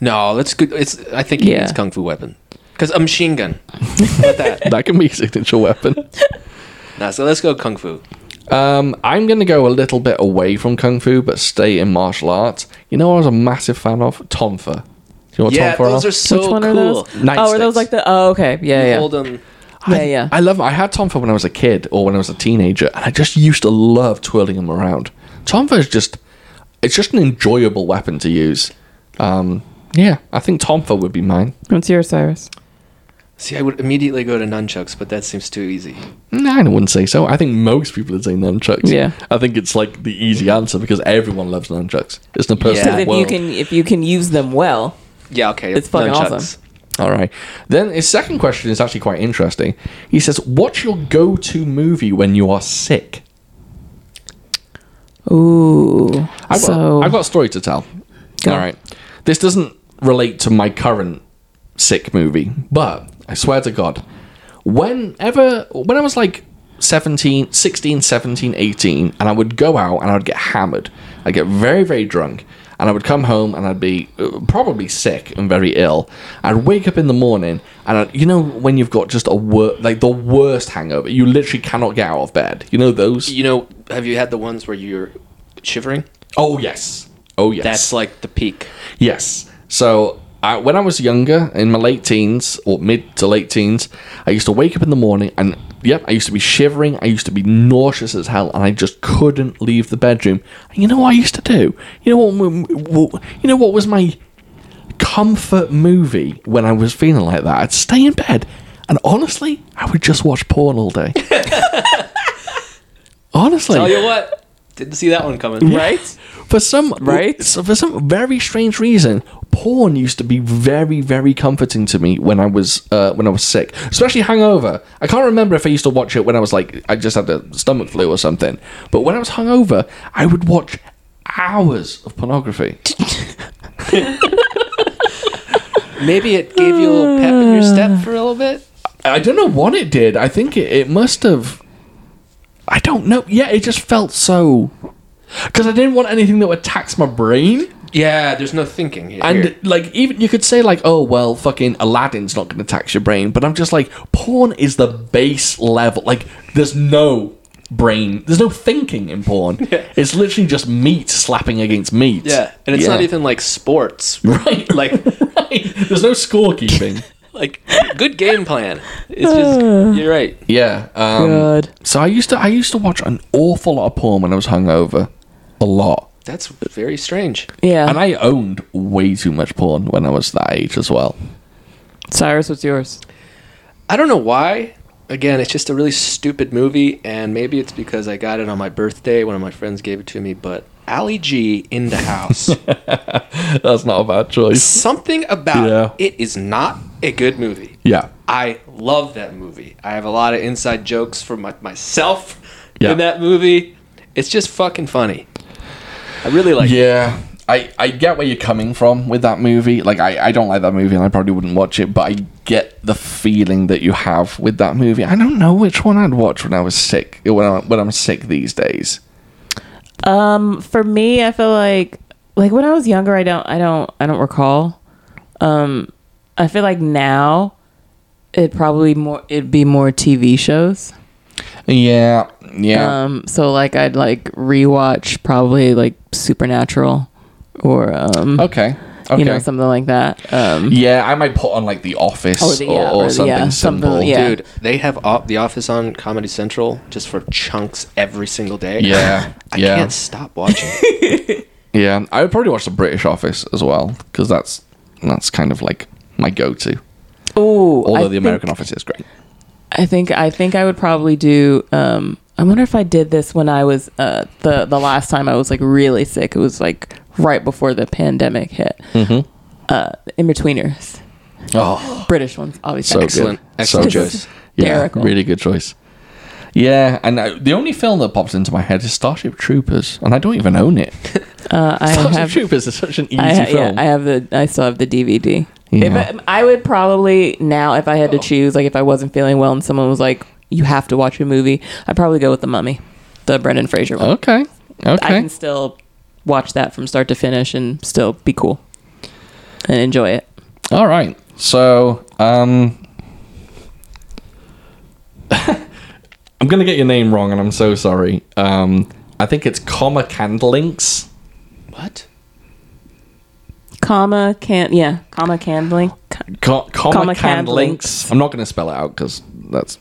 Speaker 3: No, that's good. It's. I think
Speaker 2: Yeah.
Speaker 3: yeah. it's kung fu weapon. Because a machine gun. Not that.
Speaker 1: That can be a signature weapon.
Speaker 3: Nah, so let's go kung fu.
Speaker 1: Um, I'm going to go a little bit away from Kung Fu, but stay in martial arts. You know what I was a massive fan of? Tonfa. Do you know what
Speaker 3: yeah,
Speaker 1: Tonfa are?
Speaker 3: those are so
Speaker 2: Which one
Speaker 3: cool.
Speaker 2: are those? oh, are those like the? Oh, okay. Yeah, yeah.
Speaker 3: Hold 'em.
Speaker 2: Yeah,
Speaker 1: I,
Speaker 2: yeah.
Speaker 1: I love. I had Tomfa when I was a kid or when I was a teenager, and I just used to love twirling them around. Tomfa is just, it's just an enjoyable weapon to use. Um, yeah, I think Tomfa would be mine.
Speaker 2: What's yours, Cyrus?
Speaker 3: See, I would immediately go to nunchucks, but that seems too easy.
Speaker 1: No, I wouldn't say so. I think most people would say nunchucks.
Speaker 2: Yeah.
Speaker 1: I think it's like the easy answer because everyone loves nunchucks. It's the personal
Speaker 2: Because
Speaker 3: Yeah.
Speaker 2: if you
Speaker 1: world.
Speaker 2: can, if you can use them well,
Speaker 3: Yeah, okay.
Speaker 2: It's fucking
Speaker 3: nunchucks.
Speaker 2: awesome.
Speaker 1: All right. Then his second question is actually quite interesting. He says, "What's your go-to movie when you are sick?"
Speaker 2: ooh.
Speaker 1: I've,
Speaker 2: so
Speaker 1: got, I've got a story to tell.
Speaker 2: Go.
Speaker 1: All right. This doesn't relate to my current sick movie, but I swear to God, whenever, when I was like 17, 16, 17, 18, and I would go out and I would get hammered, I'd get very, very drunk, and I would come home and I'd be uh, probably sick and very ill. I'd wake up in the morning and I'd, you know when you've got just a wor- like the worst hangover, you literally cannot get out of bed. You know those?
Speaker 3: You know, have you had the ones where you're shivering?
Speaker 1: Oh yes. Oh yes.
Speaker 3: That's like the peak.
Speaker 1: Yes. So I, when I was younger, in my late teens or mid to late teens, I used to wake up in the morning and yep, I used to be shivering. I used to be nauseous as hell, and I just couldn't leave the bedroom. And you know what I used to do? You know what? m- m- what- You know what was my comfort movie when I was feeling like that? I'd stay in bed, and honestly, I would just watch porn all day. honestly,
Speaker 3: Tell you what, didn't see that one coming.
Speaker 2: right?
Speaker 1: for some
Speaker 2: Right?
Speaker 1: so for some very strange reason porn used to be very very comforting to me when i was uh, when i was sick especially hungover i can't remember if i used to watch it when i was like i just had a stomach flu or something but when i was hungover i would watch hours of pornography
Speaker 3: Maybe it gave you a little pep in your
Speaker 1: Uh.
Speaker 3: step for a little bit.
Speaker 1: i don't know what it did i think it, it must have i don't know yeah it just felt so because i didn't want anything that would tax my brain
Speaker 3: Yeah, there's no thinking here.
Speaker 1: And like even you could say like, oh well, fucking Aladdin's not going to tax your brain, but I'm just like, porn is the base level. Like there's no brain, there's no thinking in porn. It's literally just meat slapping against meat.
Speaker 3: yeah, and it's not
Speaker 1: Yeah.
Speaker 3: even like sports.
Speaker 1: right. Like
Speaker 3: Like
Speaker 1: right. there's no scorekeeping.
Speaker 3: like good game plan. It's just
Speaker 1: Uh.
Speaker 3: you're right.
Speaker 1: yeah. Um,
Speaker 2: Good.
Speaker 1: So I used to I used to watch an awful lot of porn when I was hungover, a lot,
Speaker 3: That's very strange.
Speaker 2: Yeah.
Speaker 1: and I owned way too much porn when I was that age as well.
Speaker 2: Cyrus, what's yours?
Speaker 3: I don't know why. Again, it's just a really stupid movie, and maybe it's because I got it on my birthday. One of my friends gave it to me, but Ali G in the house.
Speaker 1: That's not a bad choice.
Speaker 3: Something about
Speaker 1: Yeah.
Speaker 3: it is not a good movie.
Speaker 1: Yeah.
Speaker 3: I love that movie. I have a lot of inside jokes from my, myself
Speaker 1: Yeah.
Speaker 3: in that movie. It's just fucking funny. I really like it.
Speaker 1: Yeah. I, I get where you're coming from with that movie. Like, I, I don't like that movie and I probably wouldn't watch it, but I get the feeling that you have with that movie. I don't know which one I'd watch when I was sick, when, I, when I'm sick these days.
Speaker 2: Um, for me, I feel like like when I was younger, I don't, I don't, I don't recall. Um, I feel like now it probably more it'd be more TV shows.
Speaker 1: Yeah. Yeah.
Speaker 2: Um, so like I'd like rewatch probably like Supernatural or um,
Speaker 1: okay. Oh, Okay.
Speaker 2: you know something like that. Um,
Speaker 1: yeah, I might put on like The Office
Speaker 2: Or the-
Speaker 1: or,
Speaker 2: yeah,
Speaker 1: or
Speaker 2: or the-
Speaker 1: something
Speaker 2: yeah, something-
Speaker 1: simple.
Speaker 2: yeah.
Speaker 3: Dude, they have o- The Office on Comedy Central just for chunks every single day.
Speaker 1: Yeah.
Speaker 3: I
Speaker 1: yeah.
Speaker 3: can't stop watching it.
Speaker 1: Yeah. I would probably watch The British Office as well because that's, that's kind of like my go to.
Speaker 2: ooh,
Speaker 1: Although
Speaker 2: I
Speaker 1: The
Speaker 2: think-
Speaker 1: American Office is great.
Speaker 2: I think I think I would probably do. Um, I wonder if I did this when I was uh, the the last time I was like really sick. It was like right before the pandemic hit.
Speaker 1: Mhm.
Speaker 2: Uh, in betweeners,
Speaker 1: Oh.
Speaker 2: British ones, obviously.
Speaker 1: So
Speaker 3: Excellent.
Speaker 1: Good.
Speaker 3: Excellent
Speaker 1: so
Speaker 3: choice.
Speaker 1: Good. Yeah,
Speaker 2: Hysterical.
Speaker 1: really good choice. Yeah, and I, the only film that pops into my head is Starship Troopers, and I don't even own it.
Speaker 2: Uh, I
Speaker 1: Starship
Speaker 2: have.
Speaker 1: Troopers is such an easy
Speaker 2: I, ha- yeah,
Speaker 1: film.
Speaker 2: I have the. I still have the DVD.
Speaker 1: Yeah. Oh.
Speaker 2: If I, I would probably now, if I had to choose, like if I wasn't feeling well and someone was like, "You have to watch a movie," I'd probably go with the Mummy, the Brendan Fraser one.
Speaker 1: okay,
Speaker 2: I
Speaker 1: okay.
Speaker 2: can still watch that from start to finish and still be cool and enjoy it.
Speaker 1: All right. So, um, I'm gonna get your name wrong, and I'm so sorry. Um, I think it's Comma Candlinks.
Speaker 3: What?
Speaker 2: Comma can yeah, comma candling.
Speaker 1: Co- comma,
Speaker 2: Comma
Speaker 1: Cand
Speaker 2: Cand
Speaker 1: links.
Speaker 2: links.
Speaker 1: I'm not going to spell it out because that's.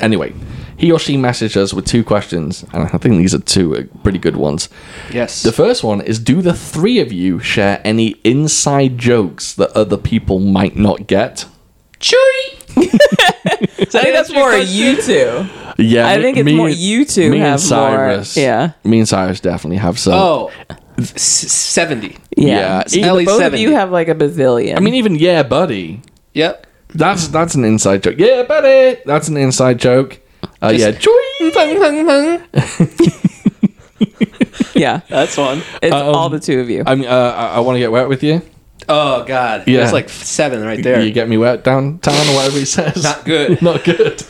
Speaker 1: Anyway, he or she messaged us with two questions, and I think these are two uh, pretty good ones.
Speaker 3: Yes.
Speaker 1: The first one is Do the three of you share any inside jokes that other people might not get?
Speaker 2: Chewy. I think that's more you two.
Speaker 1: Yeah,
Speaker 2: I
Speaker 1: me-
Speaker 2: think it's
Speaker 1: me
Speaker 2: more
Speaker 1: and-
Speaker 2: you two
Speaker 1: me
Speaker 2: have
Speaker 1: and Cyrus.
Speaker 2: more. Yeah,
Speaker 1: Me and Cyrus definitely have some.
Speaker 3: oh, s- 70.
Speaker 1: Yeah,
Speaker 2: yeah.
Speaker 1: e-
Speaker 2: The
Speaker 3: Ellie
Speaker 2: both of
Speaker 3: 70.
Speaker 2: you have like a bazillion.
Speaker 1: I mean, even Yeah, Buddy.
Speaker 3: Yep.
Speaker 1: That's that's an inside joke. Yeah, Buddy. That's an inside joke. Uh,
Speaker 3: Just-
Speaker 1: yeah, joy.
Speaker 2: yeah,
Speaker 3: That's one.
Speaker 2: it's
Speaker 1: Um,
Speaker 2: all the two of you.
Speaker 1: I mean, uh, I, I want to get wet with you.
Speaker 3: Oh, God.
Speaker 1: Yeah.
Speaker 3: There's like seven right there.
Speaker 1: You get me wet downtown or whatever he says.
Speaker 3: Not good.
Speaker 1: Not good.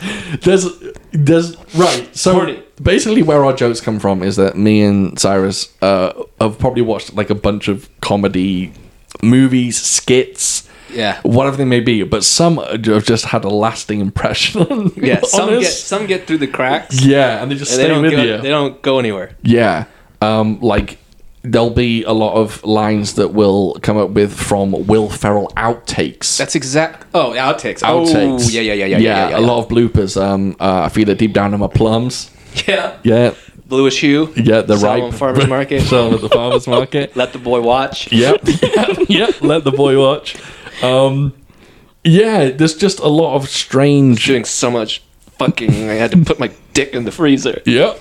Speaker 1: There's there's right. So
Speaker 3: Corny.
Speaker 1: basically where our jokes come from is that me and Cyrus uh have probably watched like a bunch of comedy movies, skits,
Speaker 3: Yeah.
Speaker 1: whatever they may be, but some have just had a lasting impression. on-
Speaker 3: Yeah, some
Speaker 1: on
Speaker 3: get
Speaker 1: us.
Speaker 3: some get through the cracks.
Speaker 1: Yeah, and they just
Speaker 3: and they
Speaker 1: stay
Speaker 3: don't
Speaker 1: with
Speaker 3: go,
Speaker 1: you.
Speaker 3: they don't go anywhere.
Speaker 1: Yeah. Um, like there'll be a lot of lines that will come up with from Will Ferrell outtakes.
Speaker 3: That's exact. Oh, outtakes.
Speaker 1: outtakes.
Speaker 3: Oh, yeah, yeah, yeah, yeah, yeah. yeah, yeah
Speaker 1: a lot of bloopers. Um, uh, I feel it deep down in my plums.
Speaker 3: Yeah.
Speaker 1: Yeah,
Speaker 3: Bluish hue.
Speaker 1: yeah, the
Speaker 3: Sell 'em
Speaker 1: right
Speaker 3: on farmers market.
Speaker 1: selling at the farmers market.
Speaker 3: Let the boy watch.
Speaker 1: yep, yep. Let the boy watch. Um, yeah, there's just a lot of strange.
Speaker 3: Doing so much fucking. I had to put my dick in the freezer.
Speaker 1: Yep.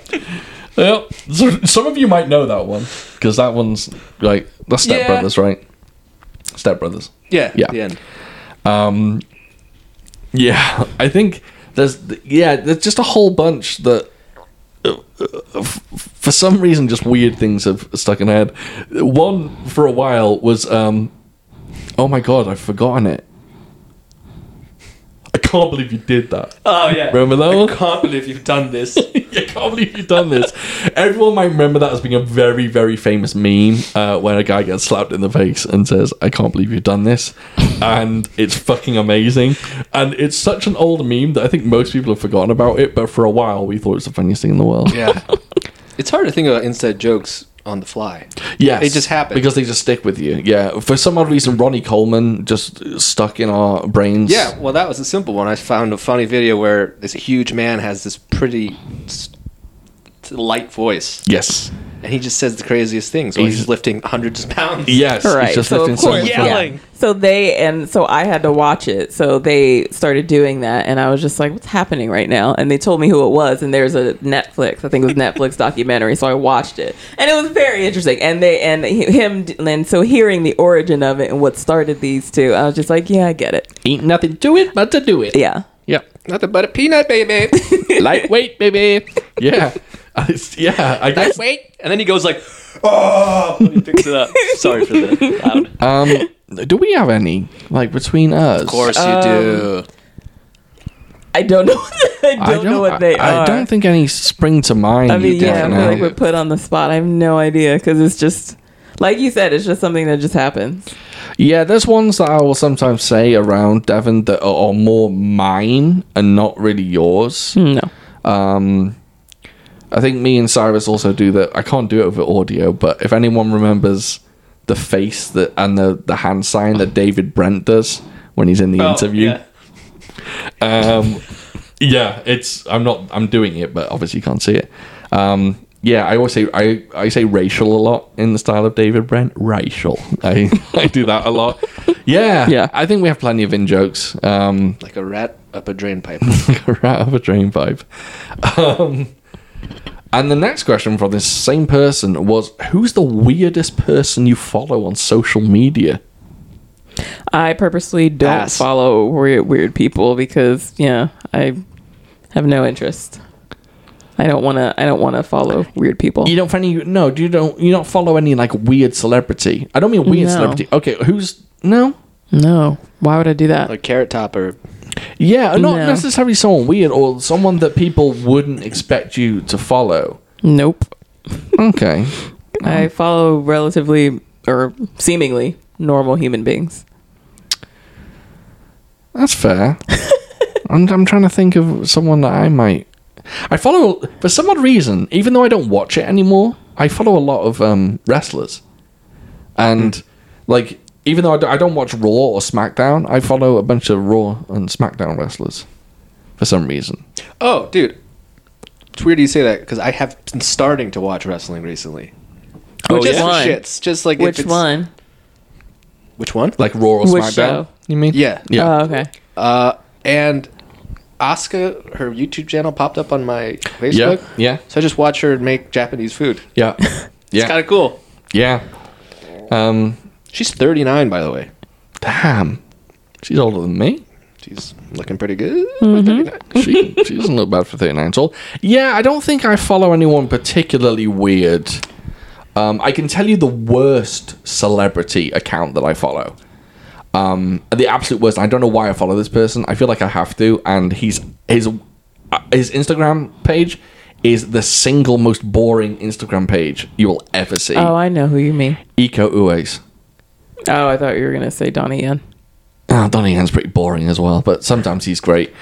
Speaker 1: Yep. So, some of you might know that one because that one's like that's Step
Speaker 3: Yeah.
Speaker 1: Brothers, right? Step Brothers.
Speaker 3: Yeah.
Speaker 1: Yeah.
Speaker 3: The end.
Speaker 1: Um, yeah, I think there's yeah, there's just a whole bunch that uh, uh, f- for some reason just weird things have stuck in my head. One for a while was um, oh my god, I've forgotten it. I can't believe you did that.
Speaker 3: Oh yeah.
Speaker 1: Remember that one?
Speaker 3: can't believe you've done this.
Speaker 1: I can't believe you've done this. Everyone might remember that as being a very, very famous meme uh, where a guy gets slapped in the face and says, I can't believe you've done this. And it's fucking amazing. And it's such an old meme that I think most people have forgotten about it, but for a while we thought it was the funniest thing in the world.
Speaker 3: yeah. It's hard to think about inside jokes on the fly.
Speaker 1: Yes.
Speaker 3: It just happens.
Speaker 1: Because they just stick with you. Yeah. For some odd reason, Ronnie Coleman just stuck in our brains.
Speaker 3: Yeah, well, that was a simple one. I found a funny video where this huge man has this pretty s- light voice,
Speaker 1: Yes.
Speaker 3: and he just says the craziest things. While he's,
Speaker 1: He's-
Speaker 3: lifting hundreds of pounds.
Speaker 1: Yes. it's
Speaker 2: right.
Speaker 1: just
Speaker 2: So
Speaker 1: lifting
Speaker 2: of
Speaker 1: so
Speaker 2: course,
Speaker 1: much
Speaker 2: yeah.
Speaker 1: weight.
Speaker 3: Yelling.
Speaker 2: So they and so I had to watch it. So they started doing that, and I was just like, "What's happening right now?" And they told me who it was, and there's a Netflix. I think it was Netflix documentary. So I watched it, and it was very interesting. And they and he- him and so hearing the origin of it and what started these two, I was just like, "Yeah, I get it."
Speaker 1: Ain't nothing to it but to do it.
Speaker 2: Yeah.
Speaker 1: Yep.
Speaker 3: Nothing but a peanut, baby.
Speaker 1: Lightweight, baby. Yeah. It's- yeah. I guess.
Speaker 3: Wait, and then he goes like, "Oh!" and he picks it up. Sorry for the loud. Of
Speaker 1: Um, do we have any like between us? Of
Speaker 3: course you do.
Speaker 2: I don't know. I don't,
Speaker 1: I don't
Speaker 2: know what they
Speaker 1: I,
Speaker 2: are.
Speaker 1: I don't think any spring to mind.
Speaker 2: I mean,
Speaker 1: you
Speaker 2: yeah, I feel
Speaker 1: definitely.
Speaker 2: like we're put on the spot. I have no idea because it's just, like you said, it's just something that just happens.
Speaker 1: yeah. There's ones that I will sometimes say around Devon that are, are more mine and not really yours.
Speaker 2: No.
Speaker 1: Um, I think me and Cyrus also do that. I can't do it over audio, but if anyone remembers the face that and the the hand sign that David Brent does when he's in the interview,
Speaker 3: Yeah.
Speaker 1: Um, yeah, it's. I'm not. I'm doing it, but obviously you can't see it. Um, yeah, I always say I, I say racial a lot in the style of David Brent. Racial. I, I do that a lot. Yeah.
Speaker 2: Yeah.
Speaker 1: I think we have plenty of in jokes. Um,
Speaker 3: Like a rat up a drain pipe.
Speaker 1: right up a drain pipe. Um, and the next question from this same person was, "Who's the weirdest person you follow on social media?"
Speaker 2: I purposely don't
Speaker 3: Pass.
Speaker 2: follow weird, weird people because, yeah, I have no interest. I don't want to. I don't want to follow weird people.
Speaker 1: You don't find any? No, do you don't? You don't follow any like weird celebrity? I don't mean weird
Speaker 2: No.
Speaker 1: celebrity. Okay, who's no?
Speaker 2: No. Why would I do that?
Speaker 3: like carrot top or
Speaker 1: Yeah, not
Speaker 2: No.
Speaker 1: necessarily someone weird or someone that people wouldn't expect you to follow.
Speaker 2: nope.
Speaker 1: Okay.
Speaker 2: I follow relatively or seemingly normal human beings.
Speaker 1: That's fair. I'm, I'm trying to think of someone that I might. I follow, for some odd reason, even though I don't watch it anymore, I follow a lot of um, wrestlers. And, like, even though I don't, I don't watch Raw or SmackDown, I follow a bunch of Raw and SmackDown wrestlers for some reason.
Speaker 3: oh, dude. It's weird you say that because I have been starting to watch wrestling recently.
Speaker 2: Oh,
Speaker 3: just
Speaker 2: yeah?
Speaker 3: for
Speaker 2: One.
Speaker 3: shits. Just like if
Speaker 2: Which
Speaker 3: it's-
Speaker 2: one?
Speaker 3: Which one?
Speaker 1: Like Raw or
Speaker 2: Which
Speaker 1: SmackDown?
Speaker 2: show?
Speaker 1: You mean?
Speaker 3: Yeah.
Speaker 1: Yeah.
Speaker 2: Oh, okay.
Speaker 3: Uh, and Asuka, her YouTube channel popped up on my Facebook.
Speaker 1: Yeah.
Speaker 3: So I just watch her make Japanese food.
Speaker 1: Yeah.
Speaker 3: It's
Speaker 1: Yeah.
Speaker 3: kind of cool.
Speaker 1: Yeah. Um.
Speaker 3: She's 39, by the way.
Speaker 1: Damn. She's older than me.
Speaker 3: She's looking pretty good.
Speaker 1: She she doesn't look bad for thirty nine years old. Yeah, I don't think I follow anyone particularly weird. Um, I can tell you the worst celebrity account that I follow. Um, the absolute worst. I don't know why I follow this person. I feel like I have to, and he's his uh, his Instagram page is the single most boring Instagram page you will ever see.
Speaker 2: Oh, I know who you mean.
Speaker 1: Eco Ues.
Speaker 2: Oh, I thought you were gonna say Donnie Yen.
Speaker 1: Oh, Donnie Yen's pretty boring as well, but sometimes he's great.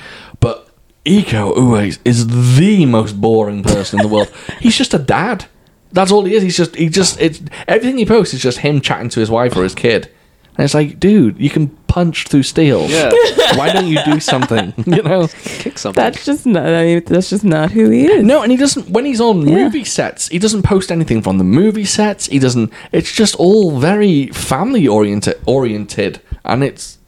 Speaker 1: But Iko Uwais is the most boring person in the world. He's just a dad. That's all he is. He's just he just it's everything he posts is just him chatting to his wife or his kid. And it's like, dude, you can punch through steel.
Speaker 3: Yeah.
Speaker 1: Why don't you do something? You know?
Speaker 3: Kick something.
Speaker 2: That's just not. I mean, that's just not who he is.
Speaker 1: No, and he doesn't when he's on
Speaker 2: Yeah.
Speaker 1: movie sets, he doesn't post anything from the movie sets. He doesn't it's just all very family oriented oriented and it's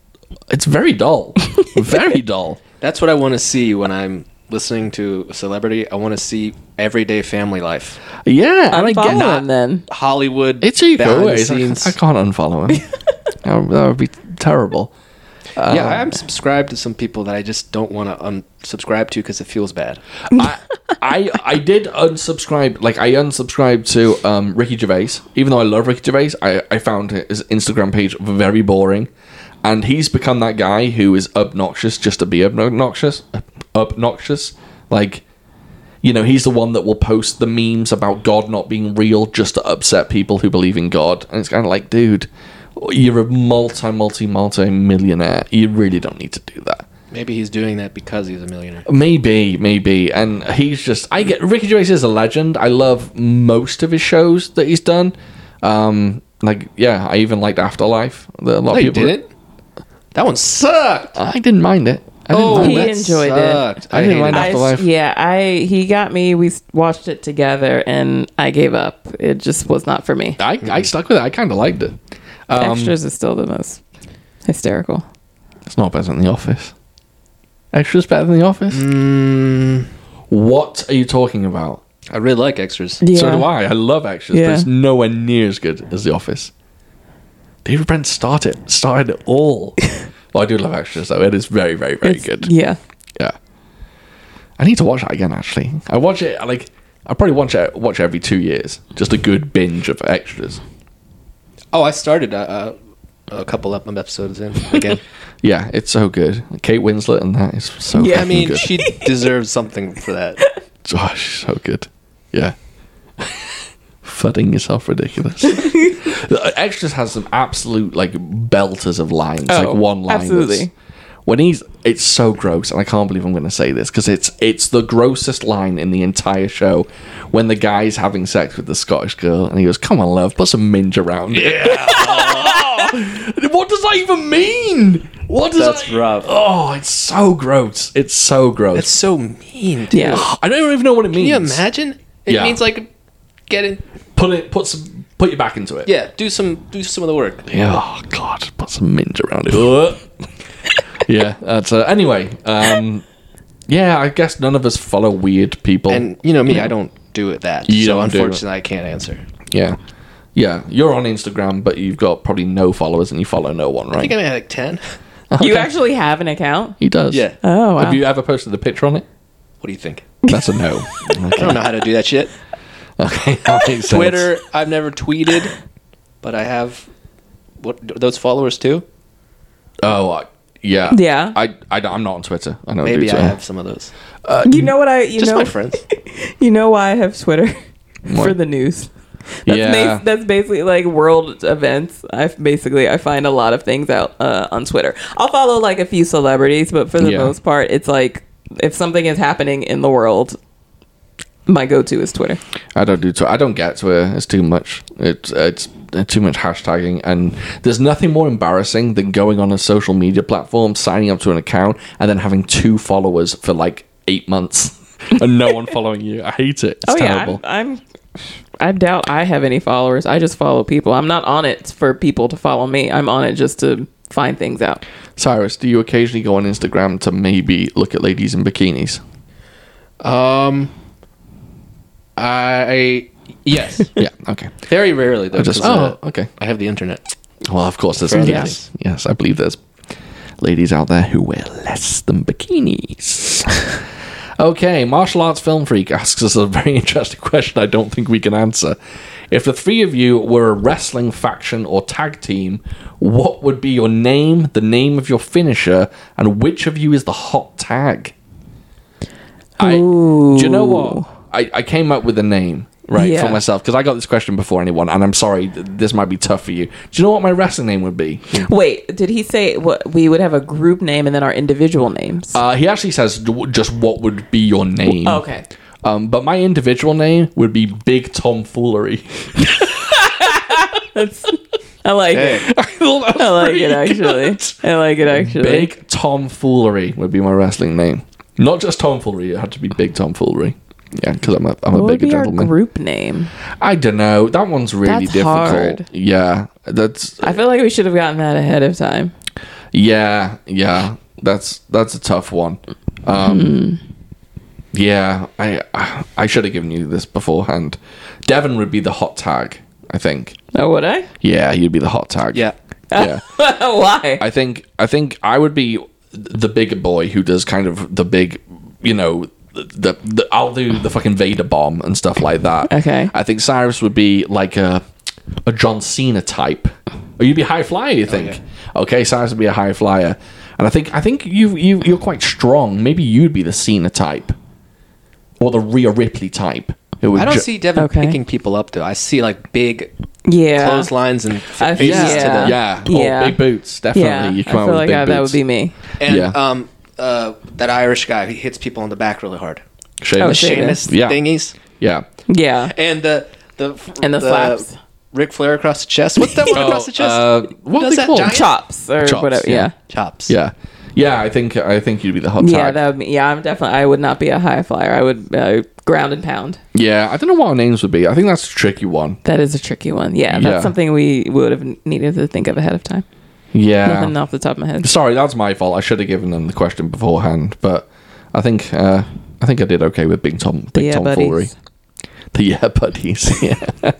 Speaker 1: it's very dull. very dull.
Speaker 3: That's what I want to see when I'm listening to a celebrity. I want to see everyday family life.
Speaker 1: Yeah, and I
Speaker 2: Unfollow
Speaker 1: get that.
Speaker 2: him then.
Speaker 3: Hollywood.
Speaker 1: It's ego.
Speaker 3: behind the
Speaker 1: It's like,
Speaker 3: scenes.
Speaker 1: I can't unfollow him. that, would, that would be terrible.
Speaker 3: yeah, I'm subscribed to some people that I just don't want to unsubscribe to because it feels bad.
Speaker 1: I, I I did unsubscribe. Like I unsubscribed to um, Ricky Gervais. Even though I love Ricky Gervais, I I found his Instagram page very boring, and he's become that guy who is obnoxious just to be obnoxious. Obnoxious, like. You know, he's the one that will post the memes about God not being real just to upset people who believe in God. And it's kind of like, dude, you're a multi, multi, multi millionaire. You really don't need to do that.
Speaker 3: Maybe he's doing that because he's a millionaire.
Speaker 1: Maybe, maybe, and he's just. I get Ricky Gervais is a legend. I love most of his shows that he's done. Um, like yeah, I even liked Afterlife. That a lot
Speaker 3: No,
Speaker 1: of
Speaker 3: you
Speaker 1: people
Speaker 3: didn't. That one sucked.
Speaker 1: I didn't mind it. I didn't
Speaker 3: Oh,
Speaker 1: mind
Speaker 2: He
Speaker 1: it.
Speaker 3: that
Speaker 2: enjoyed it.
Speaker 3: sucked.
Speaker 1: I
Speaker 3: I,
Speaker 1: didn't
Speaker 3: hated
Speaker 1: mind
Speaker 3: it.
Speaker 2: I,
Speaker 1: Afterlife.
Speaker 2: yeah, I he got me. We s- watched it together, and I gave up. It just was not for me.
Speaker 1: I, I stuck with it. I kind of liked it. Um,
Speaker 2: Extras is still the most hysterical.
Speaker 1: It's not better than The Office. Extras better than The Office. What are you talking about?
Speaker 3: I really like extras.
Speaker 1: So do I. I love Extras, but
Speaker 2: Yeah.
Speaker 1: it's nowhere near as good as The Office. David Brent started started it all. well, I do love Extras though. It is very, very, very
Speaker 2: It's-
Speaker 1: good.
Speaker 2: Yeah,
Speaker 1: Yeah. I need to watch that again. Actually, I watch it like I probably watch it watch it every two years. Just a good binge of Extras.
Speaker 3: Oh, I started uh, uh, a couple of episodes in again.
Speaker 1: Yeah, it's so good. Kate Winslet and that is so.
Speaker 2: Yeah,
Speaker 1: Yeah,
Speaker 3: I mean,
Speaker 1: good.
Speaker 3: she deserves something for that.
Speaker 1: Oh, she's so good. Yeah. Fudding yourself ridiculous. The Extras has some absolute like belters of lines,
Speaker 2: Oh,
Speaker 1: like one line. that's-
Speaker 2: absolutely.
Speaker 1: When he's, it's so gross, and I can't believe I'm going to say this because it's it's the grossest line in the entire show. When the guy's having sex with the Scottish girl, and he goes, "Come on, love, put some minge around it." what does that even mean? What does
Speaker 3: That's
Speaker 1: that?
Speaker 3: rough.
Speaker 1: Oh, it's so gross. It's so gross.
Speaker 3: That's so mean. Dude.
Speaker 2: yeah.
Speaker 1: I don't even know what it means.
Speaker 3: Can you imagine? It
Speaker 1: Yeah.
Speaker 3: means like get in.
Speaker 1: Put it, put some, put your back into it.
Speaker 3: Yeah, do some do some of the work.
Speaker 1: Yeah. Oh God, put some minge around it. Ugh. yeah. That's uh, anyway. Um, yeah, I guess none of us follow weird people.
Speaker 3: And you know me, I don't do it that.
Speaker 1: Mm-hmm. You
Speaker 3: so
Speaker 1: don't do it.
Speaker 3: unfortunately, I can't answer.
Speaker 1: yeah, yeah. You're on Instagram, but you've got probably no followers, and you follow no one,
Speaker 3: I
Speaker 1: right?
Speaker 3: think I had like ten.
Speaker 2: You actually have an account?
Speaker 1: he does.
Speaker 3: Yeah.
Speaker 2: Oh wow.
Speaker 1: Have you ever posted a picture on it?
Speaker 3: What do you think?
Speaker 1: That's a no.
Speaker 3: I don't know how to do that shit.
Speaker 1: okay. that makes sense.
Speaker 3: Twitter, I've never tweeted, but I have what those followers too.
Speaker 1: Oh, I, yeah.
Speaker 2: Yeah.
Speaker 1: I, I, am not on Twitter. I know.
Speaker 3: Maybe I
Speaker 1: Twitter.
Speaker 3: have some of those.
Speaker 1: uh,
Speaker 2: you know what I? You
Speaker 3: Just
Speaker 2: know
Speaker 3: my friends.
Speaker 2: You know why I have Twitter for
Speaker 1: What?
Speaker 2: the news. That's,
Speaker 1: Yeah.
Speaker 2: bas- that's basically like world events. I basically I find a lot of things out uh, on Twitter. I'll follow like a few celebrities, but for the
Speaker 1: Yeah.
Speaker 2: most part, it's like if something is happening in the world, my go-to is Twitter.
Speaker 1: I don't do Twitter. I don't get Twitter. It's too much. It's it's too much hashtagging, and there's nothing more embarrassing than going on a social media platform, signing up to an account, and then having two followers for like eight months, and no one following you. I hate it. It's
Speaker 2: oh
Speaker 1: terrible.
Speaker 2: yeah, I'm, I'm. I doubt I have any followers. I just follow people. I'm not on it for people to follow me. I'm on it just to find things out.
Speaker 1: Cyrus, do you occasionally go on Instagram to maybe look at ladies in bikinis?
Speaker 3: Um, I yes,
Speaker 1: Yeah. Okay.
Speaker 3: very rarely though.
Speaker 1: I just.
Speaker 3: 'cause,
Speaker 1: Oh,
Speaker 3: uh,
Speaker 1: okay.
Speaker 3: I have the internet.
Speaker 1: Well, of course, there's
Speaker 3: Fairly.
Speaker 1: yes, yes. I believe there's ladies out there who wear less than bikinis. okay, martial arts film freak asks us a very interesting question. I don't think we can answer. If the three of you were a wrestling faction or tag team, what would be your name, the name of your finisher, and which of you is the hot tag? I, do you know what? I, I came up with a name right
Speaker 2: Yeah.
Speaker 1: for myself because I got this question before anyone, and I'm sorry th- this might be tough for you. Do you know what my wrestling name would be?
Speaker 2: Wait, did he say what we would have a group name and then our individual names?
Speaker 1: Uh, he actually says d- just what would be your name.
Speaker 2: Oh, Okay.
Speaker 1: Um, but my individual name would be Big Tomfoolery.
Speaker 2: That's, I like it.
Speaker 3: Hey,
Speaker 1: I thought that was
Speaker 2: I like it
Speaker 1: pretty
Speaker 2: actually.
Speaker 1: good.
Speaker 2: I like it actually.
Speaker 1: Big Tomfoolery would be my wrestling name. Not just Tomfoolery, it had to be Big Tomfoolery. Yeah, because I'm a I'm
Speaker 2: What
Speaker 1: a
Speaker 2: would
Speaker 1: bigger
Speaker 2: be our
Speaker 1: gentleman.
Speaker 2: group name?
Speaker 1: I don't know. That one's really
Speaker 2: That's
Speaker 1: difficult.
Speaker 2: hard.
Speaker 1: Yeah, that's
Speaker 2: I feel like we should have gotten that ahead of time.
Speaker 1: yeah yeah. That's that's a tough one. Um, Yeah, I I should have given you this beforehand. Devon would be the hot tag. I think.
Speaker 2: Oh, would I?
Speaker 1: Yeah, you'd be the hot tag.
Speaker 3: yeah.
Speaker 1: Yeah.
Speaker 2: Why?
Speaker 1: I think I think I would be the bigger boy who does kind of the big, you know, the, the I'll do the fucking Vader bomb and stuff like that.
Speaker 2: Okay.
Speaker 1: I think Cyrus would be like a a John Cena type. Or you'd be high flyer, you think? Okay, Cyrus would be a high flyer, and I think I think you you you're quite strong. Maybe you'd be the Cena type, or the Rhea Ripley type. Who would
Speaker 3: I don't
Speaker 1: ju-
Speaker 3: see Devin
Speaker 2: Okay.
Speaker 3: picking people up though. I see like big
Speaker 2: yeah.
Speaker 3: clotheslines and
Speaker 2: I-
Speaker 3: faces to
Speaker 2: yeah.
Speaker 3: the
Speaker 1: yeah,
Speaker 2: Yeah.
Speaker 1: Or big boots definitely.
Speaker 2: Yeah.
Speaker 1: You
Speaker 2: I
Speaker 1: come out
Speaker 2: feel
Speaker 1: with
Speaker 2: like
Speaker 1: big
Speaker 2: I-
Speaker 1: boots.
Speaker 2: that would be me.
Speaker 3: and
Speaker 1: Yeah.
Speaker 3: um uh that Irish guy he hits people on the back really hard.
Speaker 2: Oh,
Speaker 1: Sheamus.
Speaker 2: shit.
Speaker 3: Seamus
Speaker 1: Yeah.
Speaker 3: thingies
Speaker 1: Yeah.
Speaker 2: Yeah.
Speaker 3: and the the
Speaker 2: And the slaps.
Speaker 3: Ric Flair across the chest. What's that one across the chest?
Speaker 1: Uh, what
Speaker 3: Does
Speaker 1: are they
Speaker 3: that
Speaker 1: called?
Speaker 3: giant-
Speaker 2: Chops or
Speaker 1: Chops,
Speaker 2: whatever.
Speaker 1: yeah.
Speaker 2: Yeah.
Speaker 3: Chops.
Speaker 1: Yeah, yeah. I think I think you'd be the hot
Speaker 2: Yeah.
Speaker 1: tag.
Speaker 2: that would be, yeah. I'm definitely. I would not be a high flyer. I would uh, ground and pound.
Speaker 1: yeah, I don't know what our names would be. I think that's a tricky one.
Speaker 2: That is a tricky one. Yeah.
Speaker 1: Yeah.
Speaker 2: That's something we would have needed to think of ahead of time.
Speaker 1: Yeah.
Speaker 2: Nothing off the top of my head.
Speaker 1: Sorry, that's my fault. I should have given them the question beforehand, but I think uh, I think I did okay with Big Tom Big
Speaker 2: Yeah,
Speaker 1: Tom
Speaker 2: buddies.
Speaker 1: Foolery. The yeah buddies. Yeah.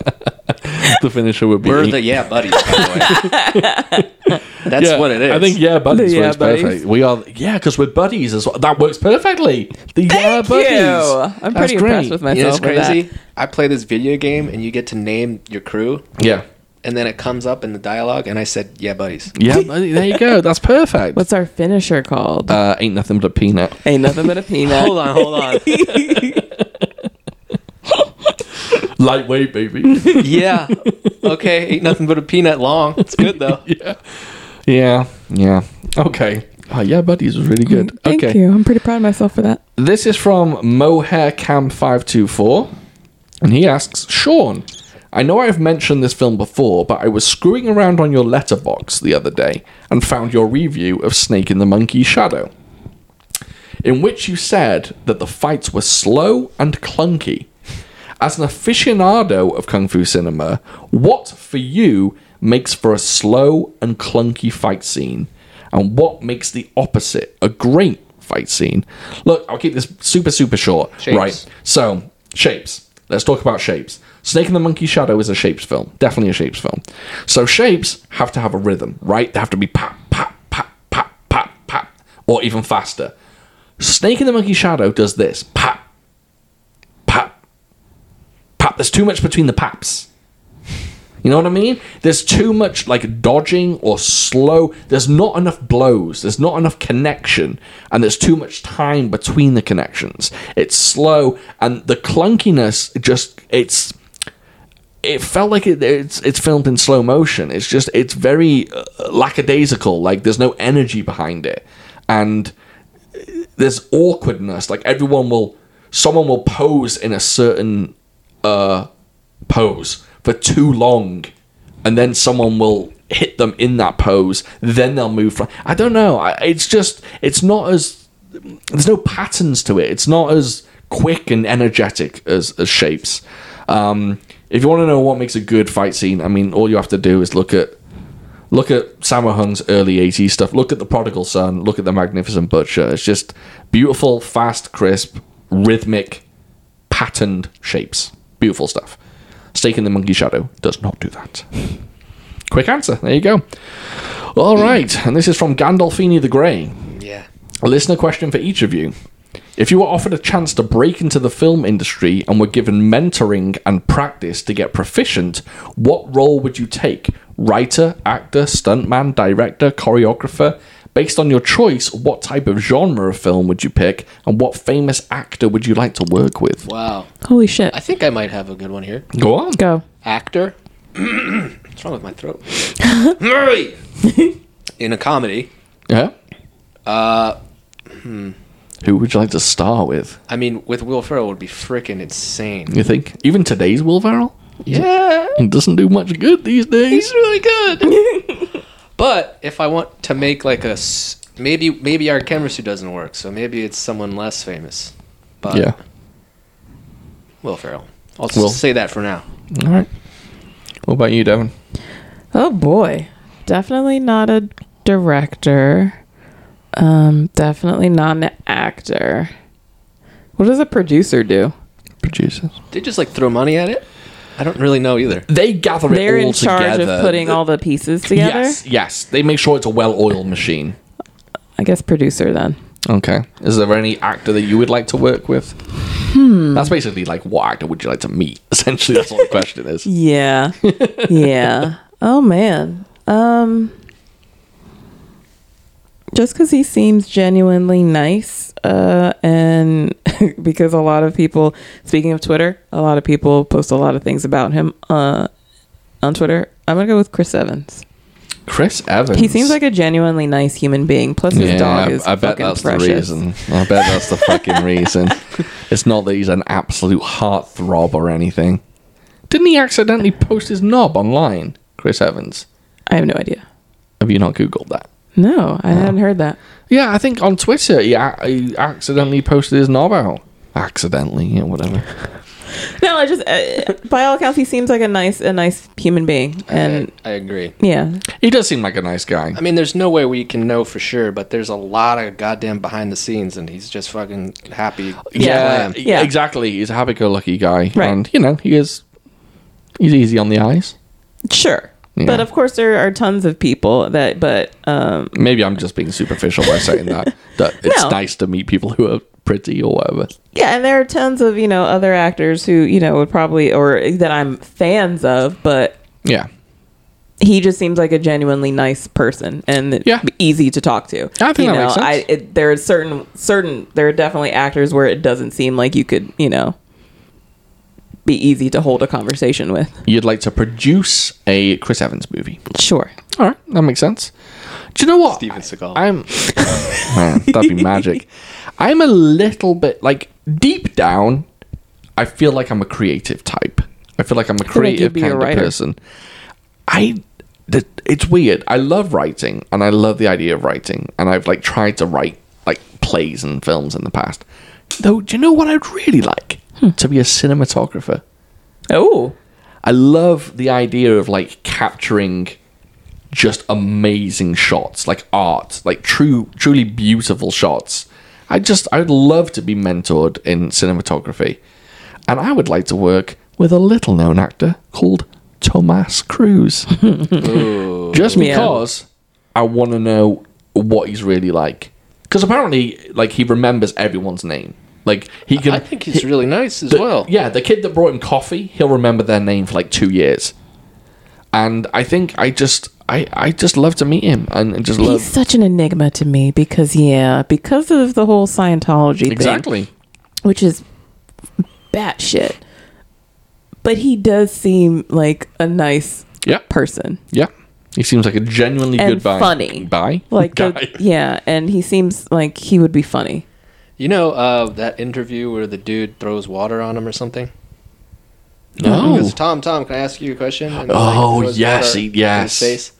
Speaker 1: the finisher would be.
Speaker 3: We're the yeah buddies, by the way. That's
Speaker 1: Yeah,
Speaker 3: what it is.
Speaker 1: I think yeah buddies
Speaker 2: The Yeah
Speaker 1: works
Speaker 2: buddies.
Speaker 1: perfect. We are yeah because we're buddies as well. That works perfectly. The yeah
Speaker 2: Thank
Speaker 1: buddies.
Speaker 2: you. I'm
Speaker 1: That's
Speaker 2: pretty
Speaker 1: great.
Speaker 2: impressed with myself.
Speaker 3: You know what's
Speaker 2: with that.
Speaker 3: crazy? I play this video game and you get to name your crew
Speaker 1: Yeah.
Speaker 3: and then it comes up in the dialogue and I said, Yeah buddies.
Speaker 1: Yeah, buddy, there you go. That's perfect.
Speaker 2: What's our finisher called?
Speaker 1: uh, ain't nothing but a peanut.
Speaker 2: Ain't nothing but a peanut.
Speaker 3: Hold on, hold on.
Speaker 1: Lightweight, baby.
Speaker 3: yeah. Okay, ain't nothing but a peanut long. It's good though.
Speaker 1: Yeah, yeah. Okay. Oh, yeah, buddies was really good.
Speaker 2: Mm, Thank
Speaker 1: okay.
Speaker 2: you. I'm pretty proud of myself for that.
Speaker 1: This is from Mohair Cam 524 and he asks, "Sean, I know I've mentioned this film before, but I was screwing around on your letterbox the other day and found your review of Snake in the Monkey Shadow, in which you said that the fights were slow and clunky. As an aficionado of kung fu cinema, what for you makes for a slow and clunky fight scene, and what makes the opposite a great fight scene? Look, I'll keep this super super short.
Speaker 3: Shapes.
Speaker 1: Right. So, shapes. Let's talk about shapes. Snake and the Monkey Shadow is a shapes film. Definitely a shapes film. So shapes have to have a rhythm, right? They have to be pop, pop, pop, pop, pop, pop, or even faster. Snake and the Monkey Shadow does this. Pop, pop, pop. There's too much between the paps. You know what I mean? There's too much like dodging or slow. There's not enough blows. There's not enough connection. And there's too much time between the connections. It's slow. And the clunkiness it just, it's. It felt like it, it's it's filmed in slow motion. It's just it's very uh, lackadaisical. Like there's no energy behind it, and there's awkwardness. Like everyone will, someone will pose in a certain uh, pose for too long, and then someone will hit them in that pose. Then they'll move. From, I don't know. I, it's just it's not as there's no patterns to it. It's not as quick and energetic as, as shapes. Um, if you want to know what makes a good fight scene, I mean, all you have to do is look at look at Sammo Hung's early 80s stuff. Look at The Prodigal Son. Look at The Magnificent Butcher. It's just beautiful, fast, crisp, rhythmic, patterned shapes. Beautiful stuff. Stake in the Monkey Shadow does not do that. Quick answer. There you go. All right. And this is from Gandolfini the Grey.
Speaker 3: Yeah.
Speaker 1: A listener question for each of you. If you were offered a chance to break into the film industry and were given mentoring and practice to get proficient, what role would you take? Writer, actor, stuntman, director, choreographer? Based on your choice, what type of genre of film would you pick and what famous actor would you like to work with?
Speaker 3: Wow.
Speaker 2: Holy shit.
Speaker 3: I think I might have a good one here.
Speaker 1: Go on.
Speaker 2: Go.
Speaker 3: actor. What's wrong with my throat? Murray. In a comedy,
Speaker 1: Yeah. Who would you like to star with?
Speaker 3: I mean, with Will Ferrell would be freaking insane.
Speaker 1: You think? Even today's Will Ferrell?
Speaker 3: Yeah,
Speaker 1: He doesn't do much good these days.
Speaker 3: he's really good. but if I want to make like a s- maybe maybe our chemistry doesn't work, so maybe it's someone less famous. But
Speaker 1: Yeah.
Speaker 3: Will Ferrell. I'll
Speaker 1: Will.
Speaker 3: just say that for now.
Speaker 1: All right. What about you, Devin?
Speaker 2: Oh boy. Definitely not a director. Um, definitely not an actor. What does a producer do?
Speaker 1: Producers.
Speaker 3: They just like throw money at it. I don't really know either.
Speaker 1: They gather
Speaker 2: They're
Speaker 1: it all
Speaker 2: in charge
Speaker 1: together.
Speaker 2: of putting all the pieces together.
Speaker 1: Yes, yes. They make sure it's a well-oiled machine.
Speaker 2: I guess producer then.
Speaker 1: Okay. Is there any actor that you would like to work with?
Speaker 2: Hmm.
Speaker 1: That's basically like what actor would you like to meet? Essentially, that's what the question is.
Speaker 2: Yeah. yeah. Oh man. Um just because he seems genuinely nice, uh, and because a lot of people, speaking of Twitter, a lot of people post a lot of things about him uh, on Twitter. I'm gonna go with Chris Evans.
Speaker 1: Chris Evans.
Speaker 2: He seems like a genuinely nice human being. Plus, his dog is fucking precious.
Speaker 1: the reason. I bet that's the fucking reason. It's not that he's an absolute heartthrob or anything. Didn't he accidentally post his knob online, Chris Evans?
Speaker 2: I have no idea.
Speaker 1: Have you not Googled that?
Speaker 2: No, I hadn't heard that.
Speaker 1: Yeah, I think on Twitter he, a- he accidentally posted his knob out. Accidentally, yeah, whatever.
Speaker 2: No, I just uh, by all accounts he seems like a nice, a nice human being, and
Speaker 3: I, I agree.
Speaker 2: yeah,
Speaker 1: He does seem like a nice guy.
Speaker 3: I mean, there's no way we can know for sure, but there's a lot of goddamn behind the scenes, and he's just fucking happy.
Speaker 1: Yeah,
Speaker 3: Glam.
Speaker 2: Yeah.
Speaker 1: exactly. He's a happy-go-lucky guy,
Speaker 2: Right.
Speaker 1: and you know he is. He's easy on the eyes.
Speaker 2: Sure.
Speaker 1: Yeah.
Speaker 2: But of course, there are tons of people that, but um,
Speaker 1: Maybe I'm just being superficial by saying that. That it's
Speaker 2: No.
Speaker 1: nice to meet people who are pretty or whatever.
Speaker 2: yeah, and there are tons of, you know, other actors who, you know, would probably, or that I'm fans of, but
Speaker 1: Yeah,
Speaker 2: he just seems like a genuinely nice person and
Speaker 1: Yeah.
Speaker 2: easy to talk to.
Speaker 1: I think
Speaker 2: you
Speaker 1: that makes sense.
Speaker 2: I, it, there are certain, certain, there are definitely actors where it doesn't seem like you could, you know, be easy to hold a conversation with.
Speaker 1: you'd like to produce a Chris Evans movie.
Speaker 2: Sure.
Speaker 1: All right, that makes sense. Do you know what?
Speaker 3: Steven Seagal.
Speaker 1: I'm. Man, that'd be magic. I'm a little bit like deep down. I feel like I'm a creative type. I feel like I'm a
Speaker 2: feel like you'd
Speaker 1: creative
Speaker 2: be a
Speaker 1: kind of
Speaker 2: writer.
Speaker 1: person. I. th- It's weird. I love writing, and I love the idea of writing, and I've like tried to write like plays and films in the past. Though, do you know what I'd really like
Speaker 2: Hmm.
Speaker 1: to be a cinematographer?
Speaker 2: Oh,
Speaker 1: I love the idea of like capturing just amazing shots, like art, like true, truly beautiful shots. I just, I'd love to be mentored in cinematography, and I would like to work with a little-known actor called Tomas Cruz, just
Speaker 2: Yeah.
Speaker 1: because I want to know what he's really like. Because apparently, like he remembers everyone's name. Like he can.
Speaker 3: I think he's really nice as
Speaker 1: The-
Speaker 3: well.
Speaker 1: Yeah, the kid that brought him coffee, he'll remember their name for like two years. And I think I just I, I just love to meet him and, and just
Speaker 2: he's
Speaker 1: love
Speaker 2: such an enigma to me because, yeah, because of the whole Scientology thing.
Speaker 1: exactly.
Speaker 2: which is batshit. But he does seem like a nice
Speaker 1: Yeah,
Speaker 2: person.
Speaker 1: yeah. He seems like a genuinely
Speaker 2: And
Speaker 1: good guy.
Speaker 2: funny.
Speaker 1: Bye.
Speaker 2: Like
Speaker 1: guy.
Speaker 2: the, yeah, and he seems like he would be funny.
Speaker 3: You know uh, that interview where the dude throws water on him or something? He
Speaker 1: no.
Speaker 3: goes, Tom, Tom, can I ask you a question? And,
Speaker 1: Oh,
Speaker 3: throws
Speaker 1: yes,
Speaker 3: water
Speaker 1: he-
Speaker 3: in
Speaker 1: yes.
Speaker 3: face.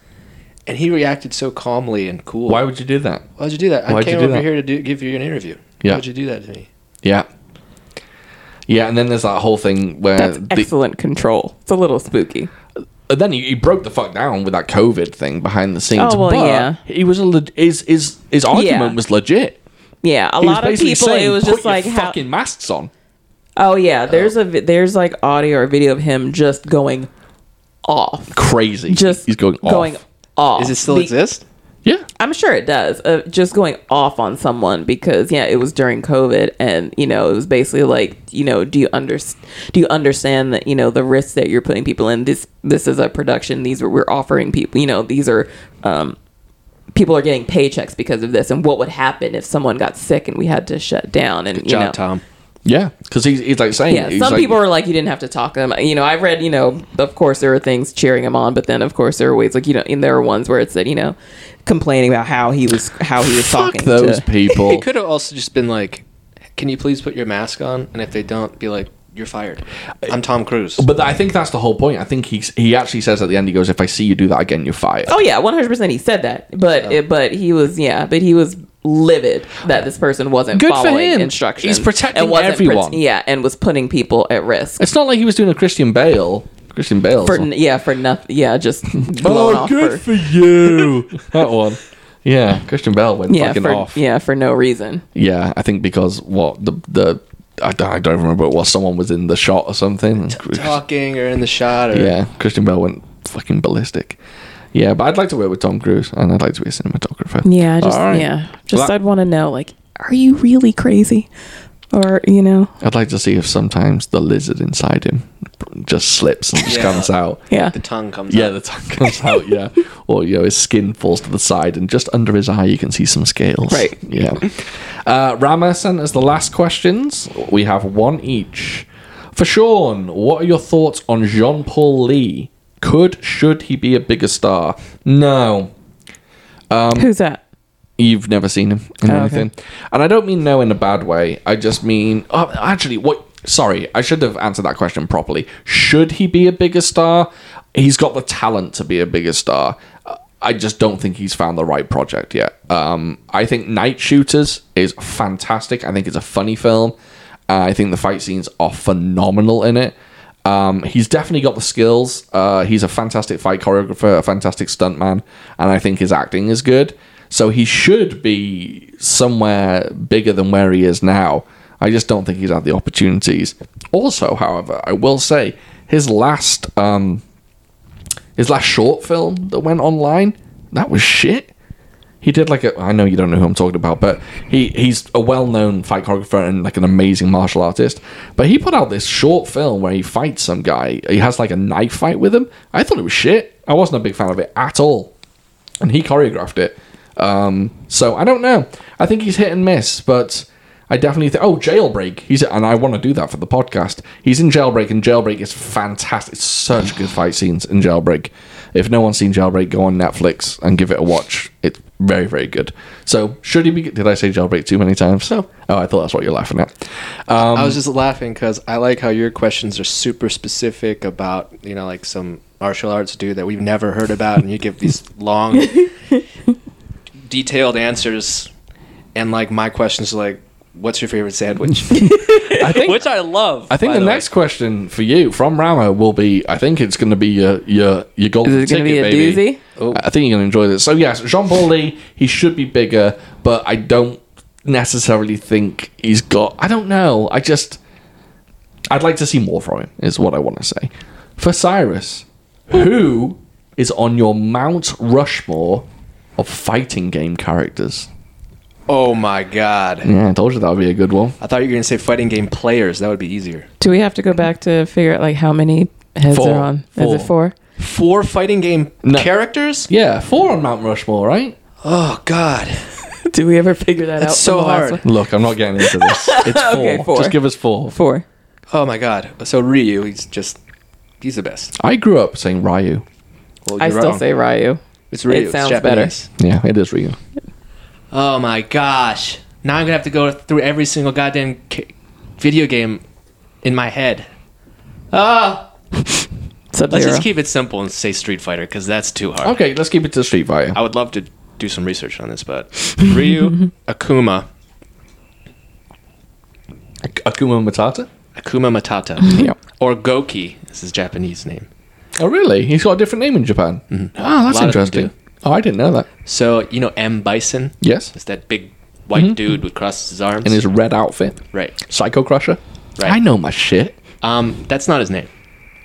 Speaker 3: And he reacted so calmly and cool.
Speaker 1: Why would you do that?
Speaker 3: Why'd you do that? I
Speaker 1: why'd you
Speaker 3: came
Speaker 1: do
Speaker 3: over
Speaker 1: that?
Speaker 3: here to do, give you an interview.
Speaker 1: Yeah.
Speaker 3: Why'd you do that to me?
Speaker 1: Yeah. Yeah, and then there's that whole thing where
Speaker 2: That's
Speaker 1: the,
Speaker 2: excellent control. It's a little spooky.
Speaker 1: And then he, he broke the fuck down with that COVID thing behind the scenes.
Speaker 2: Oh, well,
Speaker 1: but
Speaker 2: yeah.
Speaker 1: he was a leg his his his argument was legit.
Speaker 2: Yeah, a
Speaker 1: He was
Speaker 2: lot of
Speaker 1: basically
Speaker 2: people.
Speaker 1: saying,
Speaker 2: it was
Speaker 1: "Put
Speaker 2: just
Speaker 1: your
Speaker 2: like how,
Speaker 1: fucking masks on.
Speaker 2: oh yeah, there's a vi- there's like audio or video of him just going off,
Speaker 1: crazy.
Speaker 2: just
Speaker 1: he's going off.
Speaker 2: going
Speaker 1: Uh,
Speaker 2: off.
Speaker 3: Does it still
Speaker 2: Be-
Speaker 3: exist?
Speaker 1: Yeah,
Speaker 2: I'm sure it does. Uh, just going off on someone because yeah, it was during COVID, and you know it was basically like you know do you under do you understand that you know the risks that you're putting people in this this is a production these are we're offering people you know these are um, people are getting paychecks because of this and what would happen if someone got sick and we had to shut down and you
Speaker 3: John
Speaker 2: know
Speaker 3: Tom.
Speaker 1: Yeah, because he's, he's like saying
Speaker 2: Yeah,
Speaker 1: he's
Speaker 2: some
Speaker 1: like-
Speaker 2: people were like, you didn't have to talk to them. You know, I read, you know, of course there were things cheering him on, but then of course there were ways like you know, and there were ones where it said, you know, complaining about how he was how he was
Speaker 1: fuck
Speaker 2: talking.
Speaker 1: those
Speaker 2: to,
Speaker 1: people.
Speaker 3: It could have also just been like, "Can you please put your mask on?" And if they don't, be like, "You're fired." I'm Tom Cruise.
Speaker 1: But I think that's the whole point. I think he's, he actually says at the end, he goes, "If I see you do that again, you're fired."
Speaker 2: Oh yeah, one hundred percent. He said that, but it, but he was yeah, but he was livid that this person wasn't
Speaker 1: Good for
Speaker 2: following
Speaker 1: him.
Speaker 2: instructions.
Speaker 1: He's protecting
Speaker 2: and wasn't
Speaker 1: everyone.
Speaker 2: yeah, and was putting people at risk
Speaker 1: It's not like he was doing a Christian Bale. Christian Bale.
Speaker 2: for
Speaker 1: song.
Speaker 2: n- yeah for nothing. Yeah, just blown
Speaker 1: Oh,
Speaker 2: off for,
Speaker 1: you. that one. Yeah, Christian Bell went
Speaker 2: yeah
Speaker 1: fucking
Speaker 2: for
Speaker 1: off.
Speaker 2: yeah for no reason.
Speaker 1: Yeah, I think because what the the I don't, I don't even remember what it was someone was in the shot or something.
Speaker 3: talking or in the shot or
Speaker 1: Yeah, Christian Bell went fucking ballistic. Yeah, but I'd like to work with Tom Cruise and I'd like to be a cinematographer.
Speaker 2: Yeah, just
Speaker 1: All right.
Speaker 2: yeah, just
Speaker 1: Well,
Speaker 2: I'd want to know like, are you really crazy, or you know,
Speaker 1: I'd like to see if sometimes the lizard inside him just slips and just
Speaker 3: Yeah.
Speaker 1: comes out.
Speaker 2: yeah.
Speaker 3: the tongue comes.
Speaker 1: Yeah,
Speaker 3: out.
Speaker 1: the tongue comes out. Yeah, or you know, his skin falls to the side, and just under his eye, you can see some scales.
Speaker 2: Right.
Speaker 1: Yeah. Uh, Rama sent us the last questions. We have one each. For Sean, what are your thoughts on Jean Paul Lee? Could should he be a bigger star? No,
Speaker 2: Who's that?
Speaker 1: you've never seen him in
Speaker 2: Oh, okay.
Speaker 1: anything. And I don't mean no in a bad way. I just mean, oh, actually, what? Sorry, I should have answered that question properly. Should he be a bigger star? He's got the talent to be a bigger star. Uh, I just don't think he's found the right project yet. Um, I think Night Shooters is fantastic. I think it's a funny film. Uh, I think the fight scenes are phenomenal in it. Um, he's definitely got the skills. Uh, he's a fantastic fight choreographer, a fantastic stuntman, and I think his acting is good. So he should be somewhere bigger than where he is now. I just don't think he's had the opportunities. Also, however, I will say his last um, his last short film that went online that was shit. He did like a. I know you don't know who I'm talking about, but he he's a well-known fight choreographer and like an amazing martial artist. But he put out this short film where he fights some guy. He has like a knife fight with him. I thought it was shit. I wasn't a big fan of it at all, and he choreographed it. Um, so I don't know. I think he's hit and miss, but I definitely think. Oh, Jailbreak. He's and I want to do that for the podcast. He's in Jailbreak, and Jailbreak is fantastic. It's such good fight scenes in Jailbreak. If no one's seen Jailbreak, go on Netflix and give it a watch. It's very, very good. So should he be? Did I say Jailbreak too many times?
Speaker 3: No.
Speaker 1: Oh, I thought that's what you're laughing at. Um,
Speaker 3: I was just laughing because I like how your questions are super specific about you know like some martial arts dude that we've never heard about, and you give these long, detailed answers, and like my questions are like, "What's your favorite sandwich?"
Speaker 1: I think.
Speaker 3: Which I love.
Speaker 1: I think
Speaker 3: by
Speaker 1: the,
Speaker 3: way.
Speaker 1: next question for you from Rama will be. I think it's going to be your your your golden
Speaker 2: Is it
Speaker 1: ticket,
Speaker 2: gonna be a
Speaker 1: baby.
Speaker 2: doozy?
Speaker 1: I- I think you're going to enjoy this. So yes, Jean Paul Lee. He should be bigger, but I don't necessarily think he's got. I don't know. I just. I'd like to see more from him. Is what I want to say. For Cyrus, who is on your Mount Rushmore of fighting game characters?
Speaker 3: Oh my god!
Speaker 1: Yeah, I told you that would be a good one.
Speaker 3: I thought you were gonna say fighting game players. That would be easier.
Speaker 2: Do we have to go back to figure out like how many heads
Speaker 1: Four.
Speaker 2: are on? Is
Speaker 1: Four.
Speaker 2: it four?
Speaker 3: Four fighting game
Speaker 1: No.
Speaker 3: characters?
Speaker 1: Yeah, four on Mount Rushmore, right?
Speaker 3: Oh god!
Speaker 2: Do we ever figure that out?
Speaker 3: That's
Speaker 2: from
Speaker 3: so
Speaker 2: the last
Speaker 3: hard.
Speaker 2: one?
Speaker 1: Look, I'm not getting into this. It's four.
Speaker 2: Okay, four.
Speaker 1: Just give us four.
Speaker 2: Four.
Speaker 3: Oh my god! So Ryu, he's just. He's the best.
Speaker 1: I grew up saying Ryu.
Speaker 3: Well,
Speaker 2: I
Speaker 3: you're
Speaker 2: still
Speaker 3: wrong.
Speaker 2: say Ryu.
Speaker 3: it's Ryu.
Speaker 2: it
Speaker 3: It's
Speaker 2: sounds better.
Speaker 3: Japanese.
Speaker 1: Yeah, it is Ryu.
Speaker 3: Oh my gosh. Now I'm going to have to go through every single goddamn ca- video game in my head. Ah,
Speaker 2: Sub
Speaker 3: let's
Speaker 2: Zero.
Speaker 3: just keep it simple and say Street Fighter because that's too hard.
Speaker 1: Okay, let's keep it to Street Fighter.
Speaker 3: I would love to do some research on this, but Ryu, Akuma,
Speaker 1: Ak- Akuma Matata.
Speaker 3: Akuma Matata,
Speaker 1: Yeah.
Speaker 3: or Goki is his Japanese name.
Speaker 1: Oh, really? He's got a different name in Japan. Oh,
Speaker 3: A
Speaker 1: that's
Speaker 3: lot of them
Speaker 1: interesting.
Speaker 3: do.
Speaker 1: Oh, I didn't know that.
Speaker 3: So, you know M. Bison?
Speaker 1: Yes,
Speaker 3: It's that big white
Speaker 2: Mm-hmm.
Speaker 3: dude who crosses his arms.
Speaker 1: in his red outfit,
Speaker 3: right.
Speaker 1: Psycho Crusher.
Speaker 3: Right.
Speaker 1: I know my shit.
Speaker 3: Um, that's not his name.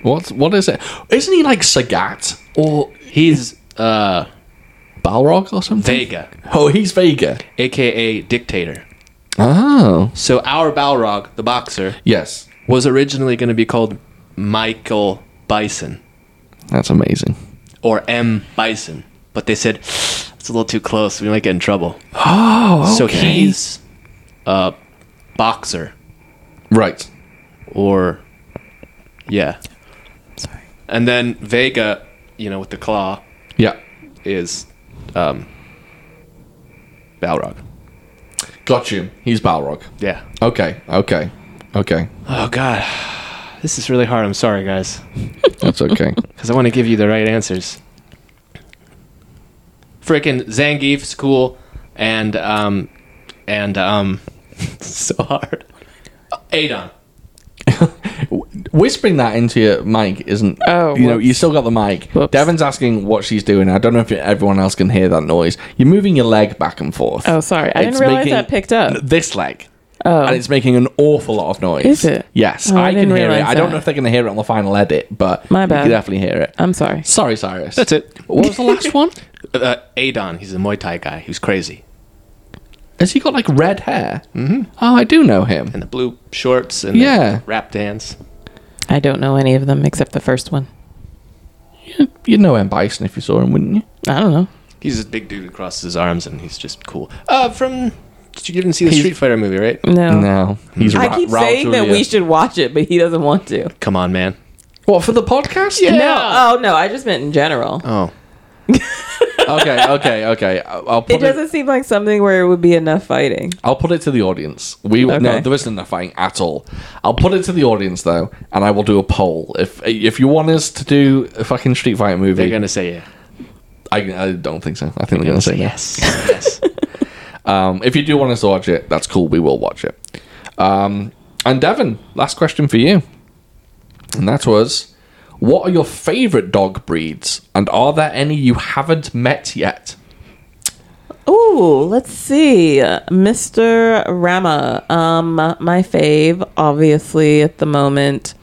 Speaker 1: What's what is it? Isn't he like Sagat or
Speaker 3: He's uh,
Speaker 1: Balrog or something?
Speaker 3: Vega,
Speaker 1: Oh, he's Vega.
Speaker 3: aka Dictator.
Speaker 1: Oh,
Speaker 3: So, our Balrog, the boxer,
Speaker 1: yes,
Speaker 3: was originally going to be called Michael Bison
Speaker 1: that's amazing.
Speaker 3: or M. Bison, but they said it's a little too close. We might get in trouble.
Speaker 1: Oh,
Speaker 3: So he's a uh, boxer
Speaker 1: Right.
Speaker 3: or yeah.
Speaker 2: Sorry.
Speaker 3: And then Vega, you know, with the claw
Speaker 1: Yeah.
Speaker 3: is um Balrog.
Speaker 1: Got you. He's Balrog.
Speaker 3: Yeah.
Speaker 1: Okay. Okay. Okay.
Speaker 3: Oh god. This is really hard. I'm sorry, guys,
Speaker 1: That's okay.
Speaker 3: cuz I want to give you the right answers. Freaking Zangief's cool and um and um so hard. Adon.
Speaker 1: Whispering that into your mic isn't.
Speaker 2: Oh,
Speaker 1: you know,
Speaker 2: whoops.
Speaker 1: you still got the mic.
Speaker 2: Whoops.
Speaker 1: Devin's asking what she's doing. I don't know if everyone else can hear that noise. You're moving your leg back and forth.
Speaker 2: Oh, sorry. I didn't
Speaker 1: It's
Speaker 2: realize
Speaker 1: making-
Speaker 2: that picked up.
Speaker 1: This leg.
Speaker 2: Oh.
Speaker 1: And it's making an awful lot of noise.
Speaker 2: Is it?
Speaker 1: Yes,
Speaker 2: Oh, I
Speaker 1: I, can
Speaker 2: didn't
Speaker 1: hear it.
Speaker 2: realize
Speaker 1: I don't
Speaker 2: that.
Speaker 1: know if they're going to hear it on the final edit, but
Speaker 2: My
Speaker 1: you
Speaker 2: bad.
Speaker 1: can definitely hear it.
Speaker 2: I'm sorry.
Speaker 1: Sorry, Cyrus.
Speaker 3: That's it.
Speaker 1: What was the last one?
Speaker 3: Uh, Adon, he's a Muay Thai guy. He was crazy.
Speaker 1: Has he got like red hair? Mm-hmm. Oh, I do know him.
Speaker 3: And the blue shorts and the
Speaker 1: Yeah.
Speaker 3: rap dance.
Speaker 2: I don't know any of them except the first one.
Speaker 1: You'd know M. Bison if you saw him, wouldn't you?
Speaker 2: I don't know.
Speaker 3: He's this big dude who crosses his arms and he's just cool. Uh, from you didn't see the Street Fighter movie, right?
Speaker 2: No.
Speaker 1: No, he's.
Speaker 2: Oh. I
Speaker 1: Ra-
Speaker 2: keep
Speaker 1: Raul
Speaker 2: saying that
Speaker 1: Julia.
Speaker 2: we should watch it, but he doesn't want to.
Speaker 3: Come on, man.
Speaker 1: What for the podcast?
Speaker 2: No. Oh no, I just meant in general.
Speaker 3: Oh,
Speaker 1: okay, okay, okay. I'll I'll put
Speaker 2: it
Speaker 1: it.
Speaker 2: doesn't seem like something where it would be enough fighting.
Speaker 1: I'll put it to the audience. We no,
Speaker 2: Okay.
Speaker 1: there isn't enough fighting at all. I'll put it to the audience though, and I will do a poll. If if you want us to do a fucking Street Fighter movie,
Speaker 3: they're gonna say yeah.
Speaker 1: I, I don't think so. I think they're gonna say yes.
Speaker 3: yes.
Speaker 1: Um, if you do want us to watch it, that's cool. We will watch it. Um, and Devin, last question for you. And that was what are your favorite dog breeds? And are there any you haven't met yet?
Speaker 2: Ooh, let's see. Mr. Rama. Um my fave, obviously at the moment,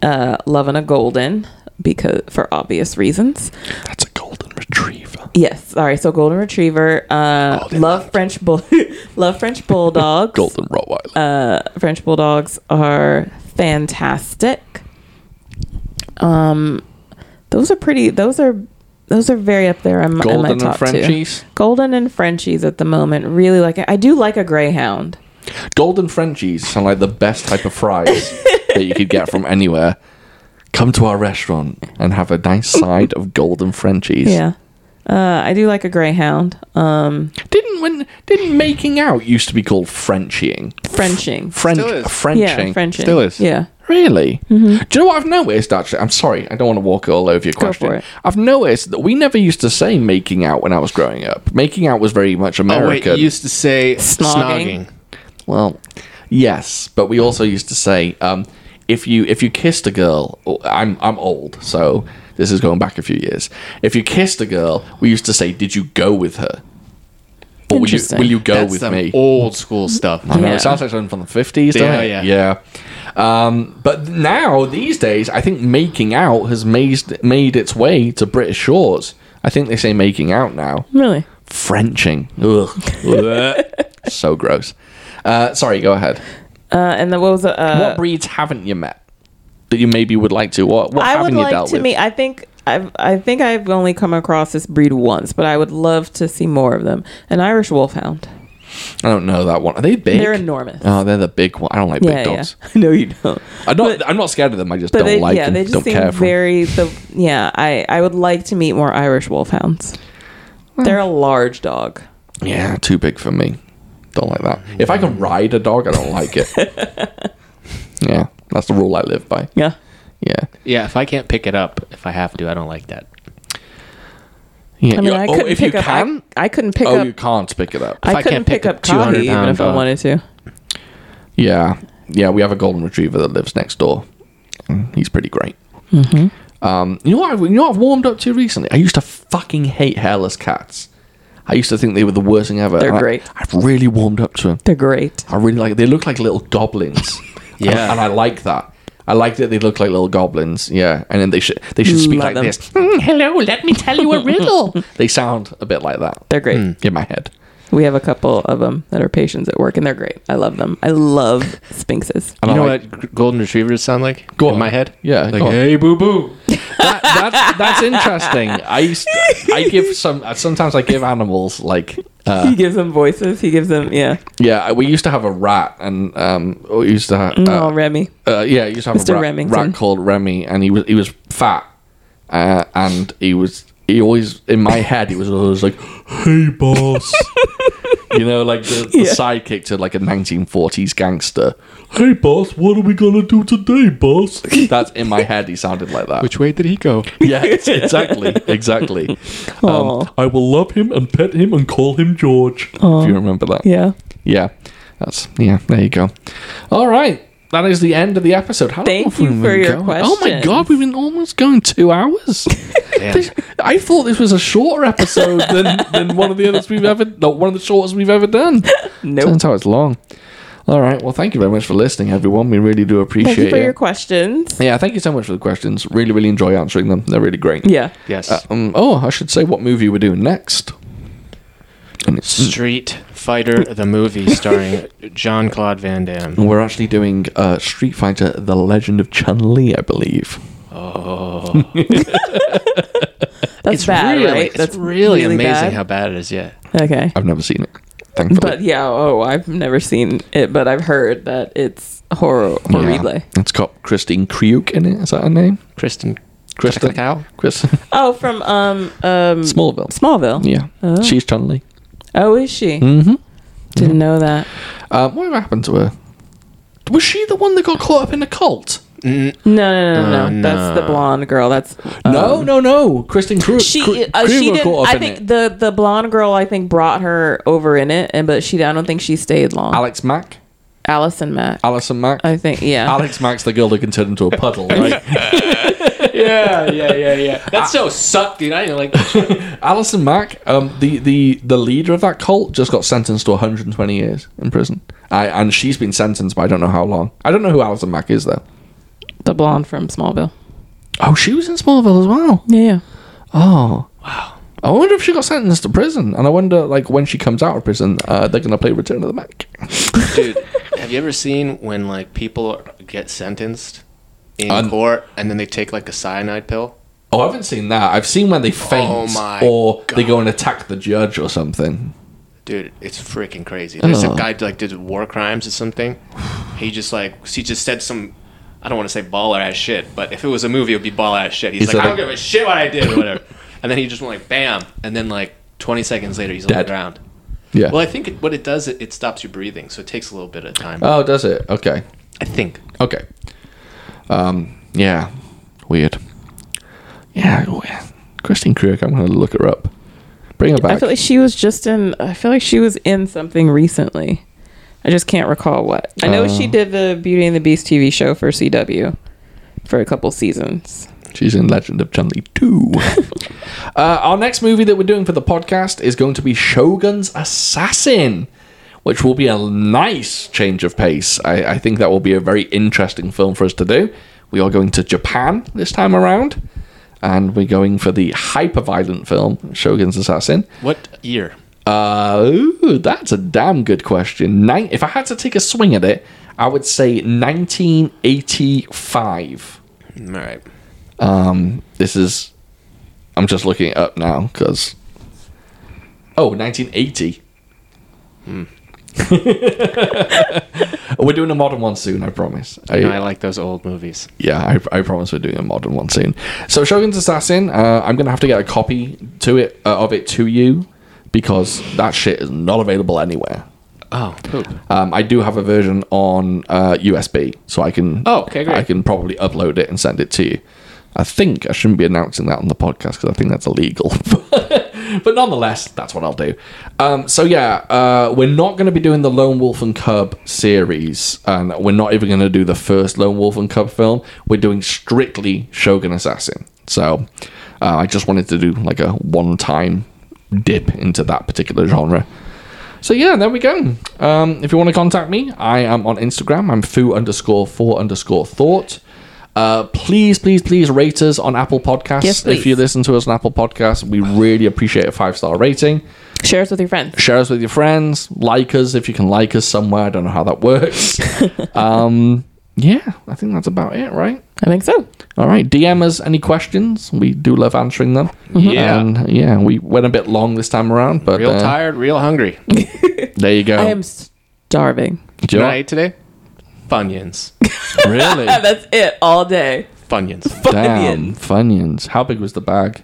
Speaker 2: uh loving a golden because for obvious reasons.
Speaker 1: That's a golden retriever.
Speaker 2: Yes, sorry. So golden retriever, uh
Speaker 1: Golden.
Speaker 2: love French bull love French bulldogs.
Speaker 1: Golden Rottweiler.
Speaker 2: uh, French bulldogs are fantastic. Um, those are pretty. Those are those are very up there. on my in my
Speaker 1: golden and
Speaker 2: top two.
Speaker 1: Frenchies.
Speaker 2: Golden and Frenchies at the moment. Really like. it. I do like a greyhound.
Speaker 1: Golden Frenchies sound like the best type of fries that you could get from anywhere. Come to our restaurant and have a nice side of golden Frenchies.
Speaker 2: Yeah. Uh, I do like a greyhound. Um,
Speaker 1: Didn't when didn't making out used to be called Frenchieing?
Speaker 2: Frenching.
Speaker 1: French
Speaker 3: Still is.
Speaker 1: Frenching.
Speaker 2: Yeah, Frenching.
Speaker 3: Still is.
Speaker 2: Yeah.
Speaker 1: Really? Do you know what I've noticed? Actually, I'm sorry, I don't want to walk all over your
Speaker 2: Go
Speaker 1: question.
Speaker 2: for it.
Speaker 1: I've noticed that we never used to say making out when I was growing up. Making out was very much
Speaker 3: Oh wait,
Speaker 1: American.
Speaker 3: you used to say
Speaker 2: Snogging.
Speaker 3: snogging.
Speaker 1: well, yes, but we also used to say um, if you if you kissed a girl. oh, I'm I'm old, so this is going back a few years. If you kissed a girl, we used to say, "Did you go with her?" Or will you
Speaker 2: Interesting.
Speaker 1: will you go
Speaker 3: That's
Speaker 1: with
Speaker 3: some
Speaker 1: me?
Speaker 3: old school stuff.
Speaker 1: I know,
Speaker 2: Yeah.
Speaker 1: it sounds like something from the 50s, doesn't
Speaker 3: Yeah,
Speaker 1: it? Yeah. Um, but now, these days, I think making out has made, made its way to British shores. I think they say making out now.
Speaker 2: Really.
Speaker 1: Frenching. Ugh. so gross. Uh, sorry, go ahead.
Speaker 2: Uh, and then what was the, uh,
Speaker 1: what breeds haven't you met that you maybe would like to? What, what
Speaker 2: I
Speaker 1: haven't
Speaker 2: would
Speaker 1: you
Speaker 2: like
Speaker 1: dealt
Speaker 2: to
Speaker 1: with?
Speaker 2: meet. I think I've I think I've only come across this breed once, but I would love to see more of them. An Irish Wolfhound.
Speaker 1: I don't know that one. Are they big?
Speaker 2: They're enormous.
Speaker 1: Oh, they're the big one. I don't like big
Speaker 2: yeah,
Speaker 1: dogs.
Speaker 2: yeah. No, you don't.
Speaker 1: I'm not. I'm not scared of them. I just
Speaker 2: But
Speaker 1: don't
Speaker 2: they,
Speaker 1: like
Speaker 2: yeah,
Speaker 1: them.
Speaker 2: they just
Speaker 1: don't
Speaker 2: seem
Speaker 1: care for 'em.
Speaker 2: very the yeah. I I would like to meet more Irish Wolfhounds.
Speaker 1: Hmm.
Speaker 2: They're a large dog.
Speaker 1: Yeah, too big for me. Don't like that. If I can ride a dog, I don't like it. yeah, that's the rule I live by.
Speaker 2: Yeah.
Speaker 1: Yeah.
Speaker 3: Yeah, if I can't pick it up, if I have to, I don't like that.
Speaker 1: Yeah.
Speaker 2: I mean, I
Speaker 1: oh,
Speaker 2: couldn't
Speaker 1: if you
Speaker 2: pick up.
Speaker 1: can,
Speaker 2: I, I couldn't pick
Speaker 1: oh,
Speaker 2: up.
Speaker 1: you can't pick it up.
Speaker 2: I,
Speaker 3: If I
Speaker 2: couldn't
Speaker 3: can't
Speaker 2: pick,
Speaker 3: pick a
Speaker 2: up Condi
Speaker 3: 200
Speaker 2: even
Speaker 3: pound
Speaker 2: if I
Speaker 3: dog.
Speaker 2: wanted to.
Speaker 1: yeah, yeah. We have a golden retriever that lives next door. Mm, He's pretty great.
Speaker 2: Mm-hmm.
Speaker 1: Um, you know what? I've, you know what I've warmed up to recently. I used to fucking hate hairless cats. I used to think they were the worst thing ever.
Speaker 2: They're
Speaker 1: and I-
Speaker 2: great.
Speaker 1: I've really warmed up to them.
Speaker 2: They're great.
Speaker 1: I really like. They look like little goblins.
Speaker 3: Yeah.
Speaker 1: and, and I like that. I like that they look like little goblins. Yeah, and then they should they should speak
Speaker 2: Love
Speaker 1: like
Speaker 2: them.
Speaker 1: this. "Mm, hello, let me tell you a riddle. they sound a bit like that
Speaker 2: They're great.
Speaker 1: in my head.
Speaker 2: We have a couple of them that are patients at work, and they're great. I love them. I love Sphinxes.
Speaker 1: I
Speaker 3: You
Speaker 1: don't
Speaker 3: know
Speaker 1: like-
Speaker 3: what g- golden retrievers sound like
Speaker 1: Go
Speaker 3: in
Speaker 1: on.
Speaker 3: my head?
Speaker 1: Yeah,
Speaker 3: Like,
Speaker 1: go on.
Speaker 3: hey, boo boo.
Speaker 1: That, that's that's interesting. I used I give some uh, sometimes I give animals like uh,
Speaker 2: he gives them voices. He gives them yeah.
Speaker 1: yeah. I- We used to have a rat, and um, we used to have,
Speaker 2: oh,
Speaker 1: uh,
Speaker 2: Remy.
Speaker 1: uh, yeah, we used to have
Speaker 2: Mr.
Speaker 1: a rat,
Speaker 2: Remington.
Speaker 1: rat called Remy, and he was he was fat, uh, and he was he always in my head he was always like, "Hey, boss." You know, like the, the
Speaker 2: Yeah.
Speaker 1: sidekick to like a 1940s gangster. Hey, boss, what are we gonna do today, boss? That's in my head. He sounded like that.
Speaker 3: Which way did he go?
Speaker 1: yeah, it's- exactly, exactly.
Speaker 2: Oh,
Speaker 1: I will love him and pet him and call him George. If you remember that.
Speaker 2: yeah.
Speaker 1: Yeah. That's yeah, there you go. All right. That is the end of the episode. How long
Speaker 2: Thank
Speaker 1: have we
Speaker 2: you
Speaker 1: been
Speaker 2: for your
Speaker 1: going? Oh my
Speaker 2: questions.
Speaker 1: god, we've been almost going two hours. This- I thought this was a shorter episode than, than one of the others we've ever not one of the shortest we've ever done.
Speaker 2: Nope.
Speaker 1: Turns out it's long. All right. Well, thank you very much for listening, everyone. We really do appreciate
Speaker 2: Thank you for
Speaker 1: it.
Speaker 2: your questions.
Speaker 1: yeah, thank you so much for the questions. Really, really enjoy answering them. They're really great.
Speaker 2: Yeah.
Speaker 3: Yes.
Speaker 1: Uh, um, oh, I should say what movie we're doing next. And it's
Speaker 3: Street Fighter the movie starring Jean Claude Van Damme.
Speaker 1: we're actually doing uh, Street Fighter: The Legend of Chun Li, I believe.
Speaker 3: Oh,
Speaker 2: That's bad,
Speaker 3: really,
Speaker 2: right?
Speaker 3: it's
Speaker 2: That's
Speaker 3: really, amazing
Speaker 2: bad.
Speaker 3: how bad it is. Yeah,
Speaker 2: Okay.
Speaker 1: I've never seen it, thankfully.
Speaker 2: But yeah, oh, I've never seen it, but I've heard that it's horror
Speaker 1: Yeah.
Speaker 2: horrible.
Speaker 1: It's got Christine Kriuk in it. Is that her name?
Speaker 3: Kristen.
Speaker 1: Kristen
Speaker 3: Cow.
Speaker 1: Chris
Speaker 2: Oh, from um um
Speaker 1: Smallville.
Speaker 2: Smallville.
Speaker 1: Yeah,
Speaker 2: Oh.
Speaker 1: she's Chun Li.
Speaker 2: Oh, is she?
Speaker 1: Mm-hmm.
Speaker 2: Didn't know that.
Speaker 1: Um, what happened to her? Was she the one that got caught up in a cult?
Speaker 3: Mm,
Speaker 2: No, no, no, no,
Speaker 3: Uh,
Speaker 2: no. That's the
Speaker 3: no.
Speaker 2: blonde girl. That's
Speaker 1: no,
Speaker 2: um,
Speaker 1: no, no. Christine Kriuk.
Speaker 2: She,
Speaker 1: Kru-
Speaker 2: uh,
Speaker 1: Kriuk
Speaker 2: she
Speaker 1: got
Speaker 2: didn't.
Speaker 1: caught up
Speaker 2: I
Speaker 1: in
Speaker 2: think
Speaker 1: it.
Speaker 2: the the blonde girl. I think brought her over in it, and but she. I don't think she stayed long.
Speaker 1: Alex Mack.
Speaker 2: Allison Mack.
Speaker 1: Alison Mack.
Speaker 2: I think. Yeah.
Speaker 1: Alex Mack's the girl that can turn into a puddle, right?
Speaker 3: yeah, yeah, yeah, yeah. That's
Speaker 1: Oh,
Speaker 3: so sucked, dude. I didn't like.
Speaker 1: Alison Mack, um, the, the, the leader of that cult, just got sentenced to 120 years in prison. I, and she's been sentenced, but I don't know how long. I don't know who Alison Mack is, though.
Speaker 2: the blonde from Smallville.
Speaker 1: Oh, she was in Smallville as well.
Speaker 2: Yeah. yeah.
Speaker 1: Oh. Wow. I wonder if she got sentenced to prison. And I wonder, like, when she comes out of prison, uh, they're going to play Return of the Mac.
Speaker 3: Dude, have you ever seen when like people get sentenced in
Speaker 1: Un-
Speaker 3: court and then they take like a cyanide pill?
Speaker 1: Oh, I haven't seen that. I've seen when they faint
Speaker 3: my
Speaker 1: or they
Speaker 3: God.
Speaker 1: go and attack the judge or something.
Speaker 3: Dude, it's freaking crazy. There's
Speaker 1: Oh.
Speaker 3: a guy like did war crimes or something. He just like he just said some. I don't want to say baller ass shit, but if it was a movie, it would be baller ass shit. He's,
Speaker 1: He's
Speaker 3: like, I don't
Speaker 1: like-
Speaker 3: give a shit what I did, or whatever. and then he just went like, bam, and then like 20 seconds later, he's on the
Speaker 1: Dead.
Speaker 3: ground.
Speaker 1: Yeah.
Speaker 3: Well, I think it, what it does, it, it stops your breathing, so it takes a little bit of time.
Speaker 1: oh, does it? Okay.
Speaker 3: I think.
Speaker 1: Okay. Um. Yeah. Weird. Yeah. w- Christine Krieg. I'm gonna look her up. Bring her
Speaker 2: I
Speaker 1: back.
Speaker 2: feel like she was just in. I feel like she was in something recently. I just can't recall what. I know
Speaker 1: Uh.
Speaker 2: she did the Beauty and the Beast TV show for CW for a couple seasons.
Speaker 1: She's in Legend of Chun Li Two. uh, our next movie that we're doing for the podcast is going to be Shogun's Assassin. Which will be a nice change of pace. I, I think that will be a very interesting film for us to do. We are going to Japan this time around, and we're going for the hyper violent film, Shogun's Assassin.
Speaker 3: What year?
Speaker 1: Uh, ooh, that's a damn good question. Nine, if I had to take a swing at it, I would say 1985.
Speaker 3: All right.
Speaker 1: Um, this is. I'm just looking it up now because. Oh, 1980.
Speaker 3: Hmm.
Speaker 1: We're doing a modern one soon, I promise. I-
Speaker 3: No, I like those old movies.
Speaker 1: yeah, I, I promise we're doing a modern one soon. So Shogun's Assassin, uh, I'm gonna have to get a copy to it uh, of it to you because that shit is not available anywhere.
Speaker 3: Oh, poop.
Speaker 1: Um, I do have a version on uh, USB, so I can.
Speaker 3: Oh, okay, great.
Speaker 1: I can probably upload it and send it to you. I think I shouldn't be announcing that on the podcast because I think that's illegal. but nonetheless, that's what I'll do. Um, so yeah, uh, we're not going to be doing the Lone Wolf and Cub series, and we're not even going to do the first Lone Wolf and Cub film. We're doing strictly Shogun Assassin. So uh, I just wanted to do like a one-time dip into that particular genre. So yeah, there we go. Um, if you want to contact me, I am on Instagram. I'm foo underscore four underscore thought. Uh, please, please, please rate us on Apple Podcasts.
Speaker 2: Yes,
Speaker 1: if you
Speaker 2: please.
Speaker 1: listen to us on Apple Podcasts, we really appreciate a five star rating.
Speaker 2: Share us with your friends.
Speaker 1: Share us with your friends. Like us if you can like us somewhere. I don't know how that works. um, yeah, I think that's about it, right?
Speaker 2: I think so.
Speaker 1: All right, DM us any questions. We do love answering them.
Speaker 2: Mm-hmm.
Speaker 3: Yeah.
Speaker 1: and yeah, we went a bit long this time around, but
Speaker 3: real
Speaker 1: uh,
Speaker 3: tired, real hungry.
Speaker 1: There you go.
Speaker 2: I am starving.
Speaker 1: Do you
Speaker 3: Can
Speaker 1: know
Speaker 3: I eat today? Funyuns.
Speaker 1: what? really?
Speaker 2: That's it all day.
Speaker 3: Funyuns.
Speaker 1: Damn, Funyuns. How big was the bag?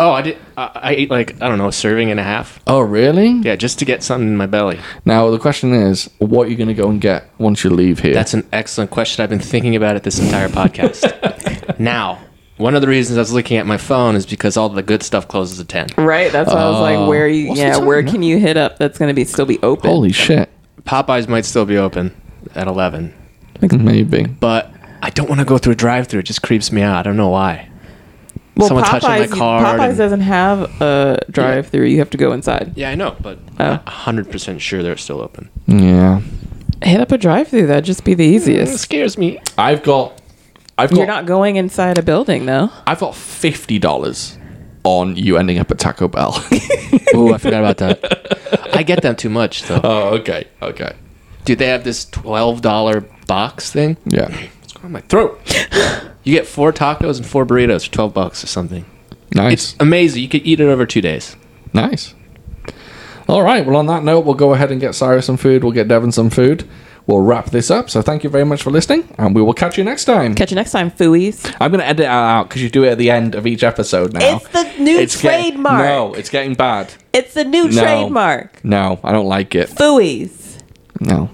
Speaker 3: Oh, I did. I, I ate like I don't know, a serving and a half.
Speaker 1: Oh, really?
Speaker 3: Yeah, just to get something in my belly.
Speaker 1: Now the question is, what are you going to go and get once you leave here?
Speaker 3: That's an excellent question. I've been thinking about it this entire podcast. now, one of the reasons I was looking at my phone is because all the good stuff closes at ten.
Speaker 2: Right. That's why I was like, where you?
Speaker 1: What's the
Speaker 2: yeah,
Speaker 1: time
Speaker 2: where
Speaker 1: now?
Speaker 2: can you hit up? That's going to be still be open.
Speaker 1: holy shit.
Speaker 3: Popeyes might still be open at eleven,
Speaker 1: Maybe.
Speaker 3: but I don't want to go through a drive-through. It just creeps me out. I don't know why.
Speaker 2: well,
Speaker 3: someone touching my
Speaker 2: Popeyes,
Speaker 3: card
Speaker 2: Popeyes
Speaker 3: and-
Speaker 2: doesn't have a drive-through. You have to go inside.
Speaker 3: Yeah, I know, but
Speaker 2: Oh.
Speaker 3: I'm hundred percent sure they're still open.
Speaker 1: Yeah.
Speaker 2: Hit up a drive-through. That'd just be the
Speaker 3: It
Speaker 2: easiest.
Speaker 3: scares me.
Speaker 1: I've got. I've got.
Speaker 2: You're not going inside a building though.
Speaker 1: I've got fifty dollars on you ending up at Taco Bell.
Speaker 3: Oh, I forgot about that. I get them too much though.
Speaker 1: oh, okay, okay.
Speaker 3: Dude, they have this twelve dollar box thing.
Speaker 1: Yeah.
Speaker 3: What's going on Oh, my throat? you get four tacos and four burritos for twelve bucks or something.
Speaker 1: Nice.
Speaker 3: It's amazing. You could eat it over two days.
Speaker 1: Nice. All right. Well, on that note, we'll go ahead and get Cyrus some food. We'll get Devin some food. We'll wrap this up. So thank you very much for listening, and we will catch you next time.
Speaker 2: Catch you next time, fooies.
Speaker 1: I'm going to edit that out because you do it at the end of each episode now.
Speaker 2: It's the new
Speaker 1: get-
Speaker 2: trademark.
Speaker 1: no, it's getting bad.
Speaker 2: It's the new
Speaker 1: No.
Speaker 2: trademark.
Speaker 1: No, I don't like it.
Speaker 2: Fooies.
Speaker 1: No,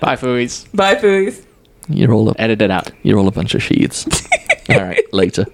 Speaker 3: Bye, fooies.
Speaker 2: Bye, fooies.
Speaker 1: you're all a,
Speaker 3: Edit it out.
Speaker 1: you're all a bunch of sheaths. all right, later.